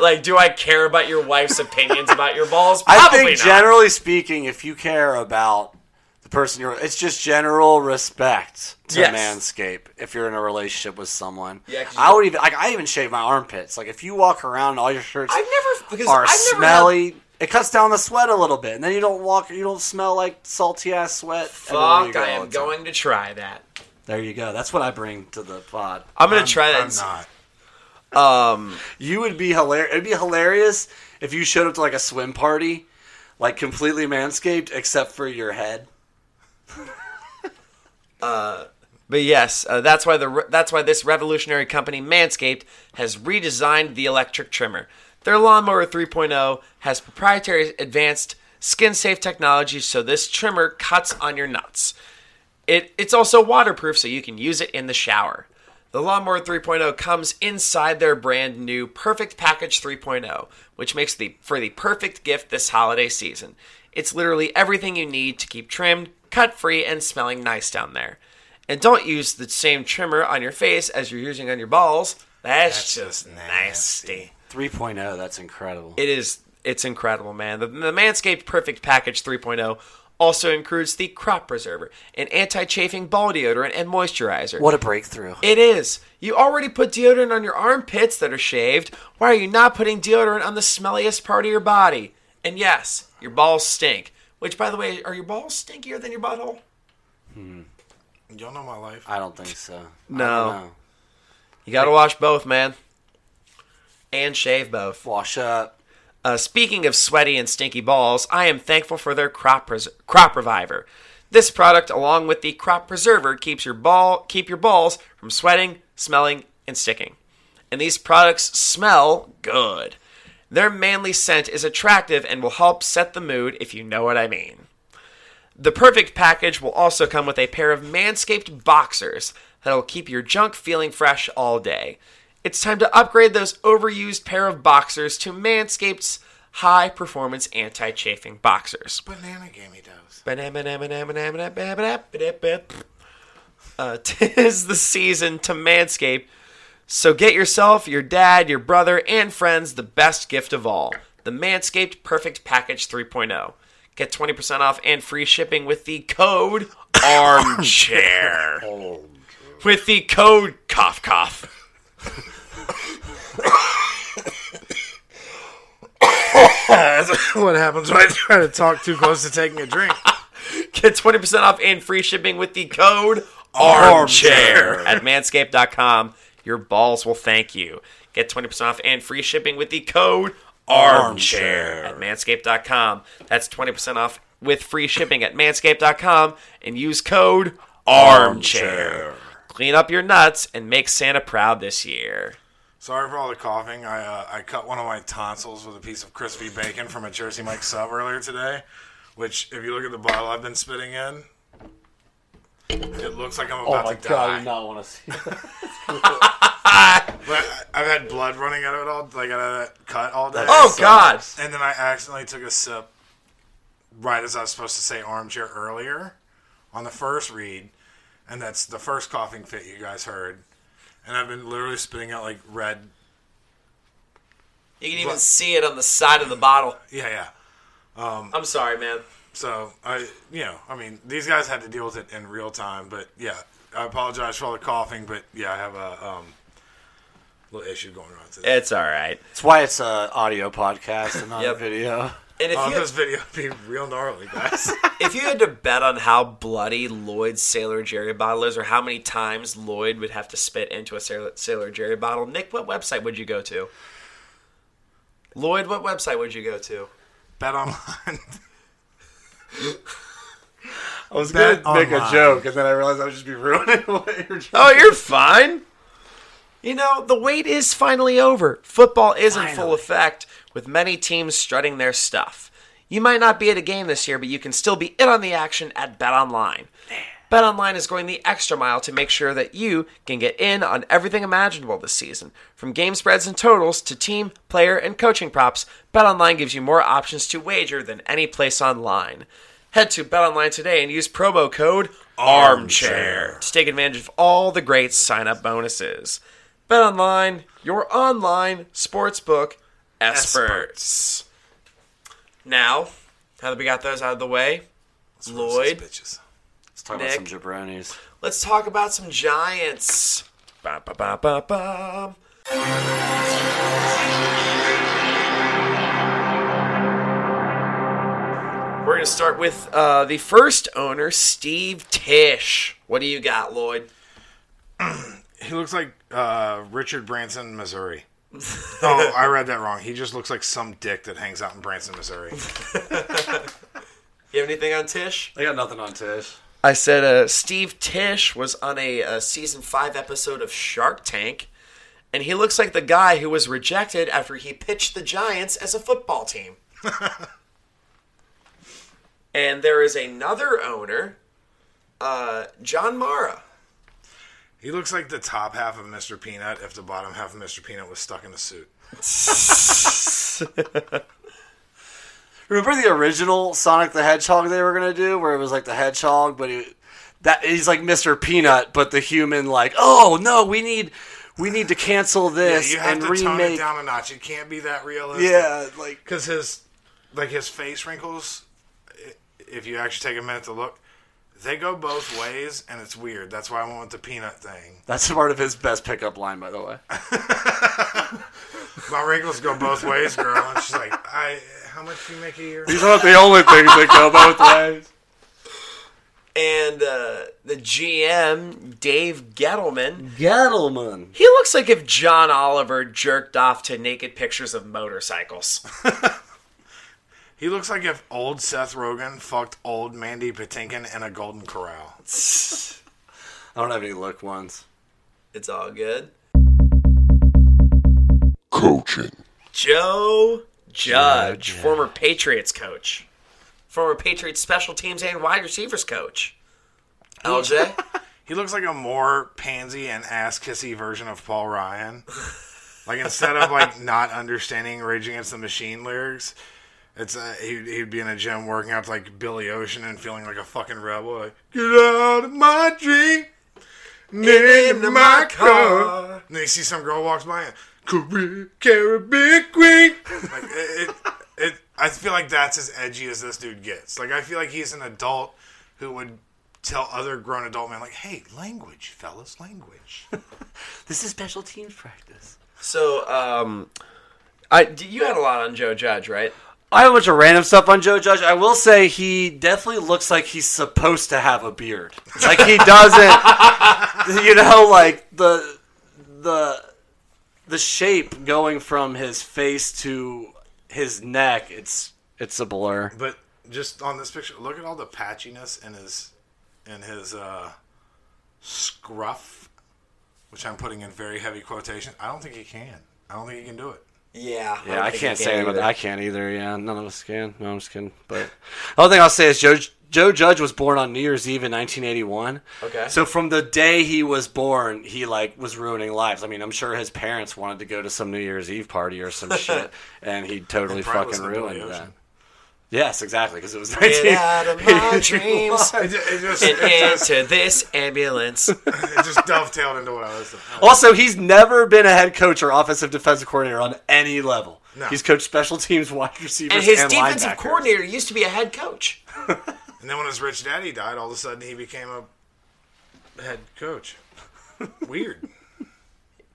Speaker 4: like do I care about your wife's opinions about your balls?
Speaker 6: I
Speaker 4: Probably
Speaker 6: think,
Speaker 4: not.
Speaker 6: generally speaking, if you care about the person you're, it's just general respect to
Speaker 4: Yes.
Speaker 6: manscape. If you're in a relationship with someone,
Speaker 4: Yeah, 'cause
Speaker 6: I
Speaker 4: you-
Speaker 6: would even like I even shave my armpits. Like if you walk around, and all your shirts
Speaker 4: I've never because
Speaker 6: are
Speaker 4: I've never had-
Speaker 6: smelly. It cuts down the sweat a little bit, and then you don't walk. You don't smell like salty ass sweat. everywhere you
Speaker 4: Fuck,
Speaker 6: go
Speaker 4: I
Speaker 6: all
Speaker 4: am
Speaker 6: the time.
Speaker 4: going to try that.
Speaker 6: There you go. That's what I bring to the pod.
Speaker 4: I'm gonna try that.
Speaker 6: Um, you would be hilarious. It'd be hilarious if you showed up to like a swim party, like completely manscaped except for your head.
Speaker 4: Uh, but yes, uh, that's why the re- that's why this revolutionary company Manscaped has redesigned the electric trimmer. Their lawnmower 3.0 has proprietary advanced skin-safe technology, so this trimmer cuts on your nuts. It it's also waterproof, so you can use it in the shower. The Lawnmower 3.0 comes inside their brand new Perfect Package 3.0, which makes the for the perfect gift this holiday season. It's literally everything you need to keep trimmed, cut free, and smelling nice down there. And don't use the same trimmer on your face as you're using on your balls. That's, just nasty.
Speaker 6: 3.0, oh, that's incredible.
Speaker 4: It is. It's incredible, man. The, the Manscaped Perfect Package 3.0 also includes the Crop Preserver, an anti-chafing ball deodorant and moisturizer.
Speaker 6: What a breakthrough.
Speaker 4: It is. You already put deodorant on your armpits that are shaved. Why are you not putting deodorant on the smelliest part of your body? And yes, your balls stink. Which, by the way, are your balls stinkier than your butthole?
Speaker 5: Y'all know my life.
Speaker 6: I don't think so. I
Speaker 4: No.
Speaker 6: don't know.
Speaker 4: You got to wash both, man. And shave both. Wash up. Uh, speaking of sweaty and stinky balls, I am thankful for their crop pres- crop reviver. This product, along with the crop preserver, keeps your ball keep your balls from sweating, smelling, and sticking. And these products smell good. Their manly scent is attractive and will help set the mood, if you know what I mean. The perfect package will also come with a pair of Manscaped boxers that'll keep your junk feeling fresh all day. It's time to upgrade those overused pair of boxers to Manscaped's high performance anti chafing boxers.
Speaker 5: Banana gave me those.
Speaker 4: Uh, tis the season to manscape, so get yourself, your dad, your brother, and friends the best gift of all the Manscaped Perfect Package 3.0. Get 20% off and free shipping with the code ARMCHAIR. with the code cough cough.
Speaker 5: That's what happens when I try to talk too close to taking a drink.
Speaker 4: Get 20% off and free shipping with the code
Speaker 5: Armchair.
Speaker 4: armchair at manscaped.com. Your balls will thank you. Get 20% off and free shipping with the code armchair at manscaped.com. That's 20% off with free shipping at manscaped.com and use code armchair. Clean up your nuts and make Santa proud this year.
Speaker 5: Sorry for all the coughing. I uh, I cut one of my tonsils with a piece of crispy bacon from a Jersey Mike's sub earlier today, which if you look at the bottle I've been spitting in, it looks like I'm
Speaker 6: Oh
Speaker 5: about
Speaker 6: my
Speaker 5: to
Speaker 6: god, I
Speaker 5: die.
Speaker 6: do not want to see that.
Speaker 5: But I- I've had blood running out of it all, like out of that cut all day.
Speaker 6: That Oh, sucks. God.
Speaker 5: And then I accidentally took a sip right as I was supposed to say armchair earlier on the first read, and that's the first coughing fit you guys heard. And I've been literally spitting out like red.
Speaker 4: You can even see it on the side of the bottle.
Speaker 5: Yeah, yeah. Um,
Speaker 4: I'm sorry, man.
Speaker 5: So I, you know, I mean, these guys had to deal with it in real time, but yeah, I apologize for all the coughing, but yeah, I have a um, little issue going on today.
Speaker 4: It's all right.
Speaker 6: It's why it's an audio podcast and not a video.
Speaker 4: And if
Speaker 5: Oh,
Speaker 4: you-
Speaker 5: this video would be real gnarly, guys.
Speaker 4: if you had to bet on how bloody Lloyd's Sailor Jerry bottle is, or how many times Lloyd would have to spit into a Sailor, Sailor Jerry bottle, Nick, what website would you go to? Lloyd, what website would you go to?
Speaker 5: Bet online.
Speaker 6: I was
Speaker 5: Bet
Speaker 6: gonna make a
Speaker 5: online.
Speaker 6: joke, and then I realized I would just be ruining what you're.
Speaker 4: Oh, you're fine. You know, the wait is finally over. Football is in full effect, with many teams strutting their stuff. You might not be at a game this year, but you can still be in on the action at BetOnline. BetOnline is going the extra mile to make sure that you can get in on everything imaginable this season. From game spreads and totals to team, player, and coaching props, BetOnline gives you more options to wager than any place online. Head to BetOnline today and use promo code ARMCHAIR to take advantage of all the great sign-up bonuses. BetOnline, your online sportsbook experts. Now, now that we got those out of the way, Lloyd,
Speaker 5: bitches.
Speaker 4: let's
Speaker 6: talk
Speaker 4: Nick,
Speaker 6: about some jabronis.
Speaker 4: Let's talk about some giants. Ba, ba, ba, ba, ba. We're going to start with uh, the first owner, Steve Tish. What do you got, Lloyd?
Speaker 5: He looks like uh, Richard Branson, Missouri. oh, I read that wrong. He just looks like some dick that hangs out in Branson, Missouri.
Speaker 4: You have anything on Tish?
Speaker 6: I got nothing on Tish.
Speaker 4: I said uh, Steve Tish was on a, uh season five episode of Shark Tank, and he looks like the guy who was rejected after he pitched the Giants as a football team. and there is another owner, uh, John Mara.
Speaker 5: He looks like the top half of Mr. Peanut if the bottom half of Mr. Peanut was stuck in a suit.
Speaker 6: Remember the original Sonic the Hedgehog they were gonna do, where it was like the hedgehog, but he, that he's like Mr. Peanut, but the human like, oh no, we need we need to cancel this
Speaker 5: yeah, you have
Speaker 6: and
Speaker 5: to tone it
Speaker 6: remake.
Speaker 5: down a notch. It can't be that realistic.
Speaker 6: Yeah, like
Speaker 5: because his like his face wrinkles. i- If you actually take a minute to look, they go both ways, and it's weird. That's why I went with the peanut thing.
Speaker 6: That's part of his best pickup line, by the way.
Speaker 5: My wrinkles go both ways, girl. And she's like, I how much do you make a year?
Speaker 6: These aren't the only things that go both ways.
Speaker 4: and uh, the GM Dave Gettleman.
Speaker 6: Gettleman.
Speaker 4: He looks like if John Oliver jerked off to naked pictures of motorcycles.
Speaker 5: He looks like if old Seth Rogen fucked old Mandy Patinkin in a golden corral.
Speaker 6: I don't have any look ones.
Speaker 4: It's all good.
Speaker 3: Coaching.
Speaker 4: Joe Judge, former Patriots coach, former Patriots special teams and wide receivers coach. LJ,
Speaker 5: He looks like a more pansy and ass kissy version of Paul Ryan. Like instead of like not understanding Rage Against the Machine lyrics, it's uh, he'd, he'd be in a gym working out to like Billy Ocean and feeling like a fucking rebel. Like get out of my dream,
Speaker 11: Into
Speaker 5: into my car. And then you see some girl walks by, and, Caribbean, Caribbean queen. like it, it, it, I feel like that's as edgy as this dude gets. Like I feel like he's an adult who would tell other grown adult men like, "Hey, language, fellas, language."
Speaker 6: this is special teams practice.
Speaker 4: So, um, I d- you had a lot on Joe Judge, right?
Speaker 6: I have a bunch of random stuff on Joe Judge. I will say he definitely looks like he's supposed to have a beard. Like he doesn't, you know, like the the the shape going from his face to his neck. It's it's a blur.
Speaker 5: But just on this picture, look at all the patchiness in his in his uh, scruff, which I'm putting in very heavy quotation. I don't think he can. I don't think he can do it.
Speaker 4: Yeah,
Speaker 6: Yeah, I, can't say it, but I can't either. Yeah, none of us can. No, I'm just kidding. But the other thing I'll say is Joe Joe Judge was born on New Year's Eve in 1981.
Speaker 4: Okay.
Speaker 6: So from the day he was born, he like was ruining lives. I mean, I'm sure his parents wanted to go to some New Year's Eve party or some shit, and he totally
Speaker 5: And probably
Speaker 6: fucking
Speaker 5: listened to Billy
Speaker 6: ruined that.
Speaker 5: Ocean.
Speaker 6: Yes, exactly, because it was 19.
Speaker 4: Get out of my dreams
Speaker 5: It ju- it just-
Speaker 4: and
Speaker 5: it just-
Speaker 4: into this ambulance.
Speaker 5: It just dovetailed into what I was.
Speaker 6: Also, he's never been a head coach or offensive defensive coordinator on any level.
Speaker 5: No.
Speaker 6: He's coached special teams, wide receivers,
Speaker 4: And his
Speaker 6: and
Speaker 4: defensive
Speaker 6: linebackers.
Speaker 4: coordinator used to be a head coach.
Speaker 5: And then when his rich daddy died, all of a sudden he became a head coach. Weird.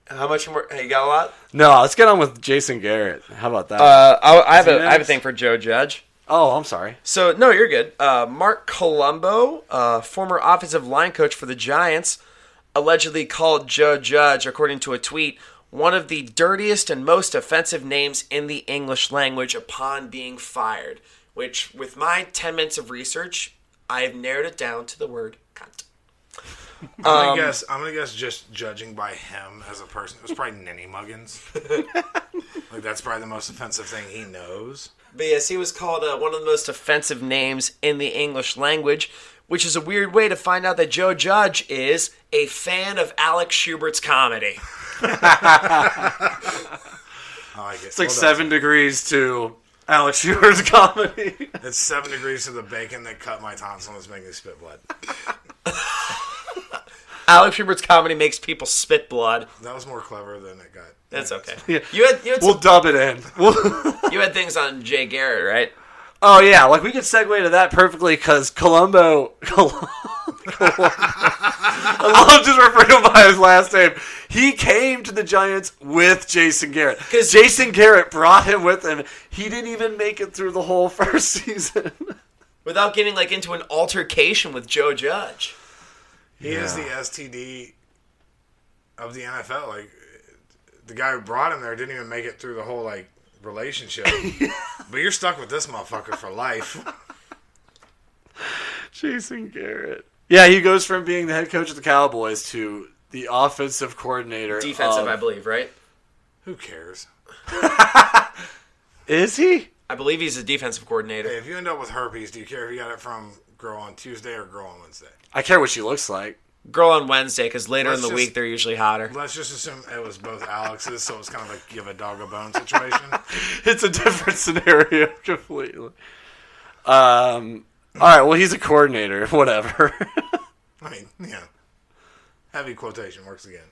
Speaker 4: How much more? You got a lot.
Speaker 6: No, let's get on with Jason Garrett. How about that?
Speaker 4: Uh, I, I have
Speaker 6: Is he
Speaker 4: a I have a
Speaker 6: next?
Speaker 4: thing for Joe Judge.
Speaker 6: Oh, I'm sorry.
Speaker 4: So no, you're good. Uh, Mark Colombo, uh, former offensive line coach for the Giants, allegedly called Joe Judge, according to a tweet, one of the dirtiest and most offensive names in the English language upon being fired. Which, with my ten minutes of research, I have narrowed it down to the word cunt.
Speaker 5: I'm gonna
Speaker 4: Um,
Speaker 5: guess. I'm gonna guess just judging by him as a person, it was probably Ninny Muggins. like that's probably the most offensive thing he knows.
Speaker 4: But yes, he was called uh, one of the most offensive names in the English language, which is a weird way to find out that Joe Judge is a fan of Alex Schubert's comedy.
Speaker 6: It's like seven degrees to Alex Shearer's comedy.
Speaker 5: It's seven degrees to the bacon that cut my tonsil and is making me spit blood.
Speaker 4: Alex Schubert's comedy makes people spit blood.
Speaker 5: That was more clever than it got.
Speaker 4: That's okay.
Speaker 6: Yeah.
Speaker 4: You had you had,
Speaker 6: we'll dub it in.
Speaker 4: you had things on Jay Garrett, right?
Speaker 6: oh yeah, like we could segue to that perfectly because Columbo. Colum- Colum- I love just referring to him by his last name. He came to the Giants with Jason Garrett. Because Jason Garrett brought him with him. He didn't even make it through the whole first season.
Speaker 4: Without getting like into an altercation with Joe Judge.
Speaker 5: He is the STD of the NFL. Like the guy who brought him there didn't even make it through the whole like relationship. but you're stuck with this motherfucker for life.
Speaker 6: Jason Garrett. Yeah, he goes from being the head coach of the Cowboys to the offensive coordinator.
Speaker 4: Defensive,
Speaker 6: of-
Speaker 4: I believe, right?
Speaker 5: Who cares?
Speaker 6: Is he?
Speaker 4: I believe he's a defensive coordinator.
Speaker 5: Hey, if you end up with herpes, do you care if you got it from girl on Tuesday or girl on Wednesday?
Speaker 6: I care what she looks like.
Speaker 4: Girl on Wednesday, because later
Speaker 5: Let's
Speaker 4: in the
Speaker 5: just-
Speaker 4: week they're usually hotter.
Speaker 5: Let's just assume it was both Alex's, so it's kind of like give a dog a bone situation.
Speaker 6: It's a different scenario completely. Um. All right. Well, he's a coordinator. Whatever.
Speaker 5: I mean, yeah. Heavy quotation works again.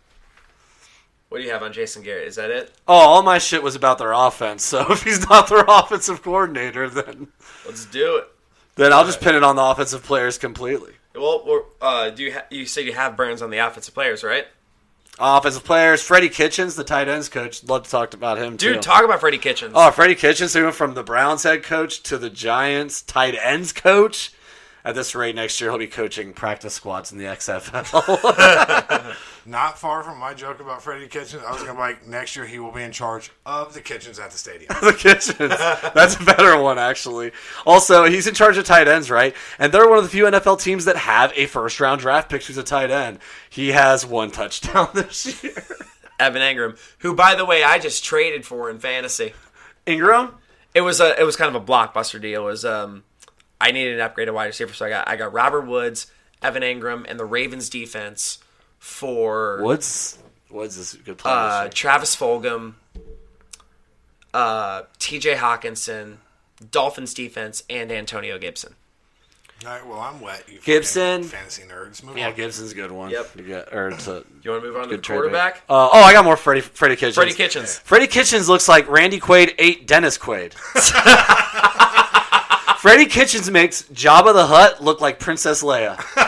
Speaker 4: What do you have on Jason Garrett? Is that it?
Speaker 6: oh, all my shit was about their offense. So if he's not their offensive coordinator, then
Speaker 4: Let's do it.
Speaker 6: then I'll just pin it on the offensive players completely.
Speaker 4: Well, we're- uh, do you ha- you said you have Burns on the offensive players, right?
Speaker 6: Offensive players. Freddie Kitchens, the tight ends coach. Love to talk about him
Speaker 4: Dude,
Speaker 6: too.
Speaker 4: talk about Freddie
Speaker 6: Uh,
Speaker 4: Kitchens.
Speaker 6: Oh, Freddie Kitchens, who went from the Browns head coach to the Giants tight ends coach. At this rate, next year he'll be coaching practice squads in the XFL.
Speaker 5: Not far from my joke about Freddie Kitchens, I was gonna be like next year he will be in charge of the kitchens at the stadium.
Speaker 6: the kitchens. That's a better one, actually. Also, he's in charge of tight ends, right? And they're one of the few NFL teams that have a first round draft pick who's a tight end. He has one touchdown this year.
Speaker 4: Evan Ingram, who by the way I just traded for in fantasy.
Speaker 6: Ingram?
Speaker 4: It was a it was kind of a blockbuster deal. It was um I needed an upgrade at wide receiver, so I got I got Robert Woods, Evan Ingram, and the Ravens defense for
Speaker 6: Woods. Woods is a good player. this
Speaker 4: uh,
Speaker 6: year.
Speaker 4: Travis Fulgham, uh, T.J. Hawkinson, Dolphins defense, and Antonio Gibson.
Speaker 5: All right, well I'm wet. You
Speaker 6: Gibson.
Speaker 5: fucking fantasy nerds. Move
Speaker 6: Yeah,
Speaker 5: on.
Speaker 6: Gibson's a good one.
Speaker 4: Yep.
Speaker 6: You, got, or it's a
Speaker 4: You want to move on to the
Speaker 6: good trade bait.
Speaker 4: quarterback?
Speaker 6: Uh, oh, I got more Freddie, Freddie Kitchens.
Speaker 4: Freddie Kitchens.
Speaker 6: Freddie Kitchens looks like Randy Quaid ate Dennis Quaid. Freddie Kitchens makes Jabba the Hutt look like Princess Leia. all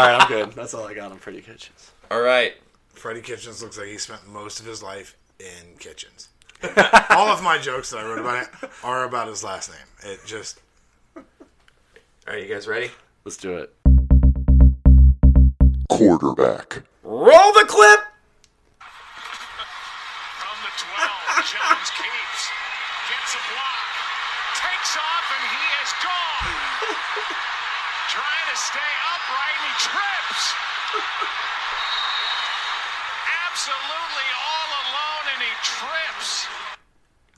Speaker 6: right, I'm good. That's all I got on Freddie Kitchens.
Speaker 4: All right.
Speaker 5: Freddie Kitchens looks like he spent most of his life in kitchens. All of my jokes that I wrote about it are about his last name. It just
Speaker 4: Are you guys ready?
Speaker 6: Let's do it.
Speaker 3: Quarterback.
Speaker 4: Roll the clip.
Speaker 1: From the 12, Jones keeps, gets a block, takes off, and he is gone. Trying to stay upright, and he trips. Absolutely all alone, and he trips.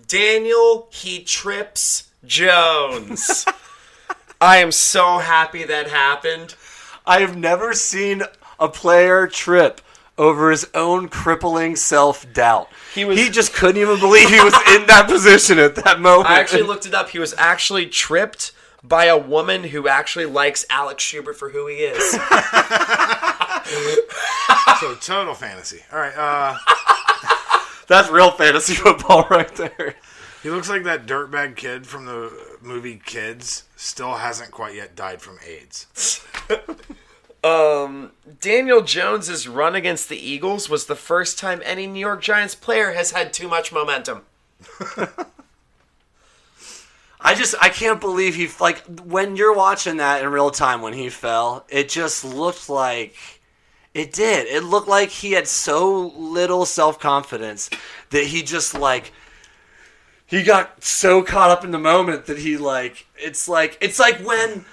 Speaker 4: Daniel, he trips Jones. I am so happy that happened.
Speaker 6: I have never seen a player trip over his own crippling self doubt. He was. He just couldn't even believe he was in that position at that moment.
Speaker 4: I actually looked it up. He was actually tripped by a woman who actually likes Alex Schubert for who he is.
Speaker 5: so total fantasy. All right, uh
Speaker 6: That's real fantasy football right there.
Speaker 5: He looks like that dirtbag kid from the movie Kids still hasn't quite yet died from AIDS.
Speaker 4: Um, Daniel Jones's run against the Eagles was the first time any New York Giants player has had too much momentum.
Speaker 6: I just I can't believe he like when you're watching that in real time when he fell, it just looked like it did. It looked like he had so little self-confidence that he just like he got so caught up in the moment that he like it's like it's like when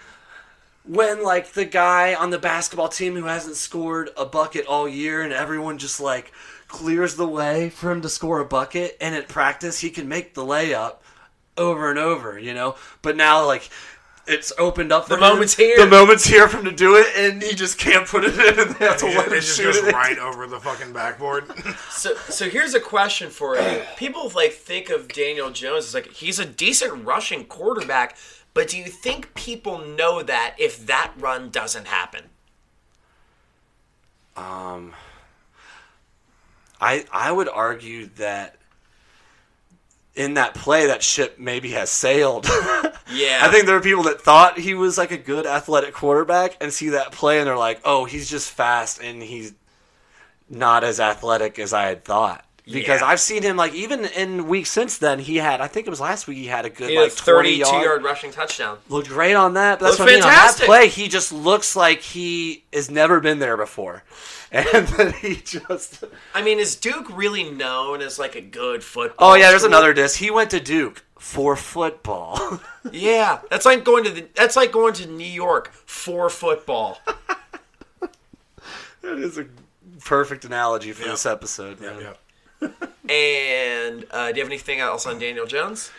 Speaker 6: when like the guy on the basketball team who hasn't scored a bucket all year and everyone just like clears the way for him to score a bucket and at practice he can make the layup over and over, you know. But now, like, it's opened up.
Speaker 4: The
Speaker 6: For him.
Speaker 4: moment's here.
Speaker 6: The moment's here for him to do it, and he just can't put it in. And they have to
Speaker 5: It
Speaker 6: let
Speaker 5: just,
Speaker 6: him
Speaker 5: it just
Speaker 6: shoot
Speaker 5: goes
Speaker 6: it.
Speaker 5: right over the fucking backboard.
Speaker 4: So, so here's a question for you. People like think of Daniel Jones as like he's a decent rushing quarterback, but do you think people know that if that run doesn't happen?
Speaker 6: Um, I I would argue that in that play, that ship maybe has sailed.
Speaker 4: Yeah,
Speaker 6: I think there are people that thought he was like a good athletic quarterback and see that play and they're like, oh, he's just fast and he's not as athletic as I had thought. Because
Speaker 4: Yeah.
Speaker 6: I've seen him like even in weeks since then, he had I think it was last week he had a good
Speaker 4: he had
Speaker 6: like
Speaker 4: a
Speaker 6: twenty
Speaker 4: 32
Speaker 6: yard,
Speaker 4: yard, rushing touchdown.
Speaker 6: looked great on that. But that's
Speaker 4: Looked
Speaker 6: what I mean. On that
Speaker 4: fantastic.
Speaker 6: play, he just looks like he has never been there before, and then he just
Speaker 4: I mean, is Duke really known as like a good football?
Speaker 6: oh yeah, there's
Speaker 4: school?
Speaker 6: another disc. He went to Duke for football.
Speaker 4: Yeah, that's like going to the that's like going to New York for football.
Speaker 6: that is a perfect analogy for this episode, man.
Speaker 4: And uh, do you have anything else on Daniel Jones?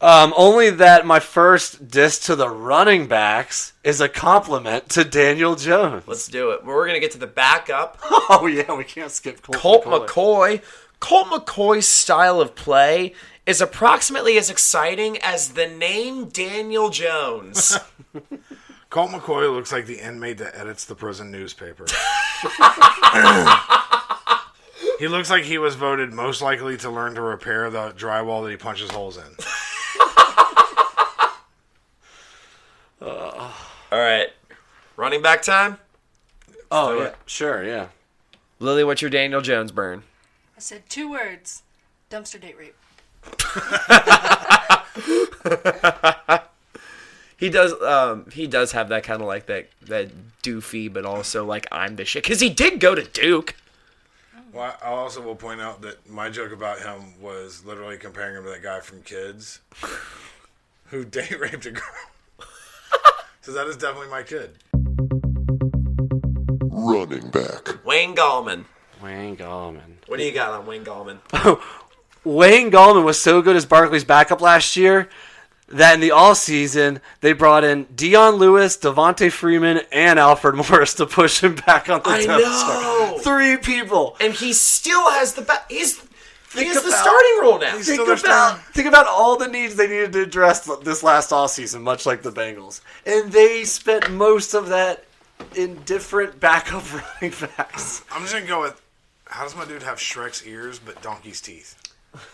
Speaker 6: Um, only that my first diss to the running backs is a compliment to Daniel Jones.
Speaker 4: Let's do it. We're going to get to the backup.
Speaker 6: Oh yeah, we can't skip
Speaker 4: Colt
Speaker 6: Colt,
Speaker 4: McCoy. Colt McCoy's style of play is approximately as exciting as the name Daniel Jones.
Speaker 5: Colt McCoy looks like the inmate that edits the prison newspaper. he looks like he was voted most likely to learn to repair the drywall that he punches holes in.
Speaker 4: All right. Running back time.
Speaker 6: Oh yeah, sure, yeah.
Speaker 4: Lily, what's your Daniel Jones burn?
Speaker 2: I said two words dumpster date rape.
Speaker 4: He does. Um, he does have that kind of like that that doofy, but also like I'm the shit because he did go to Duke.
Speaker 5: Well, I I also will point out that my joke about him was literally comparing him to that guy from Kids who date raped a girl. so that is definitely my kid.
Speaker 3: Running back.
Speaker 4: Wayne Gallman.
Speaker 6: Wayne Gallman.
Speaker 4: What do you got on Wayne Gallman?
Speaker 6: Wayne Gallman was so good as Barkley's backup last year that in the all season they brought in Dion Lewis, Devontae Freeman, and Alfred Morris to push him back on the
Speaker 4: I
Speaker 6: depth
Speaker 4: know.
Speaker 6: chart. Three people.
Speaker 4: And he still has the ba- he's he
Speaker 6: Think
Speaker 4: has the
Speaker 6: about-
Speaker 4: starting role now.
Speaker 6: Think about, think about all the needs they needed to address this last offseason, much like the Bengals. And they spent most of that in different backup running backs.
Speaker 5: I'm just gonna go with how does my dude have Shrek's ears but donkey's teeth?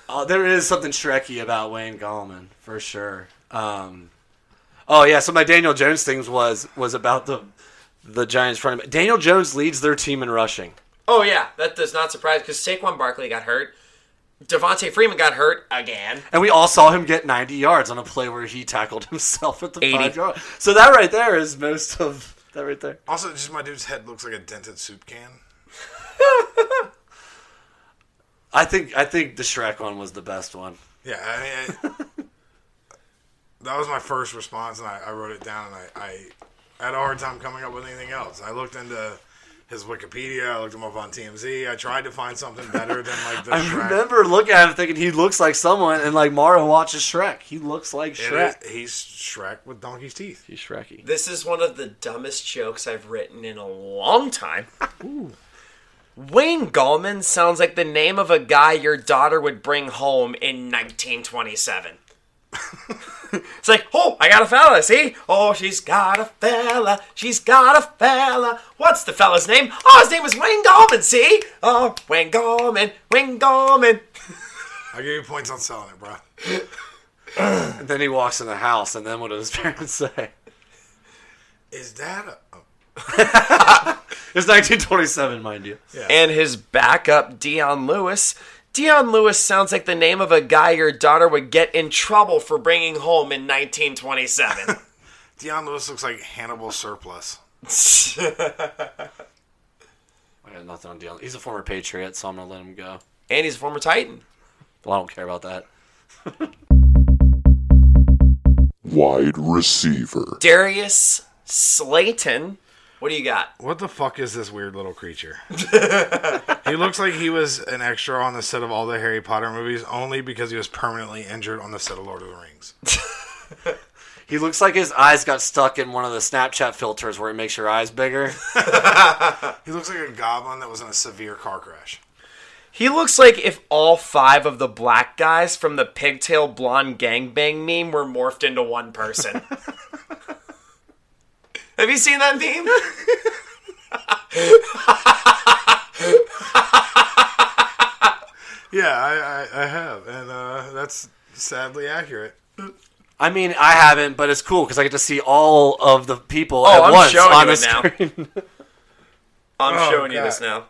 Speaker 6: Oh, there is something Shrekky about Wayne Gallman for sure. Um, oh yeah, so my Daniel Jones things was was about the the Giants front. Daniel Jones leads their team in rushing.
Speaker 4: Oh yeah, that does not surprise because Saquon Barkley got hurt. Devontae Freeman got hurt again.
Speaker 6: And we all saw him get 90 yards on a play where he tackled himself at the
Speaker 4: 80.
Speaker 6: five yard. So that right there is most of that right there.
Speaker 5: Also, just my dude's head looks like a dented soup can.
Speaker 6: I think I think the Shrek one was the best one.
Speaker 5: Yeah, I mean, it, that was my first response, and I, I wrote it down, and I, I had a hard time coming up with anything else. I looked into his Wikipedia, I looked him up on TMZ, I tried to find something better than like the
Speaker 6: I
Speaker 5: Shrek.
Speaker 6: remember looking at him thinking he looks like someone, and like Mara watches Shrek. He looks like
Speaker 5: It
Speaker 6: Shrek.
Speaker 5: is- he's Shrek with donkey's teeth.
Speaker 6: He's Shreky.
Speaker 4: This is one of the dumbest jokes I've written in a long time. Wayne Gallman sounds like the name of a guy your daughter would bring home in 1927. it's like, oh, I got a fella, see? Oh, she's got a fella. She's got a fella. What's the fella's name? Oh, his name is Wayne Gallman, see? Oh, Wayne Gallman, Wayne Gallman.
Speaker 5: I give you points on selling it, bro.
Speaker 6: And then he walks in the house, and then what do his parents say?
Speaker 5: Is that a.
Speaker 6: It's 1927, mind you.
Speaker 4: and his backup Dion Lewis. Dion Lewis sounds like the name of a guy your daughter would get in trouble for bringing home in 1927.
Speaker 5: Deion Lewis looks like Hannibal Surplus.
Speaker 6: I got nothing on Dion. He's a former Patriot, so I'm gonna let him go.
Speaker 4: and he's a former Titan.
Speaker 6: Well, I don't care about that.
Speaker 3: Wide receiver.
Speaker 4: Darius Slayton. What do you got?
Speaker 5: What the fuck is this weird little creature? he looks like he was an extra on the set of all the Harry Potter movies only because he was permanently injured on the set of Lord of the Rings.
Speaker 6: He looks like his eyes got stuck in one of the Snapchat filters where it makes your eyes bigger.
Speaker 5: He looks like a goblin that was in a severe car crash.
Speaker 4: He looks like if all five of the black guys from the pigtail blonde gangbang meme were morphed into one person. Have you seen that meme?
Speaker 5: Yeah, I, I, I have, and uh, that's sadly accurate.
Speaker 6: I mean, I haven't, but it's cool because I get to see all of the people
Speaker 4: Oh,
Speaker 6: at
Speaker 4: I'm
Speaker 6: once
Speaker 4: showing
Speaker 6: on
Speaker 4: you
Speaker 6: the
Speaker 4: it now.
Speaker 6: screen.
Speaker 4: I'm
Speaker 6: Oh,
Speaker 4: showing you
Speaker 6: God.
Speaker 4: this now.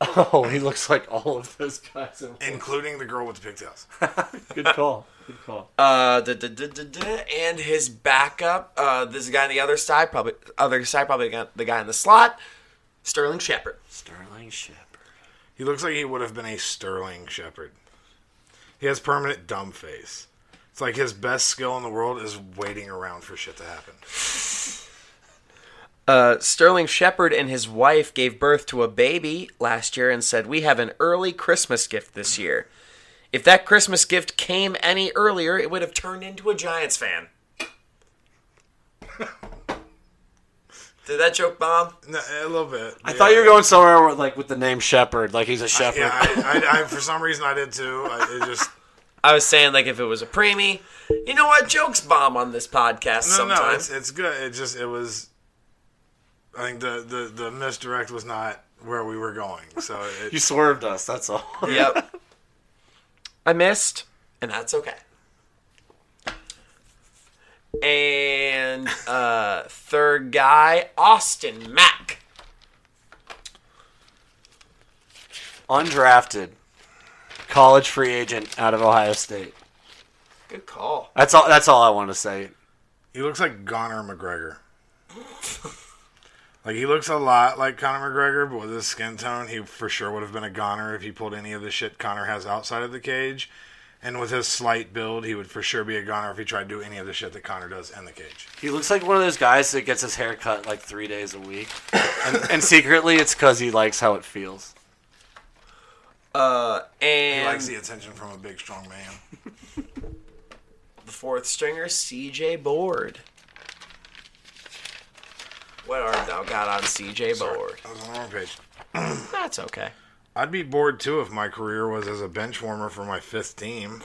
Speaker 6: Oh, he looks like all of those guys. at once.
Speaker 5: Including the girl with the pigtails.
Speaker 6: Good call. Good call.
Speaker 4: Uh, da, da, da, da, da, and his backup, uh, this guy on the other side, probably other side, probably got the guy in the slot, Sterling Shepard.
Speaker 6: Sterling Shepard.
Speaker 5: He looks like he would have been a sterling shepherd. He has permanent dumb face. It's like his best skill in the world is waiting around for shit to happen.
Speaker 4: Uh, Sterling Shepard and his wife gave birth to a baby last year and said, "We have an early Christmas gift this year. If that Christmas gift came any earlier, it would have turned into a Giants fan." Did that joke bomb?
Speaker 5: No, a little bit.
Speaker 6: I thought you were going somewhere with, like with the name Shepard, like he's a shepherd.
Speaker 5: Yeah, I, I, I, for some reason I did too. I, it just
Speaker 4: I was saying like if it was a preemie. You know what? Jokes bomb on this podcast
Speaker 5: no,
Speaker 4: sometimes.
Speaker 5: no, it's it's good. It just it was. I think the the the misdirect was not where we were going. So it,
Speaker 6: you swerved us. That's all.
Speaker 4: yep. I missed, and that's okay. And uh, third guy, Austin Mack.
Speaker 6: Undrafted, college free agent out of Ohio State.
Speaker 4: Good call.
Speaker 6: That's all. That's all I want to say.
Speaker 5: He looks like Conor McGregor. like he looks a lot like Conor McGregor, but with his skin tone, he for sure would have been a goner if he pulled any of the shit Conor has outside of the cage. And with his slight build, he would for sure be a goner if he tried to do any of the shit that Conor does in the cage.
Speaker 6: He looks like one of those guys that gets his hair cut like three days a week, and, and secretly it's because he likes how it feels.
Speaker 4: Uh, and
Speaker 5: He likes the attention from a big, strong man.
Speaker 4: the fourth stringer, CJ Board. What art thou got on CJ Board?
Speaker 5: I was on the wrong page.
Speaker 4: That's okay.
Speaker 5: I'd be bored too if my career was as a bench warmer for my fifth team.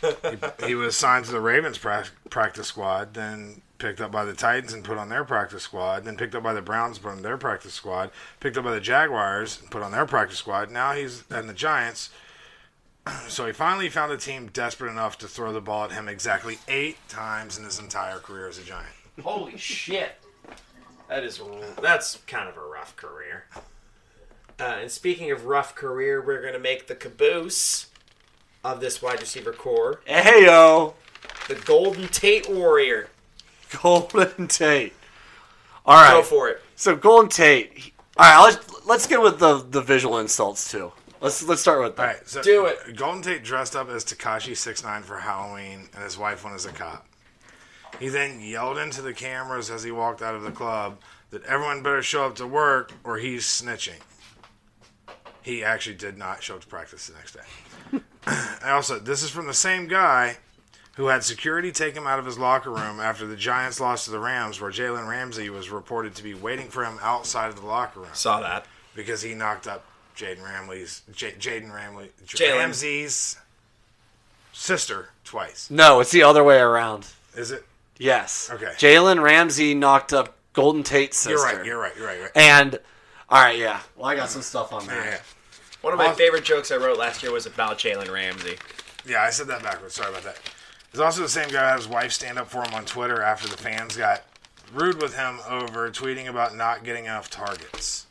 Speaker 5: he, he was signed to the Ravens prac- practice squad, then picked up by the Titans and put on their practice squad, then picked up by the Browns, put on their practice squad, picked up by the Jaguars, and put on their practice squad. Now he's and the Giants. So he finally found a team desperate enough to throw the ball at him exactly eight times in his entire career as a Giant.
Speaker 4: Holy shit. That is that's kind of a rough career. Uh, and speaking of rough career, we're gonna make the caboose of this wide receiver core.
Speaker 6: Hey yo,
Speaker 4: the Golden Tate Warrior.
Speaker 6: Golden Tate. All right,
Speaker 4: Go for it.
Speaker 6: So Golden Tate. he- all right, let's let's get with the the visual insults too. Let's let's start with that.
Speaker 5: All right, so do it. Golden Tate dressed up as Takashi Six Nine for Halloween, and his wife went as a cop. He then yelled into the cameras as he walked out of the club that everyone better show up to work or he's snitching. He actually did not show up to practice the next day. I also, this is from the same guy who had security take him out of his locker room after the Giants lost to the Rams, where Jalen Ramsey was reported to be waiting for him outside of the locker room.
Speaker 4: Saw that.
Speaker 5: because he knocked up Jaden Ramley's J- Jaden Ramley
Speaker 4: Jalen.
Speaker 5: Ramsey's sister twice.
Speaker 6: No, it's the other way around.
Speaker 5: Is it?
Speaker 6: Yes.
Speaker 5: Okay.
Speaker 6: Jalen Ramsey knocked up Golden Tate's sister.
Speaker 5: You're right, you're right, you're right, you're right.
Speaker 6: And all right, yeah. Well, I got some stuff on that.
Speaker 4: One of my favorite jokes I wrote last year was about Jalen Ramsey.
Speaker 5: Yeah, I said that backwards. Sorry about that. It's also the same guy who had his wife stand up for him on Twitter after the fans got rude with him over tweeting about not getting enough targets.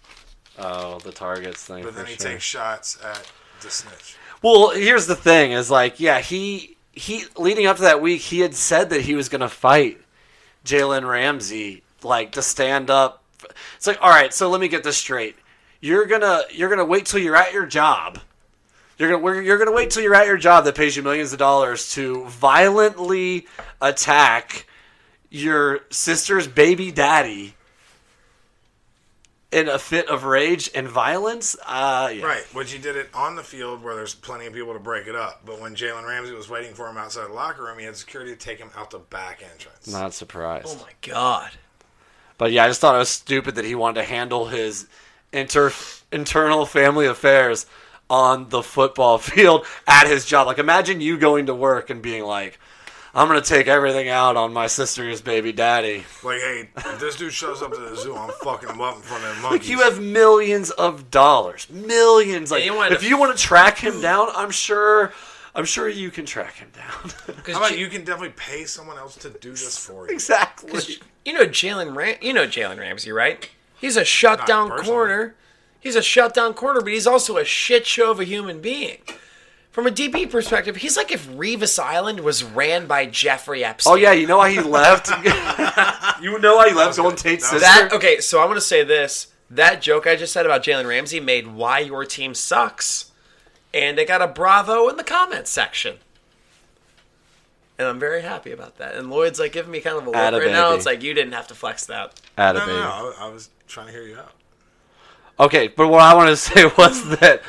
Speaker 6: Oh, the targets thing.
Speaker 5: But then
Speaker 6: for
Speaker 5: he
Speaker 6: sure.
Speaker 5: takes shots at the snitch.
Speaker 6: Well, here's the thing: is like, yeah, he he leading up to that week, he had said that he was going to fight Jalen Ramsey, like to stand up. It's like, all right, so let me get this straight: you're gonna you're gonna wait till you're at your job. You're gonna we're- you're gonna wait till you're at your job that pays you millions of dollars to violently attack your sister's baby daddy in a fit of rage and violence. Uh, yeah.
Speaker 5: Right, which he did it on the field where there's plenty of people to break it up. But when Jalen Ramsey was waiting for him outside the locker room, he had security take him out the back entrance.
Speaker 6: Not surprised.
Speaker 5: Oh
Speaker 4: my God.
Speaker 6: But yeah, I just thought it was stupid that he wanted to handle his inter internal family affairs on the football field at his job. Like imagine you going to work and being like, I'm gonna take everything out on my sister's baby daddy.
Speaker 5: Like, hey, if this dude shows up to the zoo, I'm fucking him up in front of the
Speaker 6: Like
Speaker 5: monkeys.
Speaker 6: you have millions of dollars. Millions like
Speaker 5: you wanted
Speaker 6: if
Speaker 5: to-
Speaker 6: you want to track him down, I'm sure I'm sure you can track him down.
Speaker 5: How about you can definitely pay someone else to do this for you?
Speaker 6: Exactly.
Speaker 4: You know Jalen Ram- you know Jalen Ramsey, right? He's a shutdown corner. He's a shutdown corner, but he's also a shit show of a human being. From a DB perspective, he's like if Revis Island was ran by Jeffrey Epstein.
Speaker 6: Oh yeah, you know why he left? you know why he left Golden Tate's sister?
Speaker 4: That okay, so I'm gonna say this. That joke I just said about Jalen Ramsey made why your team sucks. And they got a bravo in the comments section. And I'm very happy about that. And Lloyd's like giving me kind of a look right
Speaker 6: Atta
Speaker 4: now.
Speaker 6: baby.
Speaker 4: It's like you didn't have to flex that.
Speaker 6: Atta
Speaker 5: no, no,
Speaker 6: baby.
Speaker 5: no, I, I was trying to hear you out.
Speaker 6: Okay, but what I wanted to say was that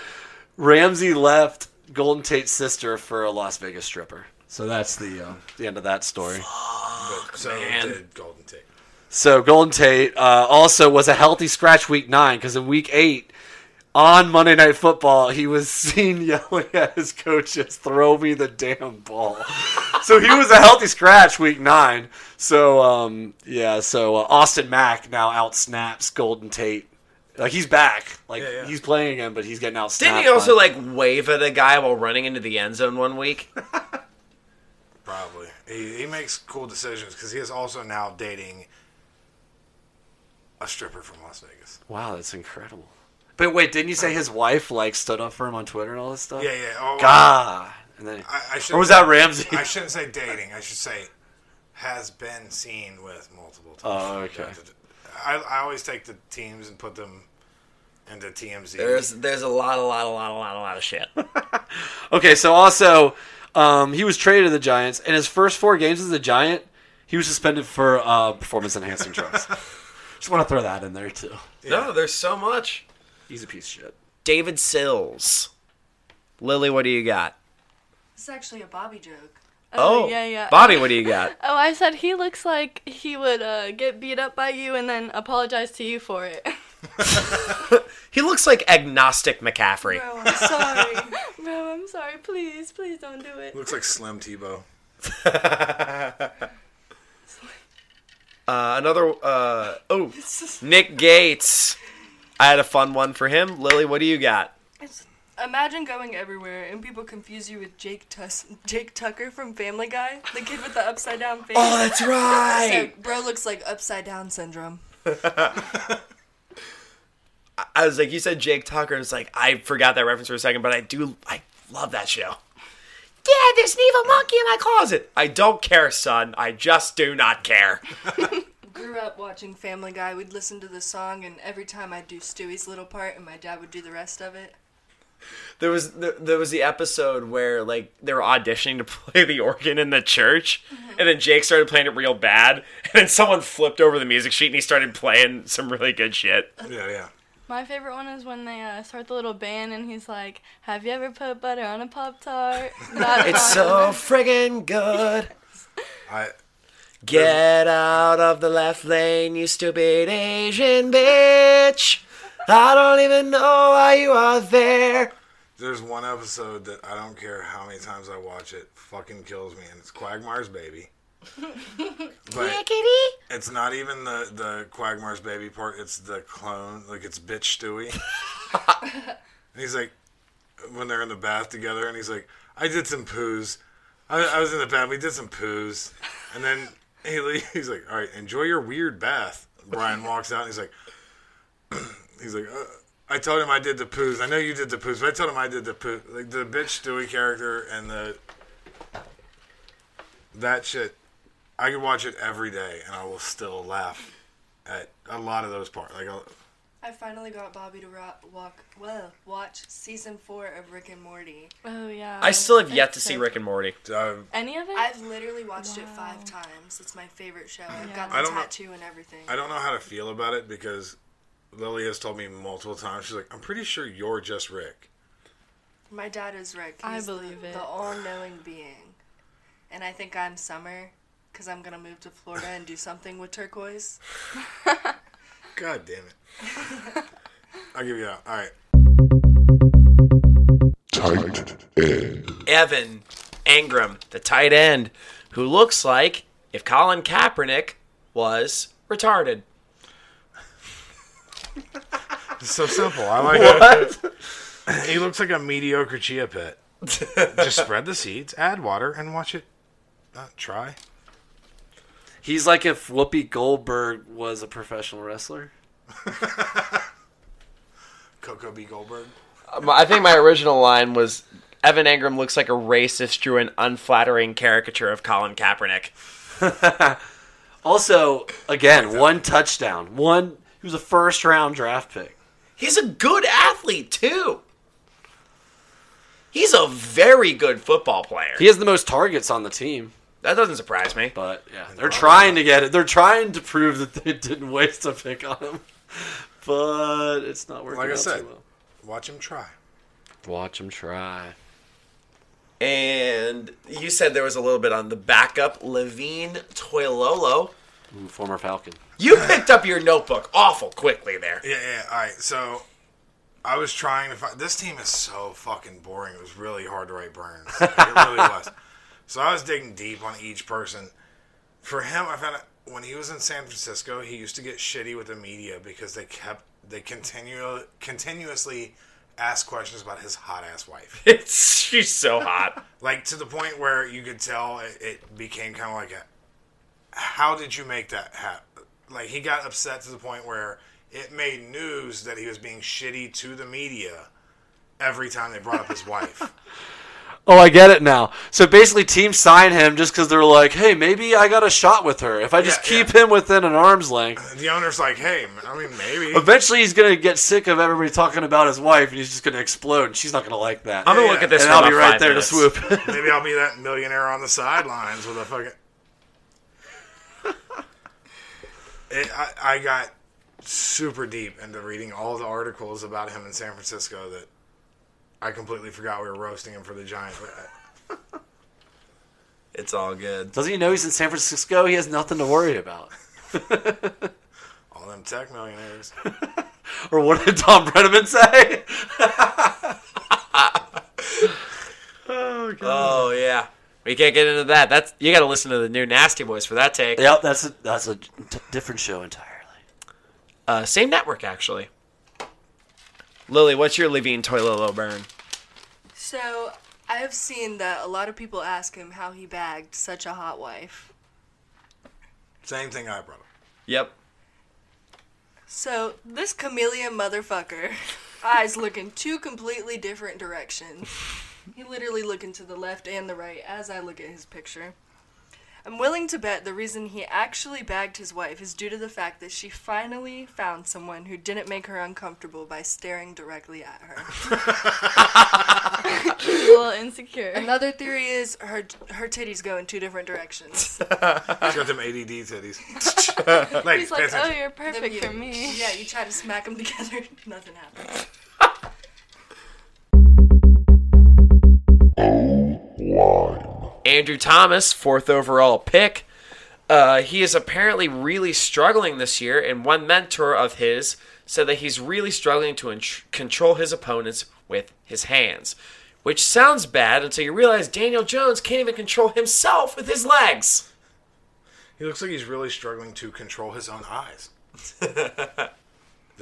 Speaker 6: Ramsey left Golden Tate's sister for a Las Vegas stripper. So that's the uh, the end of that story.
Speaker 5: But so
Speaker 4: man.
Speaker 5: did Golden Tate.
Speaker 6: So Golden Tate uh, also was a healthy scratch week nine because in week eight on Monday Night Football he was seen yelling at his coaches, "Throw me the damn ball." so he was a healthy scratch week nine. So um, yeah, so uh, Austin Mack now out snaps Golden Tate. Like he's back, like he's playing again, but he's getting out.
Speaker 4: Didn't he also like wave at a guy while running into the end zone one week?
Speaker 5: Probably. He, he makes cool decisions because he is also now dating a stripper from Las Vegas.
Speaker 6: Wow, that's incredible. But wait, didn't you say his wife like stood up for him on Twitter and all this stuff?
Speaker 5: Yeah, yeah. Oh,
Speaker 6: God, And then,
Speaker 5: I, I should
Speaker 6: or was that Ramsey?
Speaker 5: I shouldn't say dating. I should say has been seen with multiple times.
Speaker 6: Oh, okay.
Speaker 5: I, I always take the teams and put them into TMZ.
Speaker 4: There's there's a lot, a lot, a lot, a lot, a lot of shit.
Speaker 6: Okay, so also, um, he was traded to the Giants, and his first four games as a Giant, he was suspended for uh, performance enhancing drugs. Just want to throw that in there too.
Speaker 4: No, there's so much.
Speaker 6: He's a piece of shit.
Speaker 4: David Sills. Lily, what do you got?
Speaker 2: It's actually a Bobby joke.
Speaker 4: Oh,
Speaker 8: yeah, yeah.
Speaker 4: Bobby, what do you got?
Speaker 8: Oh, I said he looks like he would uh, get beat up by you and then apologize to you for it.
Speaker 4: He looks like agnostic McCaffrey.
Speaker 8: I'm sorry. Bro, I'm sorry. Please, please don't do it.
Speaker 5: Looks like Slim Tebow.
Speaker 4: Uh, another, uh, oh, Nick Gates. I had a fun one for him. Lily, what do you got?
Speaker 2: It's, imagine going everywhere and people confuse you with Jake Tuss- Jake Tucker from Family Guy, the kid with the upside down face.
Speaker 4: Oh, that's right.
Speaker 2: So, bro looks like upside down syndrome.
Speaker 4: I- I was like, you said Jake Tucker. and It's like I forgot that reference for a second, but I do. I love that show. Yeah, there's an evil monkey in my closet. I don't care, son. I just do not care.
Speaker 2: Grew up watching Family Guy. We'd listen to the song, and every time I'd do Stewie's little part, and my dad would do the rest of it.
Speaker 4: There was there, there was the episode where like they were auditioning to play the organ in the church, and then Jake started playing it real bad, and then someone flipped over the music sheet and he started playing some really good shit.
Speaker 5: Yeah, yeah.
Speaker 8: My favorite one is when they uh, start the little band and he's like, "Have you ever put butter on a pop tart?"
Speaker 4: It's so friggin' good.
Speaker 5: I
Speaker 4: Get out of the left lane, you stupid Asian bitch. I don't even know why you are there.
Speaker 5: there's one episode that I don't care how many times I watch it, fucking kills me, and it's Quagmire's Baby. But it's not even the the Quagmire's Baby part. It's the clone, like it's Bitch Stewie. and he's like, when they're in the bath together, and he's like, I did some poos. I, I was in the bath. We did some poos, and then he le- he's like, all right, enjoy your weird bath. Brian walks out, and he's like, he's like. Uh, I told him I did the poos. I know you did the poos, but I told him I did the poo. Like the bitch Stewie character and the that shit. I could watch it every day, and I will still laugh at a lot of those parts. Like, I'll-
Speaker 2: I finally got Bobby to ro- walk. Well, watch season four of Rick and Morty.
Speaker 8: Oh yeah.
Speaker 4: I still have yet to see Rick and Morty.
Speaker 8: Any of it?
Speaker 2: I've literally watched it five times. It's my favorite show. I've got
Speaker 5: I
Speaker 2: the
Speaker 5: don't know-
Speaker 2: tattoo and everything.
Speaker 5: I don't know how to feel about it because Lily has told me multiple times. She's like, "I'm pretty sure you're just Rick."
Speaker 2: My dad is Rick.
Speaker 8: I
Speaker 2: He's
Speaker 8: believe
Speaker 2: the,
Speaker 8: it.
Speaker 2: The all-knowing being, and I think I'm Summer, because I'm gonna move to Florida and do something with turquoise.
Speaker 5: God damn it! I'll give you that. All right.
Speaker 3: Tight end.
Speaker 4: Evan Engram, the tight end, who looks like if Colin Kaepernick was retarded.
Speaker 5: It's so simple. I like it. he looks like a mediocre chia pet. just spread the seeds, add water, and watch it. Uh, try.
Speaker 6: He's like if Whoopi Goldberg was a professional wrestler.
Speaker 5: Coco B. Goldberg.
Speaker 4: I think my original line was Evan Engram looks like a racist drew an unflattering caricature of Colin Kaepernick.
Speaker 6: Also, again, one touchdown. One. He was a first round draft pick.
Speaker 4: He's a good athlete too. He's a very good football player.
Speaker 6: He has the most targets on the team.
Speaker 4: That doesn't surprise me.
Speaker 6: But yeah, they're trying to get it. They're trying to prove that they didn't waste a pick on him. But it's not working
Speaker 5: Like I
Speaker 6: out
Speaker 5: said,
Speaker 6: too well.
Speaker 5: watch him try.
Speaker 6: Watch him try.
Speaker 4: And you said there was a little bit on the backup, Levine Toilolo.
Speaker 6: Ooh, former Falcon.
Speaker 4: You picked up your notebook awful quickly there.
Speaker 5: Yeah, yeah. All right. So I was trying to find. This team is so fucking boring. It was really hard to write Burns. Like, it really was. So I was digging deep on each person. For him, I found out when he was in San Francisco, he used to get shitty with the media because they kept they continue continuously asked questions about his hot ass wife.
Speaker 4: It's she's so hot.
Speaker 5: like to the point where you could tell it, it became kind of like a how did you make that happen like he got upset to the point where it made news that he was being shitty to the media every time they brought up his wife
Speaker 6: Oh, I get it now. So basically, teams sign him just because they're like, hey, maybe I got a shot with her. If I just keep him within an arm's length,
Speaker 5: The owner's like, hey, I mean, maybe.
Speaker 6: eventually he's going to get sick of everybody talking about his wife and he's just going to explode. And she's not going to like that.
Speaker 5: I'm gonna look at this
Speaker 6: And
Speaker 5: for
Speaker 6: I'll be
Speaker 5: about
Speaker 6: right
Speaker 5: five
Speaker 6: there
Speaker 5: minutes.
Speaker 6: to swoop.
Speaker 5: Maybe I'll be that millionaire on the sidelines with a fucking. It, I, I got super deep into reading all the articles about him in San Francisco that I completely forgot we were roasting him for the Giants. uh,
Speaker 4: It's all good.
Speaker 6: Doesn't he know he's in San Francisco? He has nothing to worry about.
Speaker 5: All them tech millionaires.
Speaker 6: Or what did Tom Brenneman say?
Speaker 4: Oh, yeah. We can't get into that. That's you got to listen to the new Nasty Boys for that take.
Speaker 6: Yep, that's a, that's a t- different show entirely.
Speaker 4: Uh, same network actually. Lily, what's your Levine Toilolo burn?
Speaker 2: So I've seen that a lot of people ask him how he bagged such a hot wife.
Speaker 5: Same thing I brought up.
Speaker 4: Yep.
Speaker 2: So this chameleon motherfucker, eyes looking two completely different directions. He literally looking to the left and the right as I look at his picture. I'm willing to bet the reason he actually bagged his wife is due to the fact that she finally found someone who didn't make her uncomfortable by staring directly at her.
Speaker 8: a little insecure.
Speaker 2: Another theory is her her titties go in two different directions.
Speaker 5: He's got them ADD titties.
Speaker 8: He's
Speaker 5: Ladies,
Speaker 8: like,
Speaker 5: pay
Speaker 8: oh,
Speaker 5: attention.
Speaker 8: you're perfect for
Speaker 2: you-
Speaker 8: me.
Speaker 2: Yeah, you try to smack them together, nothing happens.
Speaker 4: Andrew Thomas, fourth overall pick. Uh, he is apparently really struggling this year, and one mentor of his said that he's really struggling to int- control his opponents with his hands, which sounds bad until you realize Daniel Jones can't even control himself with his legs.
Speaker 5: He looks like he's really struggling to control his own eyes. they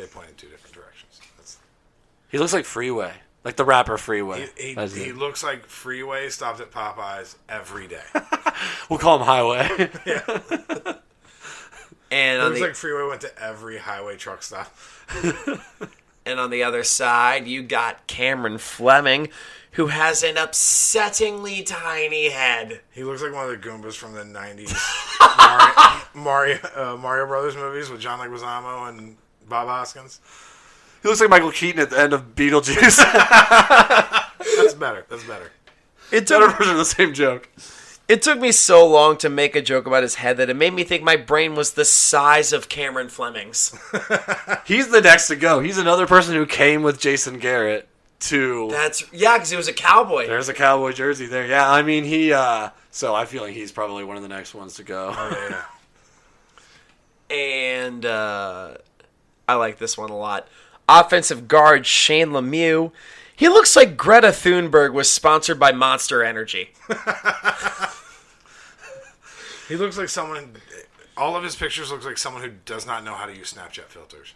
Speaker 5: point in two different directions. That's,
Speaker 6: He looks like Freeway, like the rapper Freeway.
Speaker 5: he
Speaker 6: That's
Speaker 5: he
Speaker 6: it.
Speaker 5: looks like Freeway stopped at Popeyes every day.
Speaker 6: we'll call him Highway.
Speaker 4: And
Speaker 5: It
Speaker 4: on
Speaker 5: looks
Speaker 4: the,
Speaker 5: like Freeway went to every highway truck stop.
Speaker 4: and on the other side, you got Cameron Fleming, who has an upsettingly tiny head.
Speaker 5: He looks like one of the Goombas from the '90s Mario Mario, uh, Mario Brothers movies with John Leguizamo and Bob Hoskins.
Speaker 6: he looks like Michael Keaton at the end of Beetlejuice.
Speaker 5: That's better. That's better.
Speaker 4: It
Speaker 6: Better version of the same joke.
Speaker 4: It took me so long to make a joke about his head that it made me think my brain was the size of Cameron Fleming's.
Speaker 6: He's the next to go. He's another person who came with Jason Garrett to.
Speaker 4: That's yeah, because he was a cowboy.
Speaker 6: There's a cowboy jersey there. Yeah, I mean he. uh So I feel like he's probably one of the next ones to go.
Speaker 5: Oh,
Speaker 4: And uh, I like this one a lot. Offensive guard Shane Lemieux. He looks like Greta Thunberg was sponsored by Monster Energy.
Speaker 5: He looks like someone. All of his pictures look like someone who does not know how to use Snapchat filters.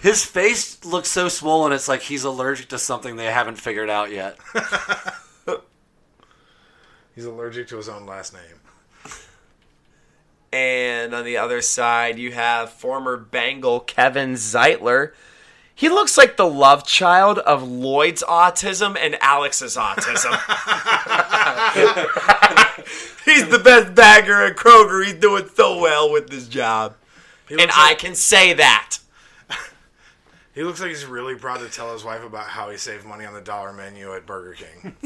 Speaker 6: His face looks so swollen. It's like he's allergic to something they haven't figured out yet.
Speaker 5: He's allergic to his own last name.
Speaker 4: And on the other side, you have former Bengal Kevin Zeitler. He looks like the love child of Lloyd's autism and Alex's autism. He's the best bagger at Kroger. He's doing so well with this job. And
Speaker 5: looks
Speaker 4: I can say that.
Speaker 5: He looks like he's really proud to tell his wife about how he saved money on the dollar menu at Burger King.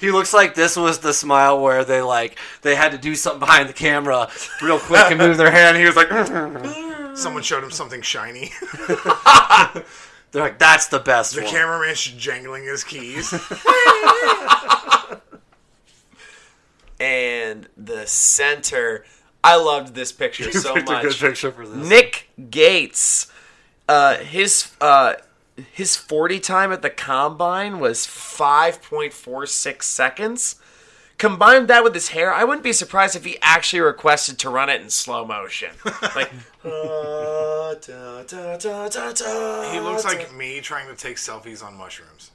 Speaker 6: He looks like this was the smile where they like they had to do something behind the camera real quick and move their hand. He was like, "Mm-hmm."
Speaker 5: Someone showed him something shiny.
Speaker 6: they're like, that's the best
Speaker 5: the
Speaker 6: one.
Speaker 5: cameraman's jangling his keys.
Speaker 4: And the center. I loved this picture
Speaker 6: You
Speaker 4: so
Speaker 6: picked
Speaker 4: much.
Speaker 6: a good picture for this.
Speaker 4: Nick Gates, uh, his uh, his forty time at the combine was five point four six seconds. Combined that with his hair, I wouldn't be surprised if he actually requested to run it in slow motion. Like "Ah,
Speaker 5: He looks like me trying to take selfies on mushrooms.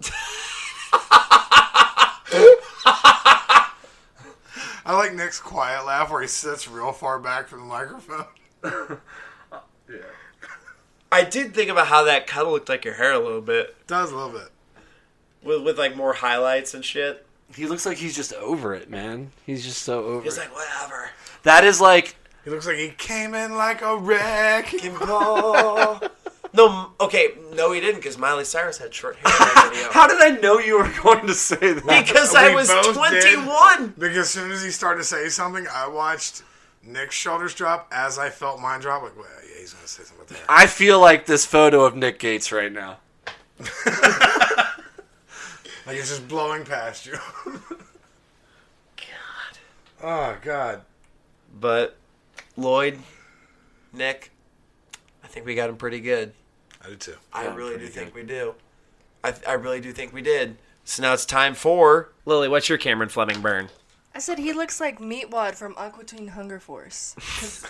Speaker 5: I like Nick's quiet laugh where he sits real far back from the microphone.
Speaker 4: I did think about how that kind of looked like your hair a little bit.
Speaker 5: Does a little bit.
Speaker 4: with with like more highlights and shit.
Speaker 6: He looks like he's just over it, man. He's just so over
Speaker 4: He's
Speaker 6: it.
Speaker 4: like whatever.
Speaker 6: that is like
Speaker 5: He looks like he came in like a wrecking
Speaker 4: ball. no, okay, no, he didn't because Miley Cyrus had short hair. in that video.
Speaker 6: How did I know you were going to say that?
Speaker 4: Because I
Speaker 5: We
Speaker 4: was
Speaker 5: both did,
Speaker 4: 21.
Speaker 5: because as soon as he started to say something, I watched Nick's shoulders drop as I felt mine drop. Like, well, yeah, he's gonna say something about that.
Speaker 6: I feel like this photo of Nick Gates right now.
Speaker 5: Like it's just blowing past you. God. Oh God.
Speaker 4: But Lloyd, Nick, I think we got him pretty good.
Speaker 5: I do too.
Speaker 4: I
Speaker 5: Got 'em
Speaker 4: really do
Speaker 5: pretty
Speaker 4: think we do. I, I really do think we did. So now it's time for Lily. What's your Cameron Fleming burn?
Speaker 2: I said he looks like Meatwad from Aquatine Hunger Force. 'Cause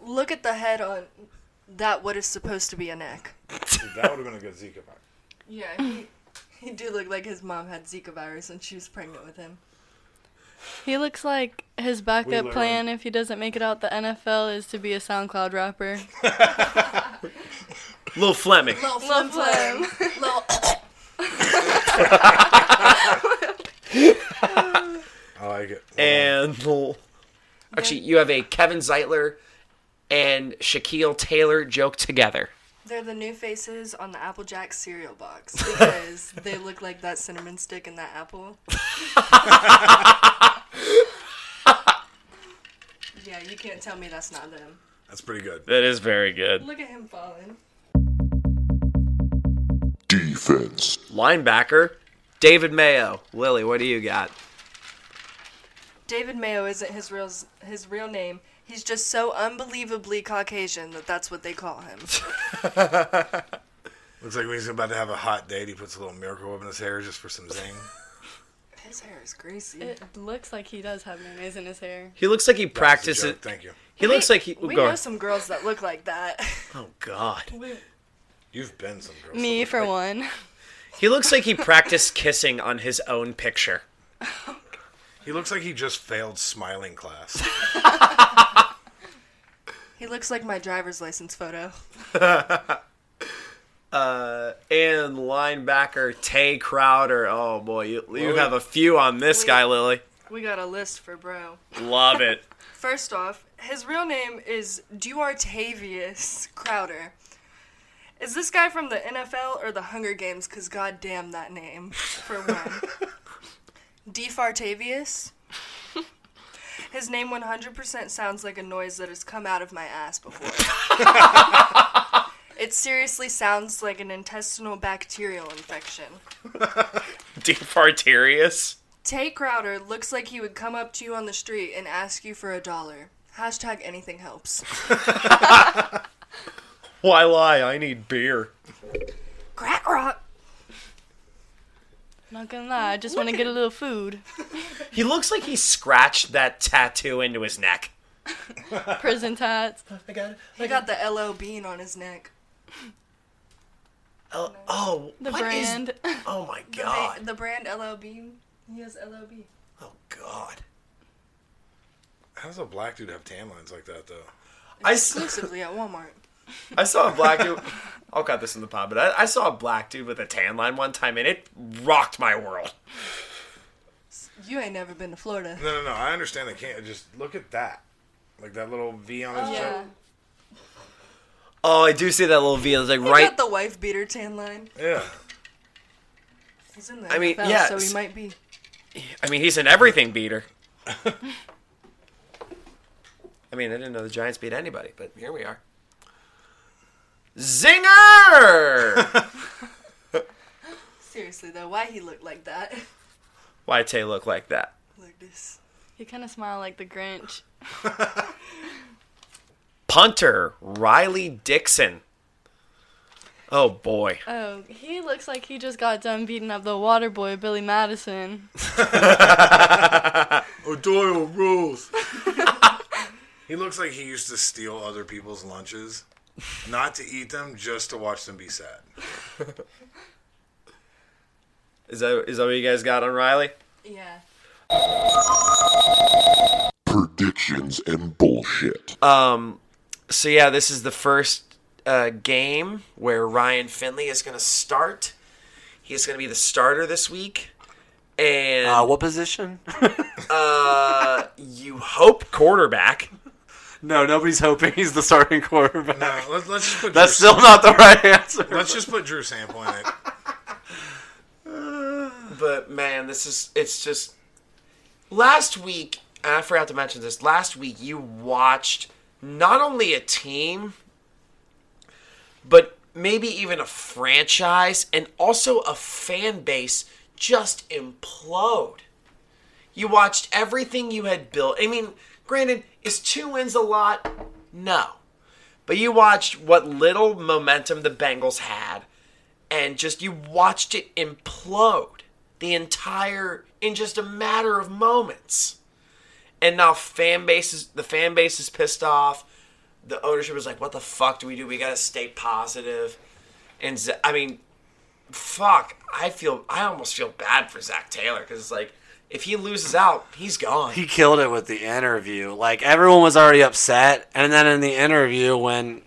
Speaker 2: look at the head on that what is supposed to be a neck.
Speaker 5: Dude, that would have been a good Zika fight.
Speaker 2: Yeah, he, he do look like his mom had Zika virus and she was pregnant with him.
Speaker 8: He looks like his
Speaker 2: We
Speaker 8: backup
Speaker 2: learned.
Speaker 8: plan if he doesn't make it out the NFL is to be a SoundCloud rapper.
Speaker 4: Lil Fleming.
Speaker 2: Little flim flam. Little.
Speaker 5: I like it.
Speaker 4: And Lil- actually, you have a Kevin Zeitler and Shaquille Taylor joke together.
Speaker 2: They're the new faces on the Applejack cereal box because they look like that cinnamon stick and that apple. yeah, you can't tell me that's not them.
Speaker 5: That's pretty good.
Speaker 4: That is very good.
Speaker 2: Look at him falling.
Speaker 3: Defense.
Speaker 4: Linebacker David Mayo. Lily, what do you got?
Speaker 2: David Mayo isn't his real his real name. He's just so unbelievably Caucasian that that's what they call him.
Speaker 5: Looks like when he's about to have a hot date, he puts a little miracle whip in his hair just for some zing.
Speaker 2: His hair is greasy.
Speaker 8: It looks like he does have mayonnaise in his hair.
Speaker 4: He looks like he practices.
Speaker 5: joke, thank you.
Speaker 4: He looks like he.
Speaker 2: we
Speaker 4: go
Speaker 2: know
Speaker 4: on.
Speaker 2: some girls that look like that.
Speaker 4: Oh God.
Speaker 5: You've been some girl.
Speaker 8: Me for one.
Speaker 4: He looks like he practiced kissing on his own picture.
Speaker 5: He looks like he just failed smiling class.
Speaker 2: He looks like my driver's license photo.
Speaker 4: Uh, and linebacker Tay Crowder. Oh boy, you, you
Speaker 2: Lily.
Speaker 4: have a few on this guy, Lily.
Speaker 2: We got a list for bro.
Speaker 4: Love it.
Speaker 2: First off, his real name is Duartavius Crowder. Is this guy from the NFL or the Hunger Games? Because goddamn that name for one. Defartavius. His name 100% sounds like a noise that has come out of my ass before. it seriously sounds like an intestinal bacterial infection.
Speaker 4: Deep Arterius.
Speaker 2: Tay Crowder looks like he would come up to you on the street and ask you for a dollar. Hashtag anything helps.
Speaker 4: Why lie? I need beer.
Speaker 2: Crack rock.
Speaker 8: Not gonna lie, I just want to get a little food.
Speaker 4: He looks like he scratched that tattoo into his neck.
Speaker 8: Prison tats.
Speaker 4: I got it.
Speaker 2: He got the LL Bean on his neck.
Speaker 4: Oh, oh
Speaker 8: The
Speaker 2: What is-
Speaker 8: brand.
Speaker 4: oh my
Speaker 2: The, ba- the brand LL Bean. He has LL Bean.
Speaker 4: Oh, God.
Speaker 5: How does a black dude have tan lines like that, though?
Speaker 4: I s-
Speaker 2: Exclusively at Walmart.
Speaker 4: I saw a black dude. I'll cut this in the pod, but I, I saw a black dude with a tan line one time, and it rocked my world.
Speaker 2: You ain't never been to Florida.
Speaker 5: No, no, no. I understand they can't. Just look at that. Like that little V on his
Speaker 2: Yeah.
Speaker 5: chest.
Speaker 4: Oh, I do see that little V. I was like,
Speaker 2: He
Speaker 4: right.
Speaker 2: got the wife beater tan line.
Speaker 5: Yeah.
Speaker 2: He's in the
Speaker 4: I mean,
Speaker 2: NFL,
Speaker 4: yeah,
Speaker 2: so he
Speaker 4: Uh, s-
Speaker 2: might be.
Speaker 4: I mean, he's an everything beater. I mean, I didn't know the Giants beat anybody, but here we are. Zinger!
Speaker 2: Seriously though, why he looked like that?
Speaker 4: Why Tay look like that?
Speaker 2: Look this.
Speaker 8: He kind of smiled like the Grinch.
Speaker 4: Punter Riley Dixon. Oh boy.
Speaker 8: Oh, he looks like he just got done beating up the water boy, Billy Madison.
Speaker 5: O'Doyle rules. he looks like he used to steal other people's lunches, not to eat them, just to watch them be sad.
Speaker 4: Is that is that what you guys got on Riley?
Speaker 2: Yeah.
Speaker 3: Predictions and bullshit.
Speaker 5: Uh,
Speaker 4: Um, so yeah, this is the first uh, game where Ryan Finley is going to start. He's going to be the starter this week. And
Speaker 6: Uh, what position?
Speaker 4: uh, you hope quarterback.
Speaker 6: No, nobody's hoping he's the starting quarterback.
Speaker 5: No, let's, let's just put
Speaker 6: That's
Speaker 5: Drew
Speaker 6: still
Speaker 5: Sample-
Speaker 6: not the right answer.
Speaker 5: Let's just put Drew Sample in it.
Speaker 4: But man, this is it's just last week, and I forgot to mention this, last week you watched not only a team, but maybe even a franchise and also a fan base just implode. You watched everything you had built. I mean, granted, is two wins a lot? No. But you watched what little momentum the Bengals had and just you watched it implode the entire in just a matter of moments. And now fan bases the fan base is pissed off. The ownership is like, what the fuck do we do? We gotta stay positive. And Z- I mean, fuck. I feel I almost feel bad for Zach Taylor because it's like if he loses out, he's gone.
Speaker 6: He killed it with the interview. Like everyone was already upset, and then in the interview when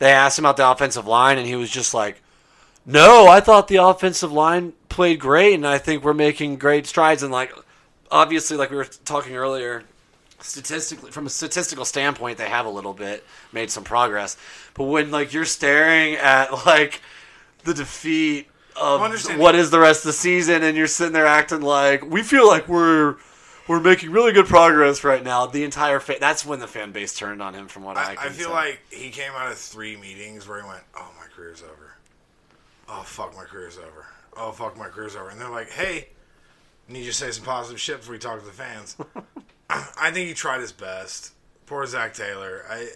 Speaker 6: they asked him about the offensive line, and he was just like, "No, I thought the offensive line played great, and I think we're making great strides." And like, obviously, like we were talking earlier, statistically, from a statistical standpoint, they have a little bit made some progress. But when like you're staring at like the defeat of
Speaker 5: Well, understand-
Speaker 6: what is the rest of the season, and you're sitting there acting like we feel like we're we're making really good progress right now. The entire fa- that's when the fan base turned on him, from what I,
Speaker 5: I,
Speaker 6: can
Speaker 5: feel
Speaker 6: tell.
Speaker 5: like he came out of three meetings where he went, "Oh, my career's over. Oh, fuck, my career's over. Oh, fuck, my career's over." And they're like, "Hey, need you to say some positive shit before we talk to the fans." I think he tried his best. Poor Zach Taylor. I,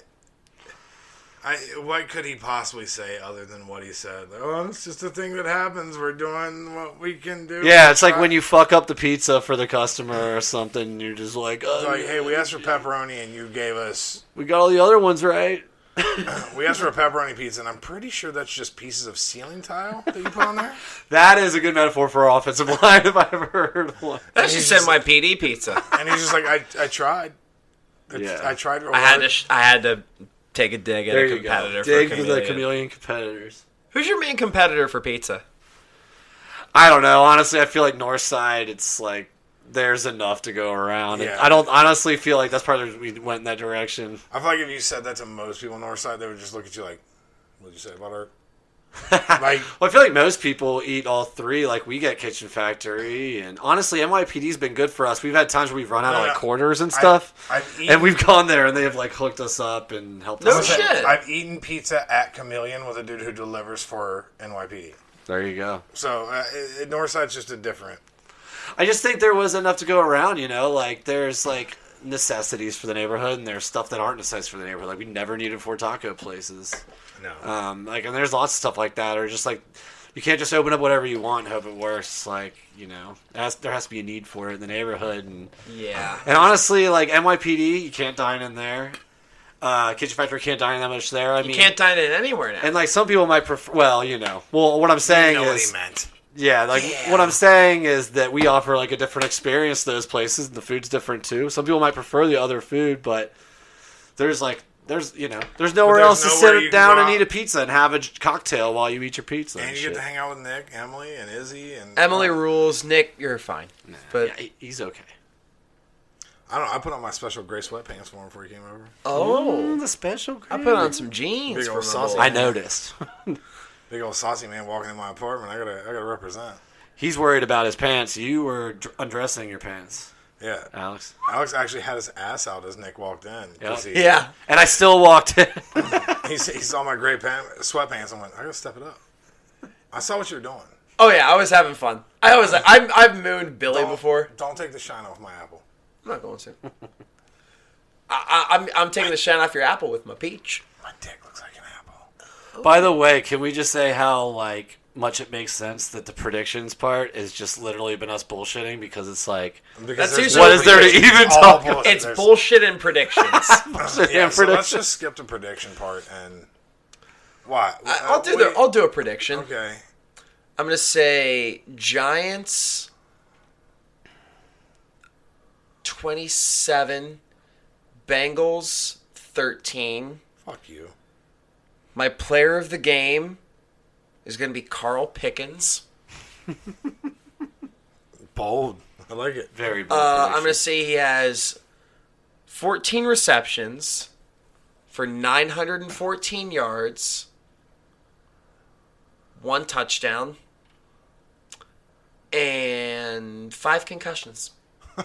Speaker 5: I, what could he possibly say other than what he said? Oh, it's just a thing that happens. We're doing what we can do.
Speaker 6: yeah, it's like
Speaker 5: Try-
Speaker 6: when you fuck up the pizza for the customer or something. and You're just like,
Speaker 5: It's
Speaker 6: uh,
Speaker 5: like, hey, we asked for pepperoni and you gave us
Speaker 6: we got all the other ones right.
Speaker 5: We asked for a pepperoni pizza, and I'm pretty sure that's just pieces of ceiling tile that you put on there.
Speaker 6: That is a good metaphor for our offensive line if I ever heard one.
Speaker 4: That's just in my PD pizza.
Speaker 5: And he's just like, I, I tried. I- I tried. real
Speaker 4: I had to
Speaker 5: hard."
Speaker 4: sh- I had to take a dig at
Speaker 6: There
Speaker 4: a
Speaker 6: you
Speaker 4: competitor.
Speaker 6: go.
Speaker 4: for a
Speaker 6: Dig for the
Speaker 4: chameleon.
Speaker 6: chameleon competitors.
Speaker 4: Who's your main competitor for pizza?
Speaker 6: I don't know. Honestly, I feel like Northside. It's like there's enough to go around.
Speaker 5: Yeah.
Speaker 6: I don't honestly feel like that's probably we went in that direction.
Speaker 5: I feel like if you said that to most people on our side, they would just look at you like, "What did you say about her?" Like,
Speaker 6: Well, I feel like most people eat all three. Like we get Kitchen Factory, and honestly, NYPD's been good for us. We've had times where we've run out
Speaker 5: No,
Speaker 6: of
Speaker 5: no.
Speaker 6: like quarters and
Speaker 5: I-
Speaker 6: stuff,
Speaker 5: I've eaten-
Speaker 6: and we've gone there and they have like hooked us up and helped
Speaker 5: I
Speaker 6: us.
Speaker 5: was like,
Speaker 6: out.
Speaker 5: I've eaten pizza at Chameleon with a dude who delivers for NYPD.
Speaker 6: There you go.
Speaker 5: So uh, it- it- Northside's just a different.
Speaker 6: I just think there was enough to go around, you know? Like, there's like necessities for the neighborhood, and there's stuff that aren't necessities for the neighborhood. Like, we never needed four taco places.
Speaker 5: No.
Speaker 6: Um, like, and there's lots of stuff like that, or just like, you can't just open up whatever you want and hope it works. Like, you know, it has, there has to be a need for it in the neighborhood. And,
Speaker 4: Yeah.
Speaker 6: and honestly, like, NYPD, you can't dine in there. Uh, Kitchen Factory can't dine that much there. I
Speaker 4: You
Speaker 6: mean,
Speaker 4: can't dine in anywhere now.
Speaker 6: and like, some people might prefer, well, you know, well, what I'm saying
Speaker 5: know what
Speaker 6: is.
Speaker 5: he meant.
Speaker 6: Yeah, like what I'm saying is that we offer like a different experience to those places, and the food's different too. Some people might prefer the other food, but there's like there's you know there's nowhere
Speaker 5: there's
Speaker 6: else
Speaker 5: nowhere
Speaker 6: to
Speaker 5: you
Speaker 6: sit
Speaker 5: can
Speaker 6: down
Speaker 5: go
Speaker 6: and
Speaker 5: out.
Speaker 6: eat a pizza and have a j- cocktail while you eat your pizza.
Speaker 5: And
Speaker 6: and
Speaker 5: you get
Speaker 6: shit.
Speaker 5: to hang out with Nick, Emily, and Izzy, and
Speaker 4: Emily rules. Nick, you're fine. But
Speaker 6: Yeah, he- he's okay.
Speaker 5: I don't. know. I put on my special gray sweatpants for him before he came over.
Speaker 4: oh,
Speaker 6: the special.
Speaker 4: I put on some jeans
Speaker 5: Big
Speaker 4: for
Speaker 5: old
Speaker 4: my
Speaker 5: sausage.
Speaker 4: boy.
Speaker 6: I noticed.
Speaker 5: Big old saucy man walking in my apartment. I gotta, I gotta represent.
Speaker 6: he's worried about his pants. You were dr- undressing your pants,
Speaker 5: Yeah,
Speaker 6: Alex.
Speaker 5: Alex actually had his ass out as Nick walked in. 'cause He,
Speaker 4: Yeah.
Speaker 6: and I still walked in.
Speaker 5: he, s- he saw my gray pant, sweatpants and went, "I gotta step it up." I saw what you were doing.
Speaker 4: Oh yeah, I was having fun. I was. I've I've mooned Billy before.
Speaker 5: Don't take the shine off my apple.
Speaker 4: I'm not going to. I, I, I'm I'm taking the shine off your apple with my peach.
Speaker 5: My dick looks like an apple.
Speaker 6: By the way, can we just say how like much it makes sense that the predictions part is just literally been us bullshitting because it's like
Speaker 5: Because
Speaker 4: That's
Speaker 5: there's
Speaker 4: usually
Speaker 6: what is there to
Speaker 4: It's
Speaker 6: even
Speaker 5: all
Speaker 6: talk about?
Speaker 5: bullshit.
Speaker 4: It's
Speaker 5: There's-
Speaker 4: bullshit and predictions.
Speaker 5: Yeah, so let's
Speaker 6: prediction.
Speaker 5: just skip the prediction part and why?
Speaker 4: I,
Speaker 6: Uh,
Speaker 4: I'll do the, I'll do a prediction.
Speaker 5: Okay.
Speaker 4: I'm gonna say Giants 27, Bengals 13.
Speaker 5: Fuck you.
Speaker 4: My player of the game is gonna be Carl Pickens.
Speaker 5: Bold. I like it.
Speaker 6: Very
Speaker 4: Uh, I'm going to say he has 14 receptions for 914 yards, one touchdown, and five concussions.
Speaker 5: All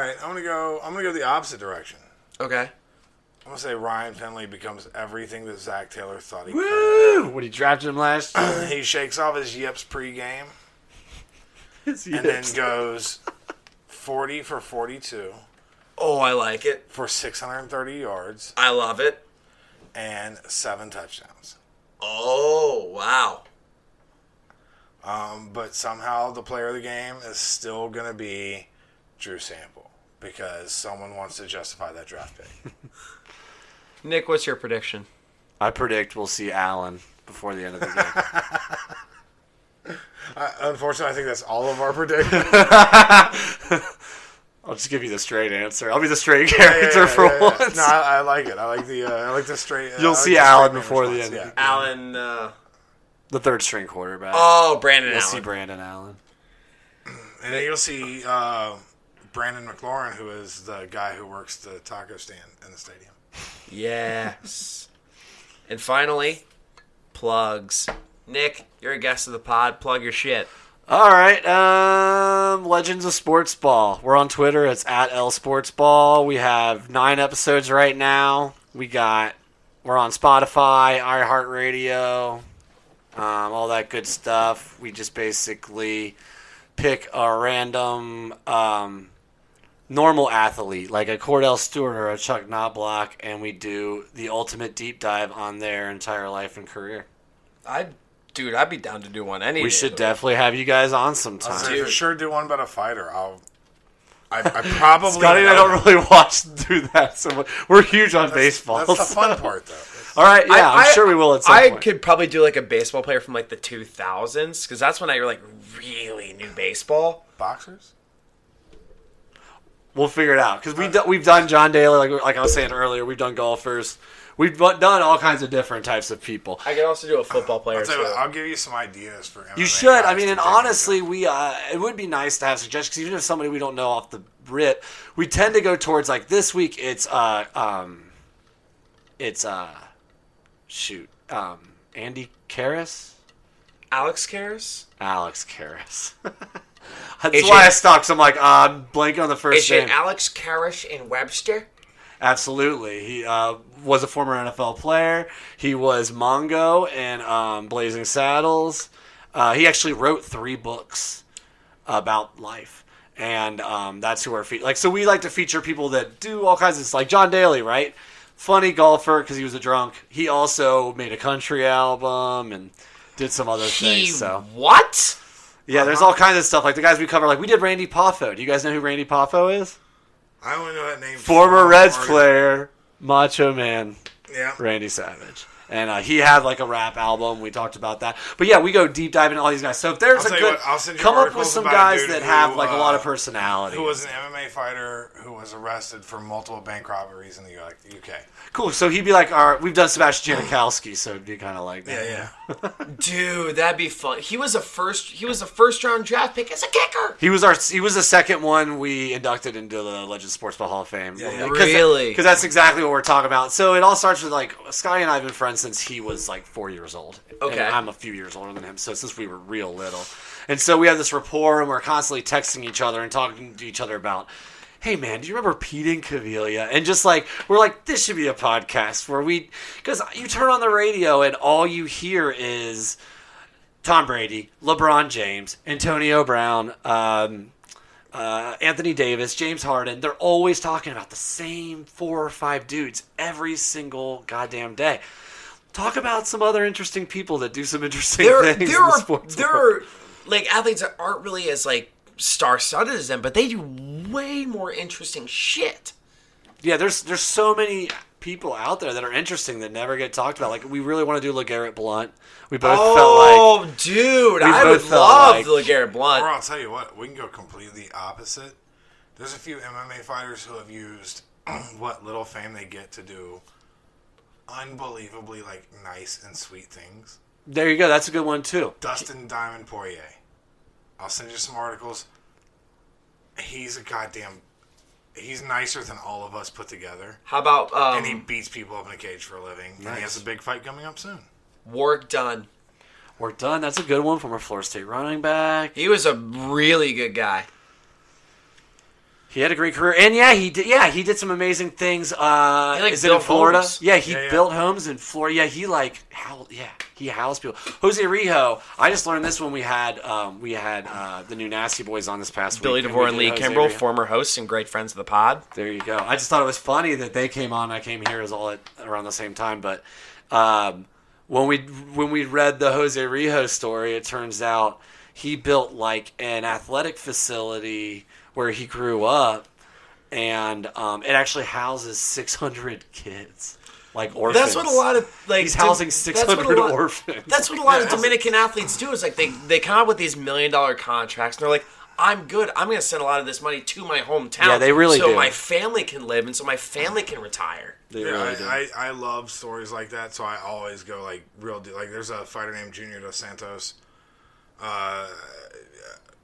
Speaker 5: right, I'm gonna go. I'm gonna go the opposite direction.
Speaker 4: Okay.
Speaker 5: I'm gonna say Ryan Finley becomes everything that Zach Taylor thought he.
Speaker 6: Woo! When he drafted him last year.
Speaker 5: he shakes off his yips pregame, and then
Speaker 6: yips.
Speaker 5: goes forty for forty-two.
Speaker 4: Oh, I like it
Speaker 5: for six hundred and thirty yards.
Speaker 4: I love it.
Speaker 5: And seven touchdowns.
Speaker 4: Oh wow!
Speaker 5: Um, but somehow the player of the game is still gonna be Drew Sample because someone wants to justify that draft pick.
Speaker 4: Nick, what's your prediction?
Speaker 6: I predict we'll see Allen before the end of the game.
Speaker 5: Uh, unfortunately, I think that's all of our predictions.
Speaker 6: I'll just give you the straight answer. I'll be the straight character for
Speaker 5: yeah, yeah.
Speaker 6: once.
Speaker 5: No, I, I like it. I like the uh, I like the straight. uh, I
Speaker 6: You'll
Speaker 5: like
Speaker 6: see
Speaker 5: the
Speaker 6: Allen
Speaker 5: straight man
Speaker 6: before the
Speaker 5: response,
Speaker 6: end. of
Speaker 5: yeah.
Speaker 6: the-
Speaker 4: Allen. Uh,
Speaker 6: The third string quarterback.
Speaker 4: Oh, Brandon
Speaker 6: We'll
Speaker 4: Allen.
Speaker 6: see Brandon Allen.
Speaker 5: And then you'll see uh, Brandon McLaurin, who is the guy who works the taco stand in the stadium.
Speaker 4: Yes. and finally, plugs. Nick, you're a guest of the pod. Plug your shit.
Speaker 6: All right, um, Legends of Sports Ball. We're on Twitter. It's at L Sports Ball. We have nine episodes right now. We got we're on Spotify, iHeartRadio, um, all that good stuff. We just basically pick a random um, normal athlete, like a Cordell Stewart or a Chuck Knobloch, and we do the ultimate deep dive on their entire life and career.
Speaker 4: I, dude, I'd be down to do one any.
Speaker 6: We
Speaker 4: day.
Speaker 6: should definitely have you guys on sometime.
Speaker 5: So if you sure do one about a fighter. I'll. I, I probably.
Speaker 6: Scotty and I
Speaker 5: know.
Speaker 6: don't really watch do that so much. We're huge on baseball.
Speaker 5: That's the fun
Speaker 6: so-
Speaker 5: part, though.
Speaker 6: All right, yeah, I, am sure we will at some
Speaker 4: I
Speaker 6: point.
Speaker 4: could probably do like a baseball player from like the 2000s because that's when I like really knew baseball.
Speaker 5: Boxers.
Speaker 6: We'll figure it out because we do, we've done John Daly, like like I was saying earlier. We've done golfers. We've bu- done all kinds of different types of people.
Speaker 4: I could also do a football player.
Speaker 5: I'll, tell you
Speaker 4: too.
Speaker 5: what, I'll give you some ideas for. MMA
Speaker 6: You should. I
Speaker 5: guys
Speaker 6: mean,
Speaker 5: to
Speaker 6: and
Speaker 5: take a look
Speaker 6: honestly, we uh, it would be nice to have suggestions, 'cause even if somebody we don't know off the rip, we tend to go towards like this week. It's uh um, it's uh, shoot um, Andy Karras.
Speaker 4: Alex cares.
Speaker 6: Alex Karras. That's
Speaker 4: Is
Speaker 6: why
Speaker 4: it-
Speaker 6: I stopped. 'cause I'm like, uh, I'm blanking on the first
Speaker 4: Is
Speaker 6: name.
Speaker 4: it Alex Karras and Webster?
Speaker 6: Absolutely, he uh, was a former NFL player. He was Mongo and um, Blazing Saddles. Uh, he actually wrote three books about life, and um, that's who our feet like. So we like to feature people that do all kinds of like John Daly, right? Funny golfer because he was a drunk. He also made a country album and did some other
Speaker 4: He
Speaker 6: things. So
Speaker 4: what?
Speaker 6: Yeah, there's
Speaker 5: Uh-huh.
Speaker 6: all kinds of stuff. Like the guys we cover, like we did Randy Poffo. Do you guys know who Randy Poffo is?
Speaker 5: I only know that name.
Speaker 6: Former
Speaker 5: from
Speaker 6: Reds
Speaker 5: Oregon.
Speaker 6: player, Macho Man,
Speaker 5: Yeah.
Speaker 6: Randy Savage. And uh, he had like a rap album. We talked about that. But yeah, we go deep dive into all these guys. So if there's
Speaker 5: I'll
Speaker 6: a
Speaker 5: tell you
Speaker 6: good,
Speaker 5: what, I'll send you
Speaker 6: come up with
Speaker 5: articles
Speaker 6: some
Speaker 5: about a
Speaker 6: guys
Speaker 5: dude
Speaker 6: that
Speaker 5: who,
Speaker 6: have like a lot of
Speaker 5: uh,
Speaker 6: personality.
Speaker 5: Who was an MMA fighter who was arrested for multiple bank robberies in the U- UK.
Speaker 6: cool. So he'd be like, all right, we've done Sebastian Janikowski, so it'd be kind of like that.
Speaker 5: yeah.
Speaker 4: Dude, that'd be fun. He was a first. He was a first round draft pick as a kicker.
Speaker 6: He was our. He was the second one we inducted into the Legends Sports Ball Hall of Fame.
Speaker 4: yeah. Really?
Speaker 6: Because that's exactly what we're talking about. So it all starts with like Scotty and I have been friends since he was like four years old.
Speaker 4: Okay.
Speaker 6: And I'm a few years older than him, so since we were real little, and so we have this rapport, and we're constantly texting each other and talking to each other about. Hey man, do you remember Pete and Cavilia? And just like we're like, this should be a podcast where we, because you turn on the radio and all you hear is Tom Brady, LeBron James, Antonio Brown, um, uh, Anthony Davis, James Harden. They're always talking about the same four or five dudes every single goddamn day. Talk about some other interesting people that do some interesting
Speaker 4: There,
Speaker 6: things.
Speaker 4: there
Speaker 6: in the
Speaker 4: are
Speaker 6: sports
Speaker 4: there
Speaker 6: world.
Speaker 4: are like athletes that aren't really as like star studded as them, but they do way more interesting shit.
Speaker 6: yeah. There's there's so many people out there that are interesting that never get talked about. Like we really want to do Legarrette Blunt. We both felt like
Speaker 4: oh, dude,
Speaker 6: We
Speaker 4: I
Speaker 6: both
Speaker 4: would
Speaker 6: felt
Speaker 4: love
Speaker 6: like-
Speaker 4: LeGarrette
Speaker 5: Or
Speaker 4: Blunt.
Speaker 5: I'll tell you what, we can go completely opposite. There's a few MMA fighters who have used what little fame they get to do unbelievably like nice and sweet things.
Speaker 6: There you go. That's a good one too.
Speaker 5: Dustin Diamond Poirier. I'll send you some articles. He's a goddamn. He's nicer than all of us put together.
Speaker 4: How about, um,
Speaker 5: and he beats people up in a cage for a living. And he has a big fight coming up soon.
Speaker 4: Work done.
Speaker 6: Work done. That's a good one from our Florida State running back.
Speaker 4: He was a really good guy.
Speaker 6: He had a great career, and yeah, he did. Yeah, he did some amazing things. Uh,
Speaker 4: He, like,
Speaker 6: is it in
Speaker 4: built
Speaker 6: Florida?
Speaker 4: homes.
Speaker 6: Yeah, he
Speaker 4: Yeah, yeah.
Speaker 6: built homes in Florida. Yeah, he like how? Yeah, he housed people. Jose Rijo. I just learned this when we had um, we had uh, the new Nasty Boys on this past
Speaker 4: Billy
Speaker 6: week. and
Speaker 4: DeVore
Speaker 6: we
Speaker 4: and
Speaker 6: did
Speaker 4: Lee
Speaker 6: Jose
Speaker 4: Kimbrell,
Speaker 6: Rijo.
Speaker 4: former hosts and great friends of the pod.
Speaker 6: There you go. I just thought it was funny that they came on. I came here is all at around the same time, but um, when we when we read the Jose Rijo story, it turns out he built like an athletic facility where he grew up, and um, it actually houses 600 kids, like orphans.
Speaker 4: That's what a lot of like
Speaker 6: he's
Speaker 4: Dom-
Speaker 6: housing
Speaker 4: that's
Speaker 6: 600
Speaker 4: what a lot-
Speaker 6: orphans.
Speaker 4: That's what a lot of Dominican athletes do. Is like they they come up with these million dollar contracts and they're like, I'm good. I'm going to send a lot of this money to my hometown.
Speaker 6: Yeah, they really
Speaker 4: so
Speaker 6: do.
Speaker 4: my family can live and so my family can retire.
Speaker 5: yeah, I, I, I love stories like that, so I always go like real. De- like there's a fighter named Junior Dos Santos, uh,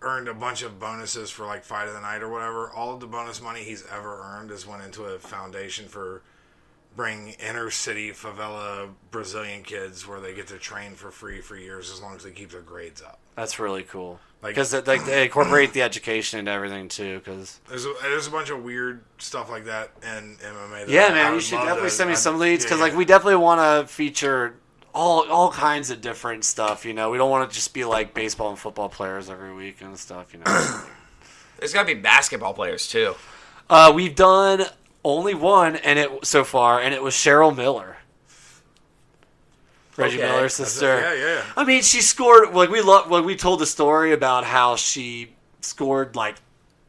Speaker 5: earned a bunch of bonuses for like fight of the night or whatever. All of the bonus money he's ever earned has went into a foundation for bring inner city favela Brazilian kids where they get to train for free for years as long as they keep their grades up.
Speaker 6: That's really cool.
Speaker 5: Like-
Speaker 6: Because like, they incorporate the education into everything too. Because
Speaker 5: There's a, there's a bunch of weird stuff like that in MMA. that
Speaker 6: Yeah,
Speaker 5: I- I
Speaker 6: man, you
Speaker 5: would
Speaker 6: should
Speaker 5: love
Speaker 6: definitely
Speaker 5: to-
Speaker 6: send me
Speaker 5: I'd-
Speaker 6: some leads
Speaker 5: yeah,
Speaker 6: because
Speaker 5: yeah.
Speaker 6: like we definitely want to feature all all kinds of different stuff. You know, we don't want to just be like baseball and football players every week and stuff. You know,
Speaker 4: There's got to be basketball players too.
Speaker 6: uh, we've done only one and it so far, and it was Cheryl Miller. Reggie
Speaker 9: Okay.
Speaker 6: Miller's
Speaker 9: That's it.
Speaker 6: sister.
Speaker 9: Yeah, yeah.
Speaker 6: I mean, she scored like we love like we told the story about how she scored like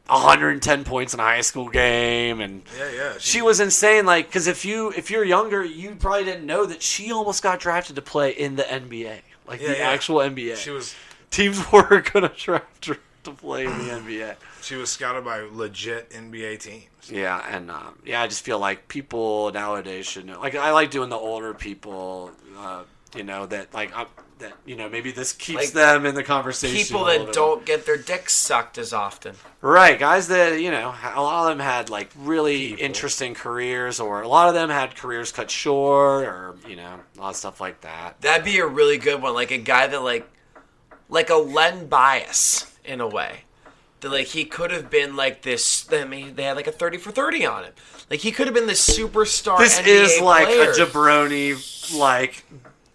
Speaker 6: 110 points in a high school game and
Speaker 5: Yeah, yeah.
Speaker 6: she was insane like because if you if you're younger you probably didn't know that she almost got drafted to play in the nba like
Speaker 5: Yeah,
Speaker 6: the
Speaker 5: yeah.
Speaker 6: actual nba
Speaker 5: She was-
Speaker 6: teams were gonna draft her to play in the nba
Speaker 5: She was scouted by legit NBA teams.
Speaker 6: yeah and um, yeah i just feel like people nowadays should know like i like doing the older people uh, you know that like i that you know maybe this keeps
Speaker 4: Like,
Speaker 6: them in the conversation
Speaker 4: People
Speaker 6: a
Speaker 4: that
Speaker 6: little bit.
Speaker 4: don't get their dicks sucked as often.
Speaker 6: Right, guys that, you know, a lot of them had like really interesting careers, or a lot of them had careers cut short, or, you know, a lot of stuff like that.
Speaker 4: That'd be a really good one. Like a guy that like like a Len Bias in a way. That like he could have been like this. I mean, they had like a thirty for thirty on him. Like he could have been this superstar.
Speaker 6: This
Speaker 4: NBA
Speaker 6: is like
Speaker 4: player.
Speaker 6: a jabroni, like,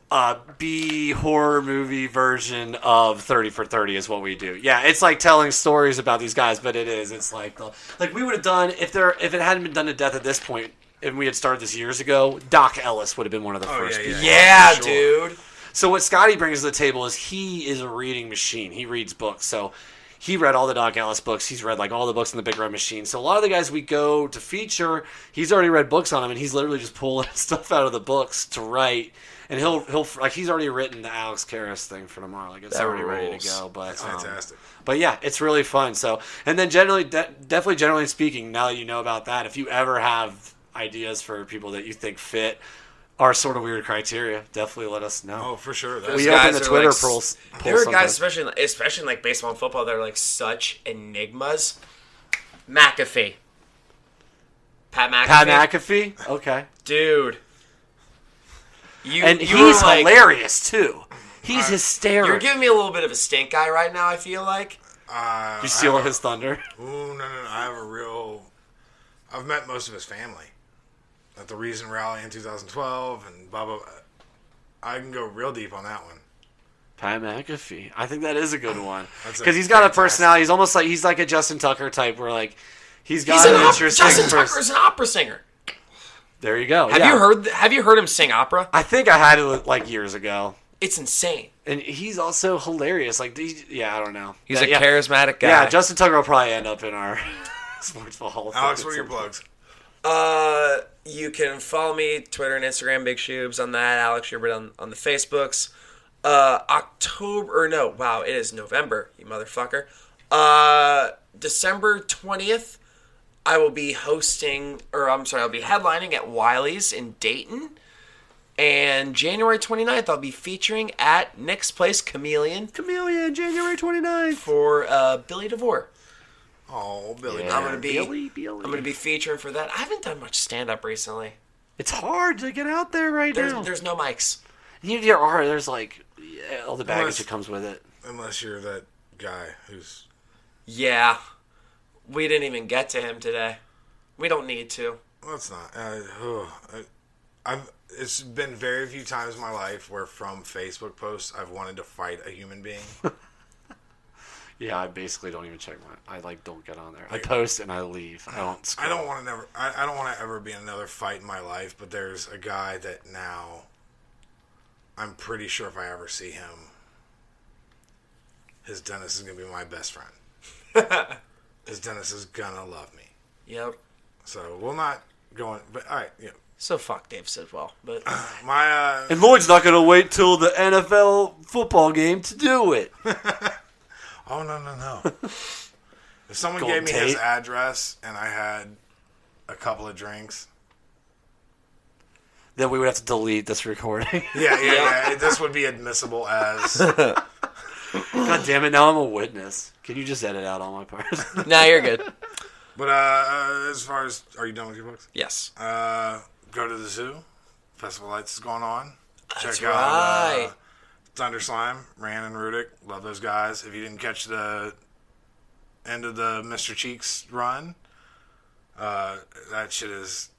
Speaker 6: uh, B horror movie version of 30 for 30 is what we do. Yeah, it's like telling stories about these guys, but it is. It's like, the, like we would have done, if there, if it hadn't been done to death at this point, and we had started this years ago, Doc Ellis would have been one of
Speaker 5: Oh,
Speaker 6: the first people.
Speaker 4: Oh, Yeah,
Speaker 6: for sure.
Speaker 4: dude.
Speaker 6: So what Scotty brings to the table is he is a reading machine. He reads books. So he read all the Doc Ellis books. He's read like all the books in the Big Red Machine. So a lot of the guys we go to feature, he's already read books on them, and he's literally just pulling stuff out of the books to write. And he'll he'll like he's already written the Alex Karras thing for tomorrow. Like it's
Speaker 5: That
Speaker 6: already ready
Speaker 5: rules.
Speaker 6: to go. But
Speaker 5: That's
Speaker 6: um,
Speaker 5: fantastic.
Speaker 6: but yeah, it's really fun. So, and then generally, de- definitely, generally speaking, now that you know about that, if you ever have ideas for people that you think fit our sort of weird criteria, definitely let us know.
Speaker 5: Oh, for sure.
Speaker 4: Those
Speaker 6: we open
Speaker 4: guys
Speaker 6: the
Speaker 4: are,
Speaker 6: Twitter
Speaker 4: like,
Speaker 6: polls.
Speaker 4: s-
Speaker 6: poll
Speaker 4: There are
Speaker 6: sometime.
Speaker 4: guys, especially in- especially in like baseball and football, that are like such enigmas. McAfee, Pat McAfee,
Speaker 6: Pat McAfee. Okay,
Speaker 4: dude. You,
Speaker 6: and
Speaker 4: you
Speaker 6: he's
Speaker 4: were, like-
Speaker 6: hilarious too. He's hysterical.
Speaker 4: You're giving me a little bit of a stink eye right now. I feel like.
Speaker 5: Uh,
Speaker 6: you
Speaker 5: I
Speaker 6: stealing
Speaker 5: have a-
Speaker 6: his thunder.
Speaker 5: Ooh, no, no, no. I have a real. I've met most of his family at the Reason Rally in 2012 and blah, blah, blah. I can go real deep on that one.
Speaker 6: Pat McAfee. I think that is a good one
Speaker 5: That's a
Speaker 6: because he's got a
Speaker 5: fantastic-
Speaker 6: personality. He's almost like he's like a Justin Tucker type, where like he's got
Speaker 4: He's an
Speaker 6: an
Speaker 4: opera,
Speaker 6: interesting.
Speaker 4: Justin
Speaker 6: pers-
Speaker 4: Tucker's an opera singer.
Speaker 6: There you go.
Speaker 4: Have
Speaker 6: yeah.
Speaker 4: you heard? th- Have you heard him sing opera?
Speaker 6: I think I had it like years ago.
Speaker 4: It's insane.
Speaker 6: And he's also hilarious. Like, he, yeah, I don't know.
Speaker 4: He's
Speaker 6: That-
Speaker 4: a
Speaker 6: yeah.
Speaker 4: charismatic guy.
Speaker 6: Yeah, Justin Tucker will probably end up in our Sportsville Hall of Fame.
Speaker 5: Alex,
Speaker 6: at
Speaker 5: what are your
Speaker 6: some point.
Speaker 5: plugs?
Speaker 4: Uh, you can follow me Twitter and Instagram, Big Shubes on that, Alex Schubert on, on the Facebooks. Uh, October or no, wow, it is November, you motherfucker. Uh, December twentieth, I will be hosting, or I'm sorry, I'll be headlining at Wiley's in Dayton. And January 29th, I'll be featuring at Nick's Place Chameleon.
Speaker 6: Chameleon, January 29th.
Speaker 4: For uh, Billy DeVore.
Speaker 5: Oh,
Speaker 6: Billy
Speaker 4: I'm going to be
Speaker 6: DeVore. Billy,
Speaker 4: I'm going to be featuring for that. I haven't done much stand up recently.
Speaker 6: It's hard to get out there right
Speaker 4: There's,
Speaker 6: now.
Speaker 4: there's no mics.
Speaker 6: You, there are. There's like yeah, all the baggage
Speaker 5: Unless-
Speaker 6: that comes with it.
Speaker 5: Unless you're that guy who's
Speaker 4: Yeah. We didn't even get to him today. We don't need to.
Speaker 5: well, it's not. Uh, oh, I, I've it's been very few times in my life where from Facebook posts I've wanted to fight a human being.
Speaker 6: Yeah, I basically don't even check my. I like don't get on there. I post and I leave. I don't.
Speaker 5: I
Speaker 6: Scroll.
Speaker 5: don't want to never. I, I don't want to ever be in another fight in my life. But there's a guy that now. I'm pretty sure if I ever see him, his dentist is gonna be my best friend. his dentist is gonna love me.
Speaker 4: Yep.
Speaker 5: So we'll not go on. But all right, yeah.
Speaker 4: So fuck Dave Sidwell. But
Speaker 5: my uh,
Speaker 6: And Lloyd's not gonna wait till the NFL football game to do it.
Speaker 5: Oh no no no! if someone
Speaker 6: Golden
Speaker 5: gave me his
Speaker 6: Tate.
Speaker 5: address and I had a couple of drinks,
Speaker 6: then we would have to delete this recording.
Speaker 5: yeah yeah yeah, this would be admissible as.
Speaker 6: God damn it! Now I'm a witness. Can you just edit out all my parts?
Speaker 4: Nah, you're good.
Speaker 5: But uh, uh, as far as are you done with your books?
Speaker 4: Yes.
Speaker 5: Uh, go to the zoo. Festival Lights is going on.
Speaker 4: That's
Speaker 5: uh,
Speaker 4: right.
Speaker 5: Thunder Slime, Ran and Rudick. Love those guys. If you didn't catch the end of the Mr. Cheeks run, uh, that shit is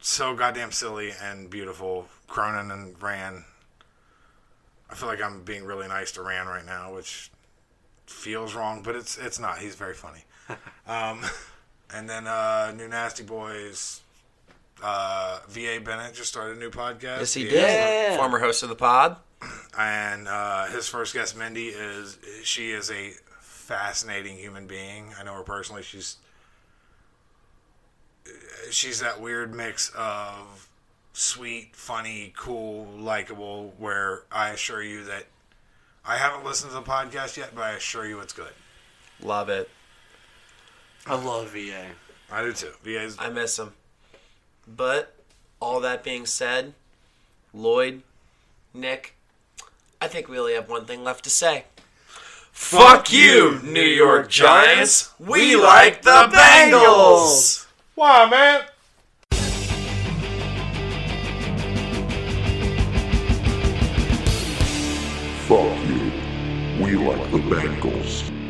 Speaker 5: so goddamn silly and beautiful. Cronin and Ran. I feel like I'm being really nice to Ran right now, which feels wrong, but it's it's not. He's very funny. Um, and then uh, New Nasty Boys, uh, VA Bennett just started a new podcast.
Speaker 4: Yes, he
Speaker 5: VA.
Speaker 4: did. Former host of the pod.
Speaker 5: And uh, his first guest, Mindy, is she is a fascinating human being. I know her personally. She's she's that weird mix of sweet, funny, cool, likable. Where I assure you that I haven't listened to the podcast yet, but I assure you it's good.
Speaker 4: Love it.
Speaker 6: I love E VA.
Speaker 5: I do too. VA's.
Speaker 4: I miss him. But all that being said, Lloyd, Nick, I think we only have one thing left to say. Fuck you, New York Giants. We like the Bengals.
Speaker 5: Why, man?
Speaker 3: Fuck you. We like the Bengals.